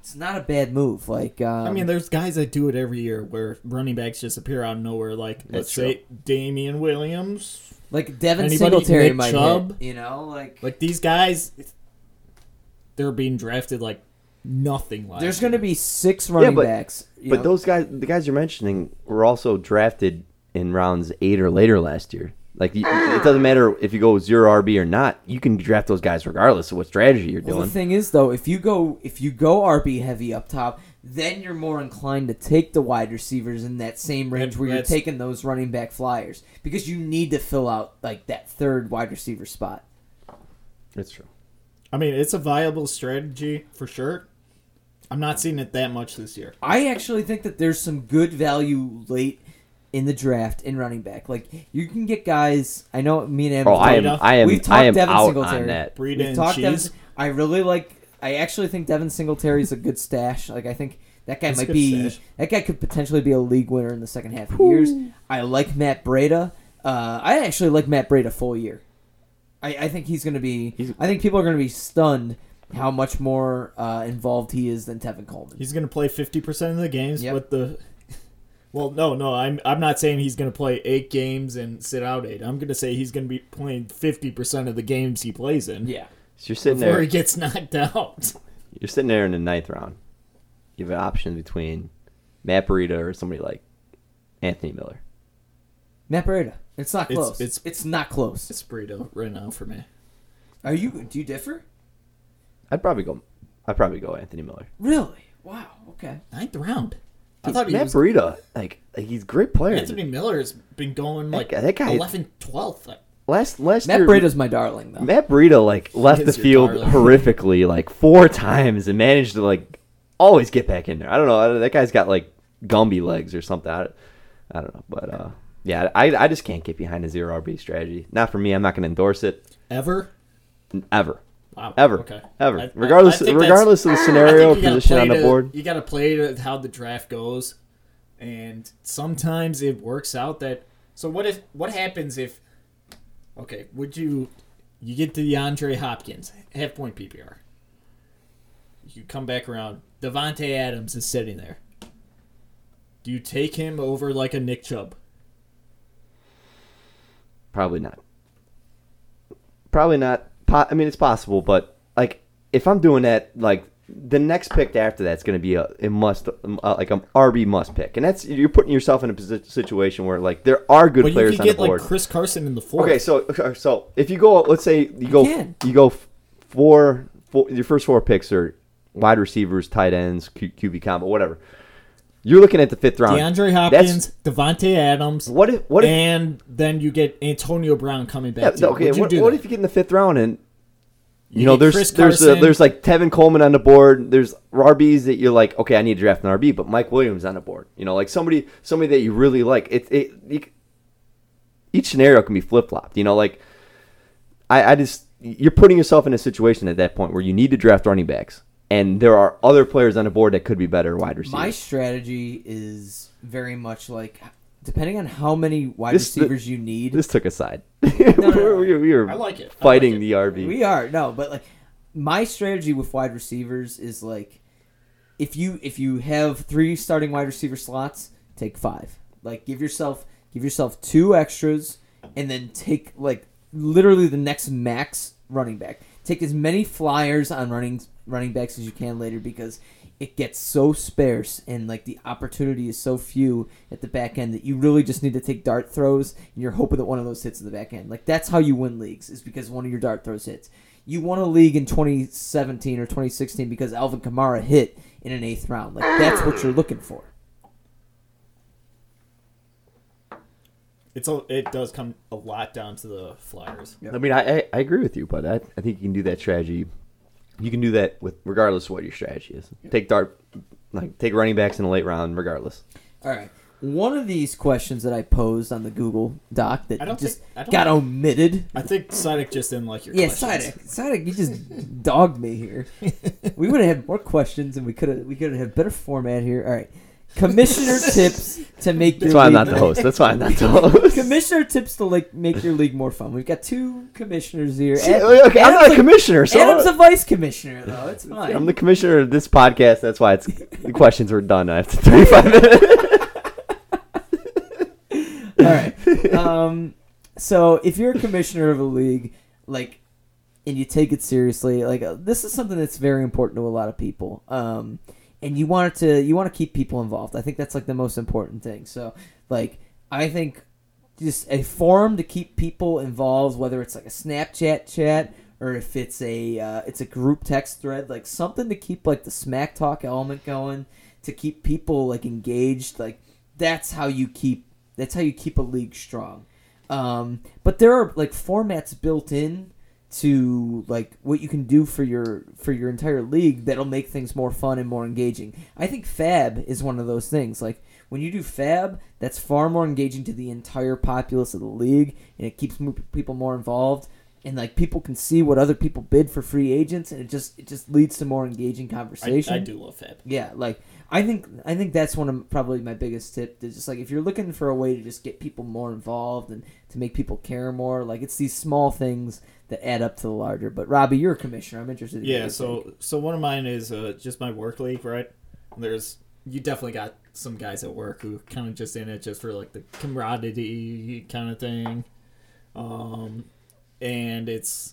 Speaker 4: it's not a bad move. Like um,
Speaker 3: I mean, there's guys that do it every year where running backs just appear out of nowhere. Like
Speaker 1: That's
Speaker 3: let's
Speaker 1: true.
Speaker 3: say Damian Williams,
Speaker 4: like Devin
Speaker 3: anybody,
Speaker 4: Singletary
Speaker 3: Nick
Speaker 4: might
Speaker 3: Chubb?
Speaker 4: hit. You know, like,
Speaker 3: like these guys, they're being drafted like nothing. Last
Speaker 4: there's
Speaker 3: year.
Speaker 4: going to be six running
Speaker 1: but-
Speaker 4: backs. you
Speaker 1: But
Speaker 4: know.
Speaker 1: those guys, the guys you're mentioning, were also drafted in rounds eight or later last year. Like you,
Speaker 3: Ah.
Speaker 1: it doesn't matter if you go zero RB or not. You can draft those guys regardless of what strategy you're
Speaker 4: Well,
Speaker 1: doing.
Speaker 4: the thing is, though, if you go if you go RB heavy up top, then you're more inclined to take the wide receivers in that same range
Speaker 3: That-
Speaker 4: where you're
Speaker 3: that's-
Speaker 4: taking those running back flyers because you need to fill out like that third wide receiver spot.
Speaker 1: That's true.
Speaker 3: I mean, it's a viable strategy for sure. I'm not seeing it that much this year.
Speaker 4: I actually think that there's some good value late in the draft in running back. Like you can get guys. I know me and Adam.
Speaker 1: Oh,
Speaker 4: have
Speaker 1: I am,
Speaker 3: Breida.
Speaker 1: I am,
Speaker 4: We've
Speaker 1: I
Speaker 4: talked
Speaker 1: am
Speaker 4: Devin
Speaker 1: out
Speaker 4: Singletary.
Speaker 1: on that.
Speaker 3: Breida
Speaker 4: We've
Speaker 3: and
Speaker 4: talked Devin-
Speaker 3: cheese.
Speaker 4: I really like. I actually think Devin Singletary is a good stash. Like I think that guy
Speaker 3: That's a
Speaker 4: might
Speaker 3: good
Speaker 4: be.
Speaker 3: stash.
Speaker 4: That guy could potentially be a league winner in the second half of years. I like Matt Breda. Uh, I actually like Matt Breda full year. I, I think he's going to be.
Speaker 1: He's-
Speaker 4: I think people are going to be stunned how much more uh, involved he is than Tevin Coleman.
Speaker 3: He's going to play 50% of the games
Speaker 4: Yep.
Speaker 3: with the. Well, no, no, I'm I'm not saying he's going to play eight games and sit out eight. I'm going to say he's going to be playing 50% of the games he plays in
Speaker 4: yeah.
Speaker 1: So you're sitting
Speaker 3: before
Speaker 1: there.
Speaker 3: he gets knocked out.
Speaker 1: You're sitting there in the ninth round. You have an option between Matt Burita or somebody like Anthony Miller.
Speaker 4: Matt Breda. It's not
Speaker 3: It's-
Speaker 4: close. It's,
Speaker 3: it's-
Speaker 4: it's, not close.
Speaker 3: It's burrito right now for me.
Speaker 4: Are you? Do you differ?
Speaker 1: I'd probably go. I'd probably go Anthony Miller.
Speaker 4: Really? Wow. Okay.
Speaker 3: Ninth round. I thought he
Speaker 1: Matt
Speaker 3: was.
Speaker 1: Burita, like, like he's a great player.
Speaker 3: Anthony Miller has been going like
Speaker 1: guy- that guy-
Speaker 3: 11th, 12th.
Speaker 1: Last last
Speaker 4: Matt
Speaker 1: year,
Speaker 4: Breda's my darling though.
Speaker 1: Matt Burita like left
Speaker 3: is
Speaker 1: the
Speaker 3: your
Speaker 1: field
Speaker 3: darling.
Speaker 1: horrifically like four times and managed to like always get back in there. I don't know. I- That guy's got like Gumby legs or something. I, I don't know, but uh, yeah, I I just can't get behind a zero RB strategy. Not for me. I'm not going to endorse it
Speaker 3: Ever?
Speaker 1: ever,
Speaker 3: Wow.
Speaker 1: ever,
Speaker 3: Okay.
Speaker 1: ever.
Speaker 3: I- I-
Speaker 1: regardless,
Speaker 3: I think that's-
Speaker 1: regardless of the scenario,
Speaker 3: I think you gotta
Speaker 1: position
Speaker 3: play
Speaker 1: on the
Speaker 3: to-
Speaker 1: board.
Speaker 3: You got to play to how the draft goes, and sometimes it works out that. So what if what happens if? Okay, would you you get to DeAndre Hopkins half point PPR? You come back around. Devonte Adams is sitting there. Do you take him over like a Nick Chubb?
Speaker 1: Probably not. Probably not. Po- I mean, it's possible, but like if I'm doing that, like the next pick after that's going to be a it must uh, like an RB must pick, and that's you're putting yourself in a posi- situation where like there are good
Speaker 3: But you
Speaker 1: players
Speaker 3: could
Speaker 1: on the
Speaker 3: get like
Speaker 1: board.
Speaker 3: Chris Carson in the fourth.
Speaker 1: okay, so okay, so if you go, let's say you go,
Speaker 4: can.
Speaker 1: you, go f- four, four. Your first four picks are wide receivers, tight ends, Q- QB combo, whatever. You're looking at the fifth round.
Speaker 3: DeAndre
Speaker 1: That's-
Speaker 3: Hopkins, Devonte Adams.
Speaker 1: What if what if
Speaker 3: and then you get Antonio Brown coming back.
Speaker 1: Yeah,
Speaker 3: to you.
Speaker 1: okay.
Speaker 3: Would you
Speaker 1: What,
Speaker 3: do
Speaker 1: what
Speaker 3: that?
Speaker 1: if you get in the fifth round and you,
Speaker 3: You
Speaker 1: know
Speaker 3: get
Speaker 1: there's
Speaker 3: Chris
Speaker 1: there's uh
Speaker 3: Carson.
Speaker 1: there's like Tevin Coleman on the board. There's RBs that you're like, okay, I need to draft an RB, but Mike Williams on the board. You know, like somebody somebody that you really like. It it, you c- each scenario can be flip flopped. You know, like I I just you're putting yourself in a situation at that point where you need to draft running backs, and there are other players on the board that could be better wide receivers.
Speaker 4: My strategy is very much like depending on how many wide
Speaker 1: This- the-
Speaker 4: receivers you need.
Speaker 1: this took a side.
Speaker 4: no, no.
Speaker 1: we, were- we were
Speaker 3: I like it. I
Speaker 1: fighting
Speaker 3: like it.
Speaker 1: the RB.
Speaker 4: we are no, but like my strategy with wide receivers is like if you if you have three starting wide receiver slots, take five. Like give yourself give yourself two extras, and then take like literally the next max running back. Take as many flyers on running running backs as you can later because it gets so sparse and like the opportunity is so few at the back end that you really just need to take dart throws and you're hoping that one of those hits in the back end. Like that's how you win leagues is because one of your dart throws hits. You won a league in 2017 or 2016 because Alvin Kamara hit in an eighth round. Like that's what you're looking for.
Speaker 3: It's a, it does come a lot down to the Flyers.
Speaker 1: I mean, I, I, I agree with you, but I, I think you can do that strategy. You can do that with regardless of what your strategy is. Take dart, like take running backs in the late round, regardless.
Speaker 4: All right. One of these questions that I posed on the Google Doc
Speaker 3: I
Speaker 4: that
Speaker 3: don't
Speaker 4: just
Speaker 3: think- I don't-
Speaker 4: got omitted.
Speaker 3: I think Sidek just didn't like your
Speaker 4: Yeah,
Speaker 3: questions.
Speaker 4: Sidek. Sidek, you just dogged me here. We would have had more questions, and we could have we could have had better format here. All right, commissioner tips to make your
Speaker 1: That's why I'm not
Speaker 4: league
Speaker 1: the host. That's why I'm not the host.
Speaker 4: Commissioner tips to like make your league more fun. We've got two commissioners here.
Speaker 1: See,
Speaker 4: Ad-
Speaker 1: okay, I'm
Speaker 4: Adam's
Speaker 1: not a
Speaker 4: like-
Speaker 1: commissioner, so
Speaker 4: Adam's a vice commissioner, though. It's fine.
Speaker 1: I'm the commissioner of this podcast. That's why it's the questions are done after 35 minutes.
Speaker 4: All right. Um, so if you're a commissioner of a league, like, and you take it seriously, like uh, this is something that's very important to a lot of people. Um, and you want it to, you want to keep people involved. I think that's like the most important thing. So, like, I think just a forum to keep people involved, whether it's like a Snapchat chat or if it's a uh, it's a group text thread, like something to keep like the smack talk element going, to keep people like engaged. Like that's how you keep that's how you keep a league strong. Um, but there are like formats built in to like what you can do for your for your entire league that'll make things more fun and more engaging. I think fab is one of those things. Like when you do fab, that's far more engaging to the entire populace of the league and it keeps mo- people more involved and like people can see what other people bid for free agents and it just it just leads to more engaging conversation.
Speaker 3: I, I do love Fab.
Speaker 4: Yeah, like I think I think that's one of probably my biggest tip is just like if you're looking for a way to just get people more involved and to make people care more, like it's these small things that add up to the larger. But Robbie, you're a commissioner. I'm interested. In what
Speaker 3: Yeah,
Speaker 4: you
Speaker 3: so
Speaker 4: think.
Speaker 3: so one of mine is uh, just my work league, right? There's you definitely got some guys at work who kind of just in it just for like the camaraderie kind of thing. Um, and it's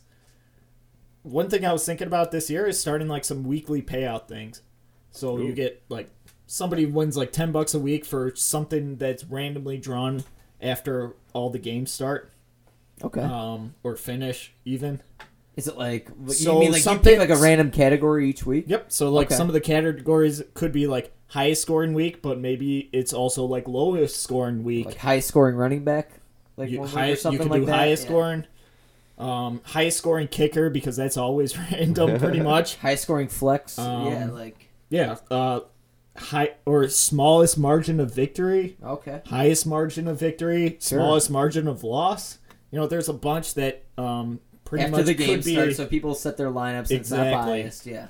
Speaker 3: one thing I was thinking about this year is starting like some weekly payout things. So you get like somebody wins like 10 bucks a week for something that's randomly drawn after all the games start
Speaker 4: okay,
Speaker 3: um, or finish even.
Speaker 4: is it like what- you
Speaker 3: so
Speaker 4: mean like you
Speaker 3: something-
Speaker 4: pick like a random category each week?
Speaker 3: Yep. So like
Speaker 4: Okay.
Speaker 3: some of the categories could be like highest scoring week, but maybe it's also like lowest scoring week.
Speaker 4: Like high scoring running back, like
Speaker 3: you,
Speaker 4: one week
Speaker 3: high-
Speaker 4: or
Speaker 3: you
Speaker 4: something
Speaker 3: can
Speaker 4: like
Speaker 3: do
Speaker 4: that.
Speaker 3: highest
Speaker 4: Yeah.
Speaker 3: scoring, um, highest scoring kicker because that's always random pretty much.
Speaker 4: high scoring flex.
Speaker 3: Um,
Speaker 4: yeah, like
Speaker 3: Yeah. Uh, high or smallest margin of victory,
Speaker 4: okay.
Speaker 3: highest margin of victory, smallest margin of loss. You know, there's a bunch that um, pretty
Speaker 4: After
Speaker 3: much
Speaker 4: the game
Speaker 3: could be
Speaker 4: starts, so people set their lineups. And it's not
Speaker 3: Exactly.
Speaker 4: biased. Yeah.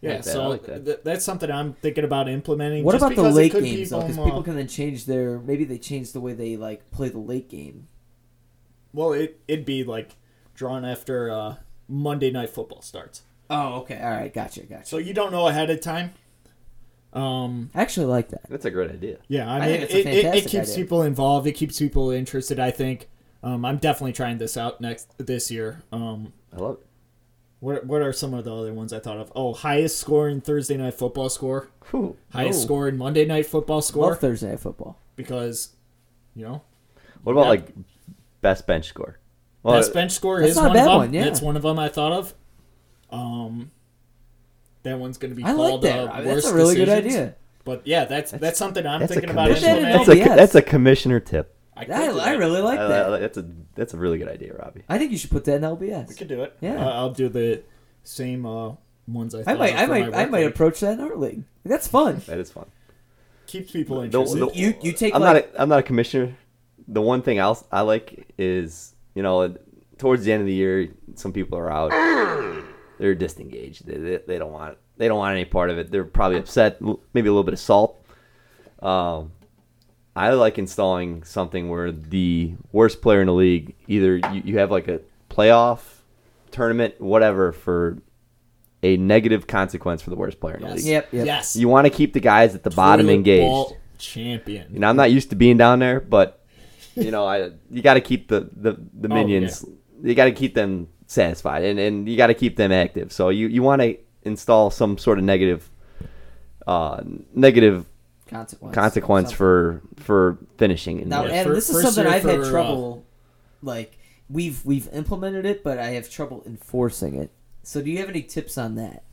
Speaker 3: yeah.
Speaker 1: like that, I
Speaker 3: so
Speaker 1: like that.
Speaker 3: th- that's something I'm thinking about implementing.
Speaker 4: What
Speaker 3: just
Speaker 4: about the
Speaker 3: because it
Speaker 4: late
Speaker 3: could
Speaker 4: games though? Because
Speaker 3: from, uh,
Speaker 4: people can then change their maybe they change the way they like play the late game.
Speaker 3: Well, it it'd be like drawn after uh, Monday night football starts,
Speaker 4: Oh, okay, all right, gotcha, gotcha.
Speaker 3: so you don't know ahead of time. Um,
Speaker 4: I actually like that.
Speaker 1: That's a great idea.
Speaker 3: yeah, I
Speaker 4: I
Speaker 3: mean, it,
Speaker 4: think it's a
Speaker 3: it, it
Speaker 4: fantastic
Speaker 3: keeps
Speaker 4: idea.
Speaker 3: people involved. It keeps people interested. I think. Um, I'm definitely trying this out next this year. Um,
Speaker 1: I love it.
Speaker 3: what what are some of the other ones I thought of? Oh, highest scoring Thursday night football score,
Speaker 1: Whew.
Speaker 3: highest
Speaker 4: Oh.
Speaker 3: scoring Monday night football score,
Speaker 4: Love Thursday Night Football.
Speaker 3: because you know
Speaker 1: What about
Speaker 3: Yeah.
Speaker 1: like best bench score? Well,
Speaker 3: best bench score
Speaker 4: that's
Speaker 3: is
Speaker 4: not a
Speaker 3: one
Speaker 4: bad
Speaker 3: of them.
Speaker 4: one, yeah.
Speaker 3: That's one of them I thought of. Um, that one's going to be
Speaker 4: I like
Speaker 3: called
Speaker 4: that.
Speaker 3: uh,
Speaker 4: Robbie.
Speaker 3: worst
Speaker 4: That's a really good
Speaker 3: decisions.
Speaker 4: idea.
Speaker 3: But yeah, that's that's, something I'm
Speaker 1: that's a
Speaker 3: thinking about.
Speaker 4: Put that in
Speaker 1: commissioner.
Speaker 3: implementing.
Speaker 1: That's a,
Speaker 4: LBS.
Speaker 1: that's a commissioner tip.
Speaker 3: I, could
Speaker 4: I,
Speaker 3: do
Speaker 4: I
Speaker 3: it.
Speaker 4: really like
Speaker 1: I- I-
Speaker 4: that.
Speaker 1: that's a that's a really good idea, Robbie.
Speaker 4: I think you should put that in
Speaker 3: We
Speaker 4: LBS.
Speaker 3: could do it.
Speaker 4: Yeah.
Speaker 3: Uh, I'll do the same uh, ones I.
Speaker 4: I
Speaker 3: Thought
Speaker 4: might,
Speaker 3: of
Speaker 4: I
Speaker 3: for
Speaker 4: might,
Speaker 3: my
Speaker 4: I
Speaker 3: work
Speaker 4: might
Speaker 3: week.
Speaker 4: approach that in our league. That's fun.
Speaker 1: That is fun.
Speaker 3: keeps people
Speaker 1: The-
Speaker 3: interested.
Speaker 1: the-
Speaker 4: You, you take
Speaker 1: I'm
Speaker 4: like
Speaker 1: not a, I'm not a commissioner. The one thing I I like is you know towards the end of the year, some people are out. They're disengaged. They, they, they don't want they don't want any part of it. They're probably upset. l- Maybe a little bit of salt. Um, I like installing something where the worst player in the league either you, you have like a playoff tournament, whatever, for a negative consequence for the worst player in the
Speaker 3: Yes.
Speaker 1: league.
Speaker 4: Yep, yep.
Speaker 3: Yes.
Speaker 1: You want to keep the guys at the bottom
Speaker 3: Toilet
Speaker 1: engaged.
Speaker 3: Ball champion.
Speaker 1: You know, I'm not used to being down there, but you know, I you got to keep the the, the
Speaker 3: Oh,
Speaker 1: minions you got to keep them satisfied and, and you got to keep them active. So you, you want to install some sort of negative uh, negative
Speaker 6: consequence.
Speaker 1: consequence
Speaker 6: Something.
Speaker 1: for for finishing. In
Speaker 6: Now,
Speaker 1: there.
Speaker 3: Yeah,
Speaker 6: and
Speaker 3: fir-
Speaker 6: this is
Speaker 3: first
Speaker 6: something
Speaker 3: year
Speaker 6: I've had
Speaker 3: for, uh,
Speaker 6: trouble. Like we've we've implemented it, but I have trouble enforcing it. So, do you have any tips on that?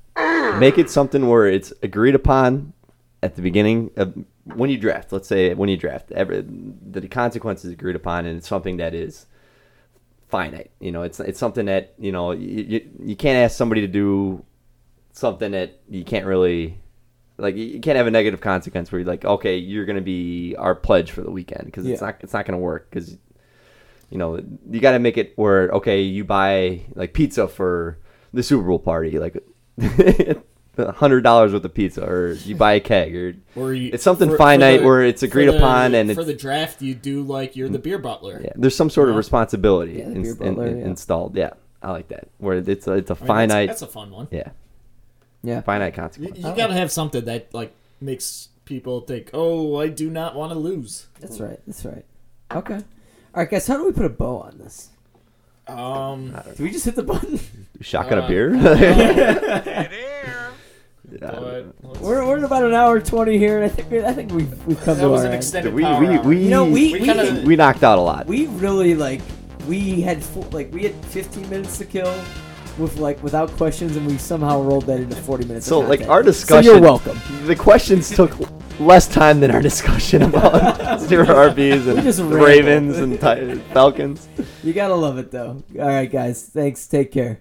Speaker 1: make it something where it's agreed upon at the beginning of when you draft. Let's say when you draft, every, the consequence is agreed upon, and it's something that is finite. You know, it's it's something that you know you, you, you can't ask somebody to do something that you can't really like. You you can't have a negative consequence where you're like, okay, you're going to be our pledge for the weekend because it's
Speaker 4: Yeah.
Speaker 1: not it's not going to work because you know you got to make it where okay you buy like pizza for the super bowl party like a hundred dollars worth of pizza or you buy a keg or
Speaker 3: Or you,
Speaker 1: It's something finite where it's
Speaker 3: for
Speaker 1: agreed
Speaker 3: the-
Speaker 1: upon and
Speaker 3: for
Speaker 1: it's- Mm.
Speaker 3: the draft you do like you're the beer butler.
Speaker 1: yeah, there's some sort of responsibility
Speaker 4: Yeah, the
Speaker 1: in-
Speaker 4: beer
Speaker 1: in-
Speaker 4: butler,
Speaker 1: in-
Speaker 4: yeah.
Speaker 1: installed yeah i like that where it's a, it's a
Speaker 3: I mean,
Speaker 1: finite
Speaker 3: That's, that's a fun one.
Speaker 1: yeah
Speaker 4: Yeah.
Speaker 1: finite
Speaker 3: You,
Speaker 1: consequence
Speaker 3: you gotta have something that like makes people think, "Oh, I do not want to lose."
Speaker 4: That's right. That's right.
Speaker 6: Okay. All right, guys. How do we put a bow on this?
Speaker 3: Um,
Speaker 4: Oh,
Speaker 6: Do we just hit the button?
Speaker 1: shotgun a
Speaker 3: Uh,
Speaker 1: beer
Speaker 3: but
Speaker 4: We're, we're at about an hour twenty here, and I think we, I think we've we've come
Speaker 3: that
Speaker 4: to
Speaker 3: was
Speaker 4: our
Speaker 3: an
Speaker 4: end.
Speaker 3: extended
Speaker 1: we
Speaker 3: power
Speaker 1: we
Speaker 3: hour.
Speaker 1: we,
Speaker 6: You know, we
Speaker 3: We
Speaker 6: we,
Speaker 3: kinda-
Speaker 6: hit-
Speaker 1: we knocked out a lot
Speaker 6: we really like we had fo- like we had 15 minutes to kill
Speaker 4: with like without questions, and we somehow rolled that into forty minutes. of
Speaker 1: so like
Speaker 4: content.
Speaker 1: our discussion
Speaker 4: So you're welcome.
Speaker 1: the questions took less time than our discussion about zero RBs
Speaker 4: We just
Speaker 1: and
Speaker 4: rambled.
Speaker 1: Ravens and Ti- Falcons.
Speaker 4: You gotta love it though. All right, guys. Thanks. Take care.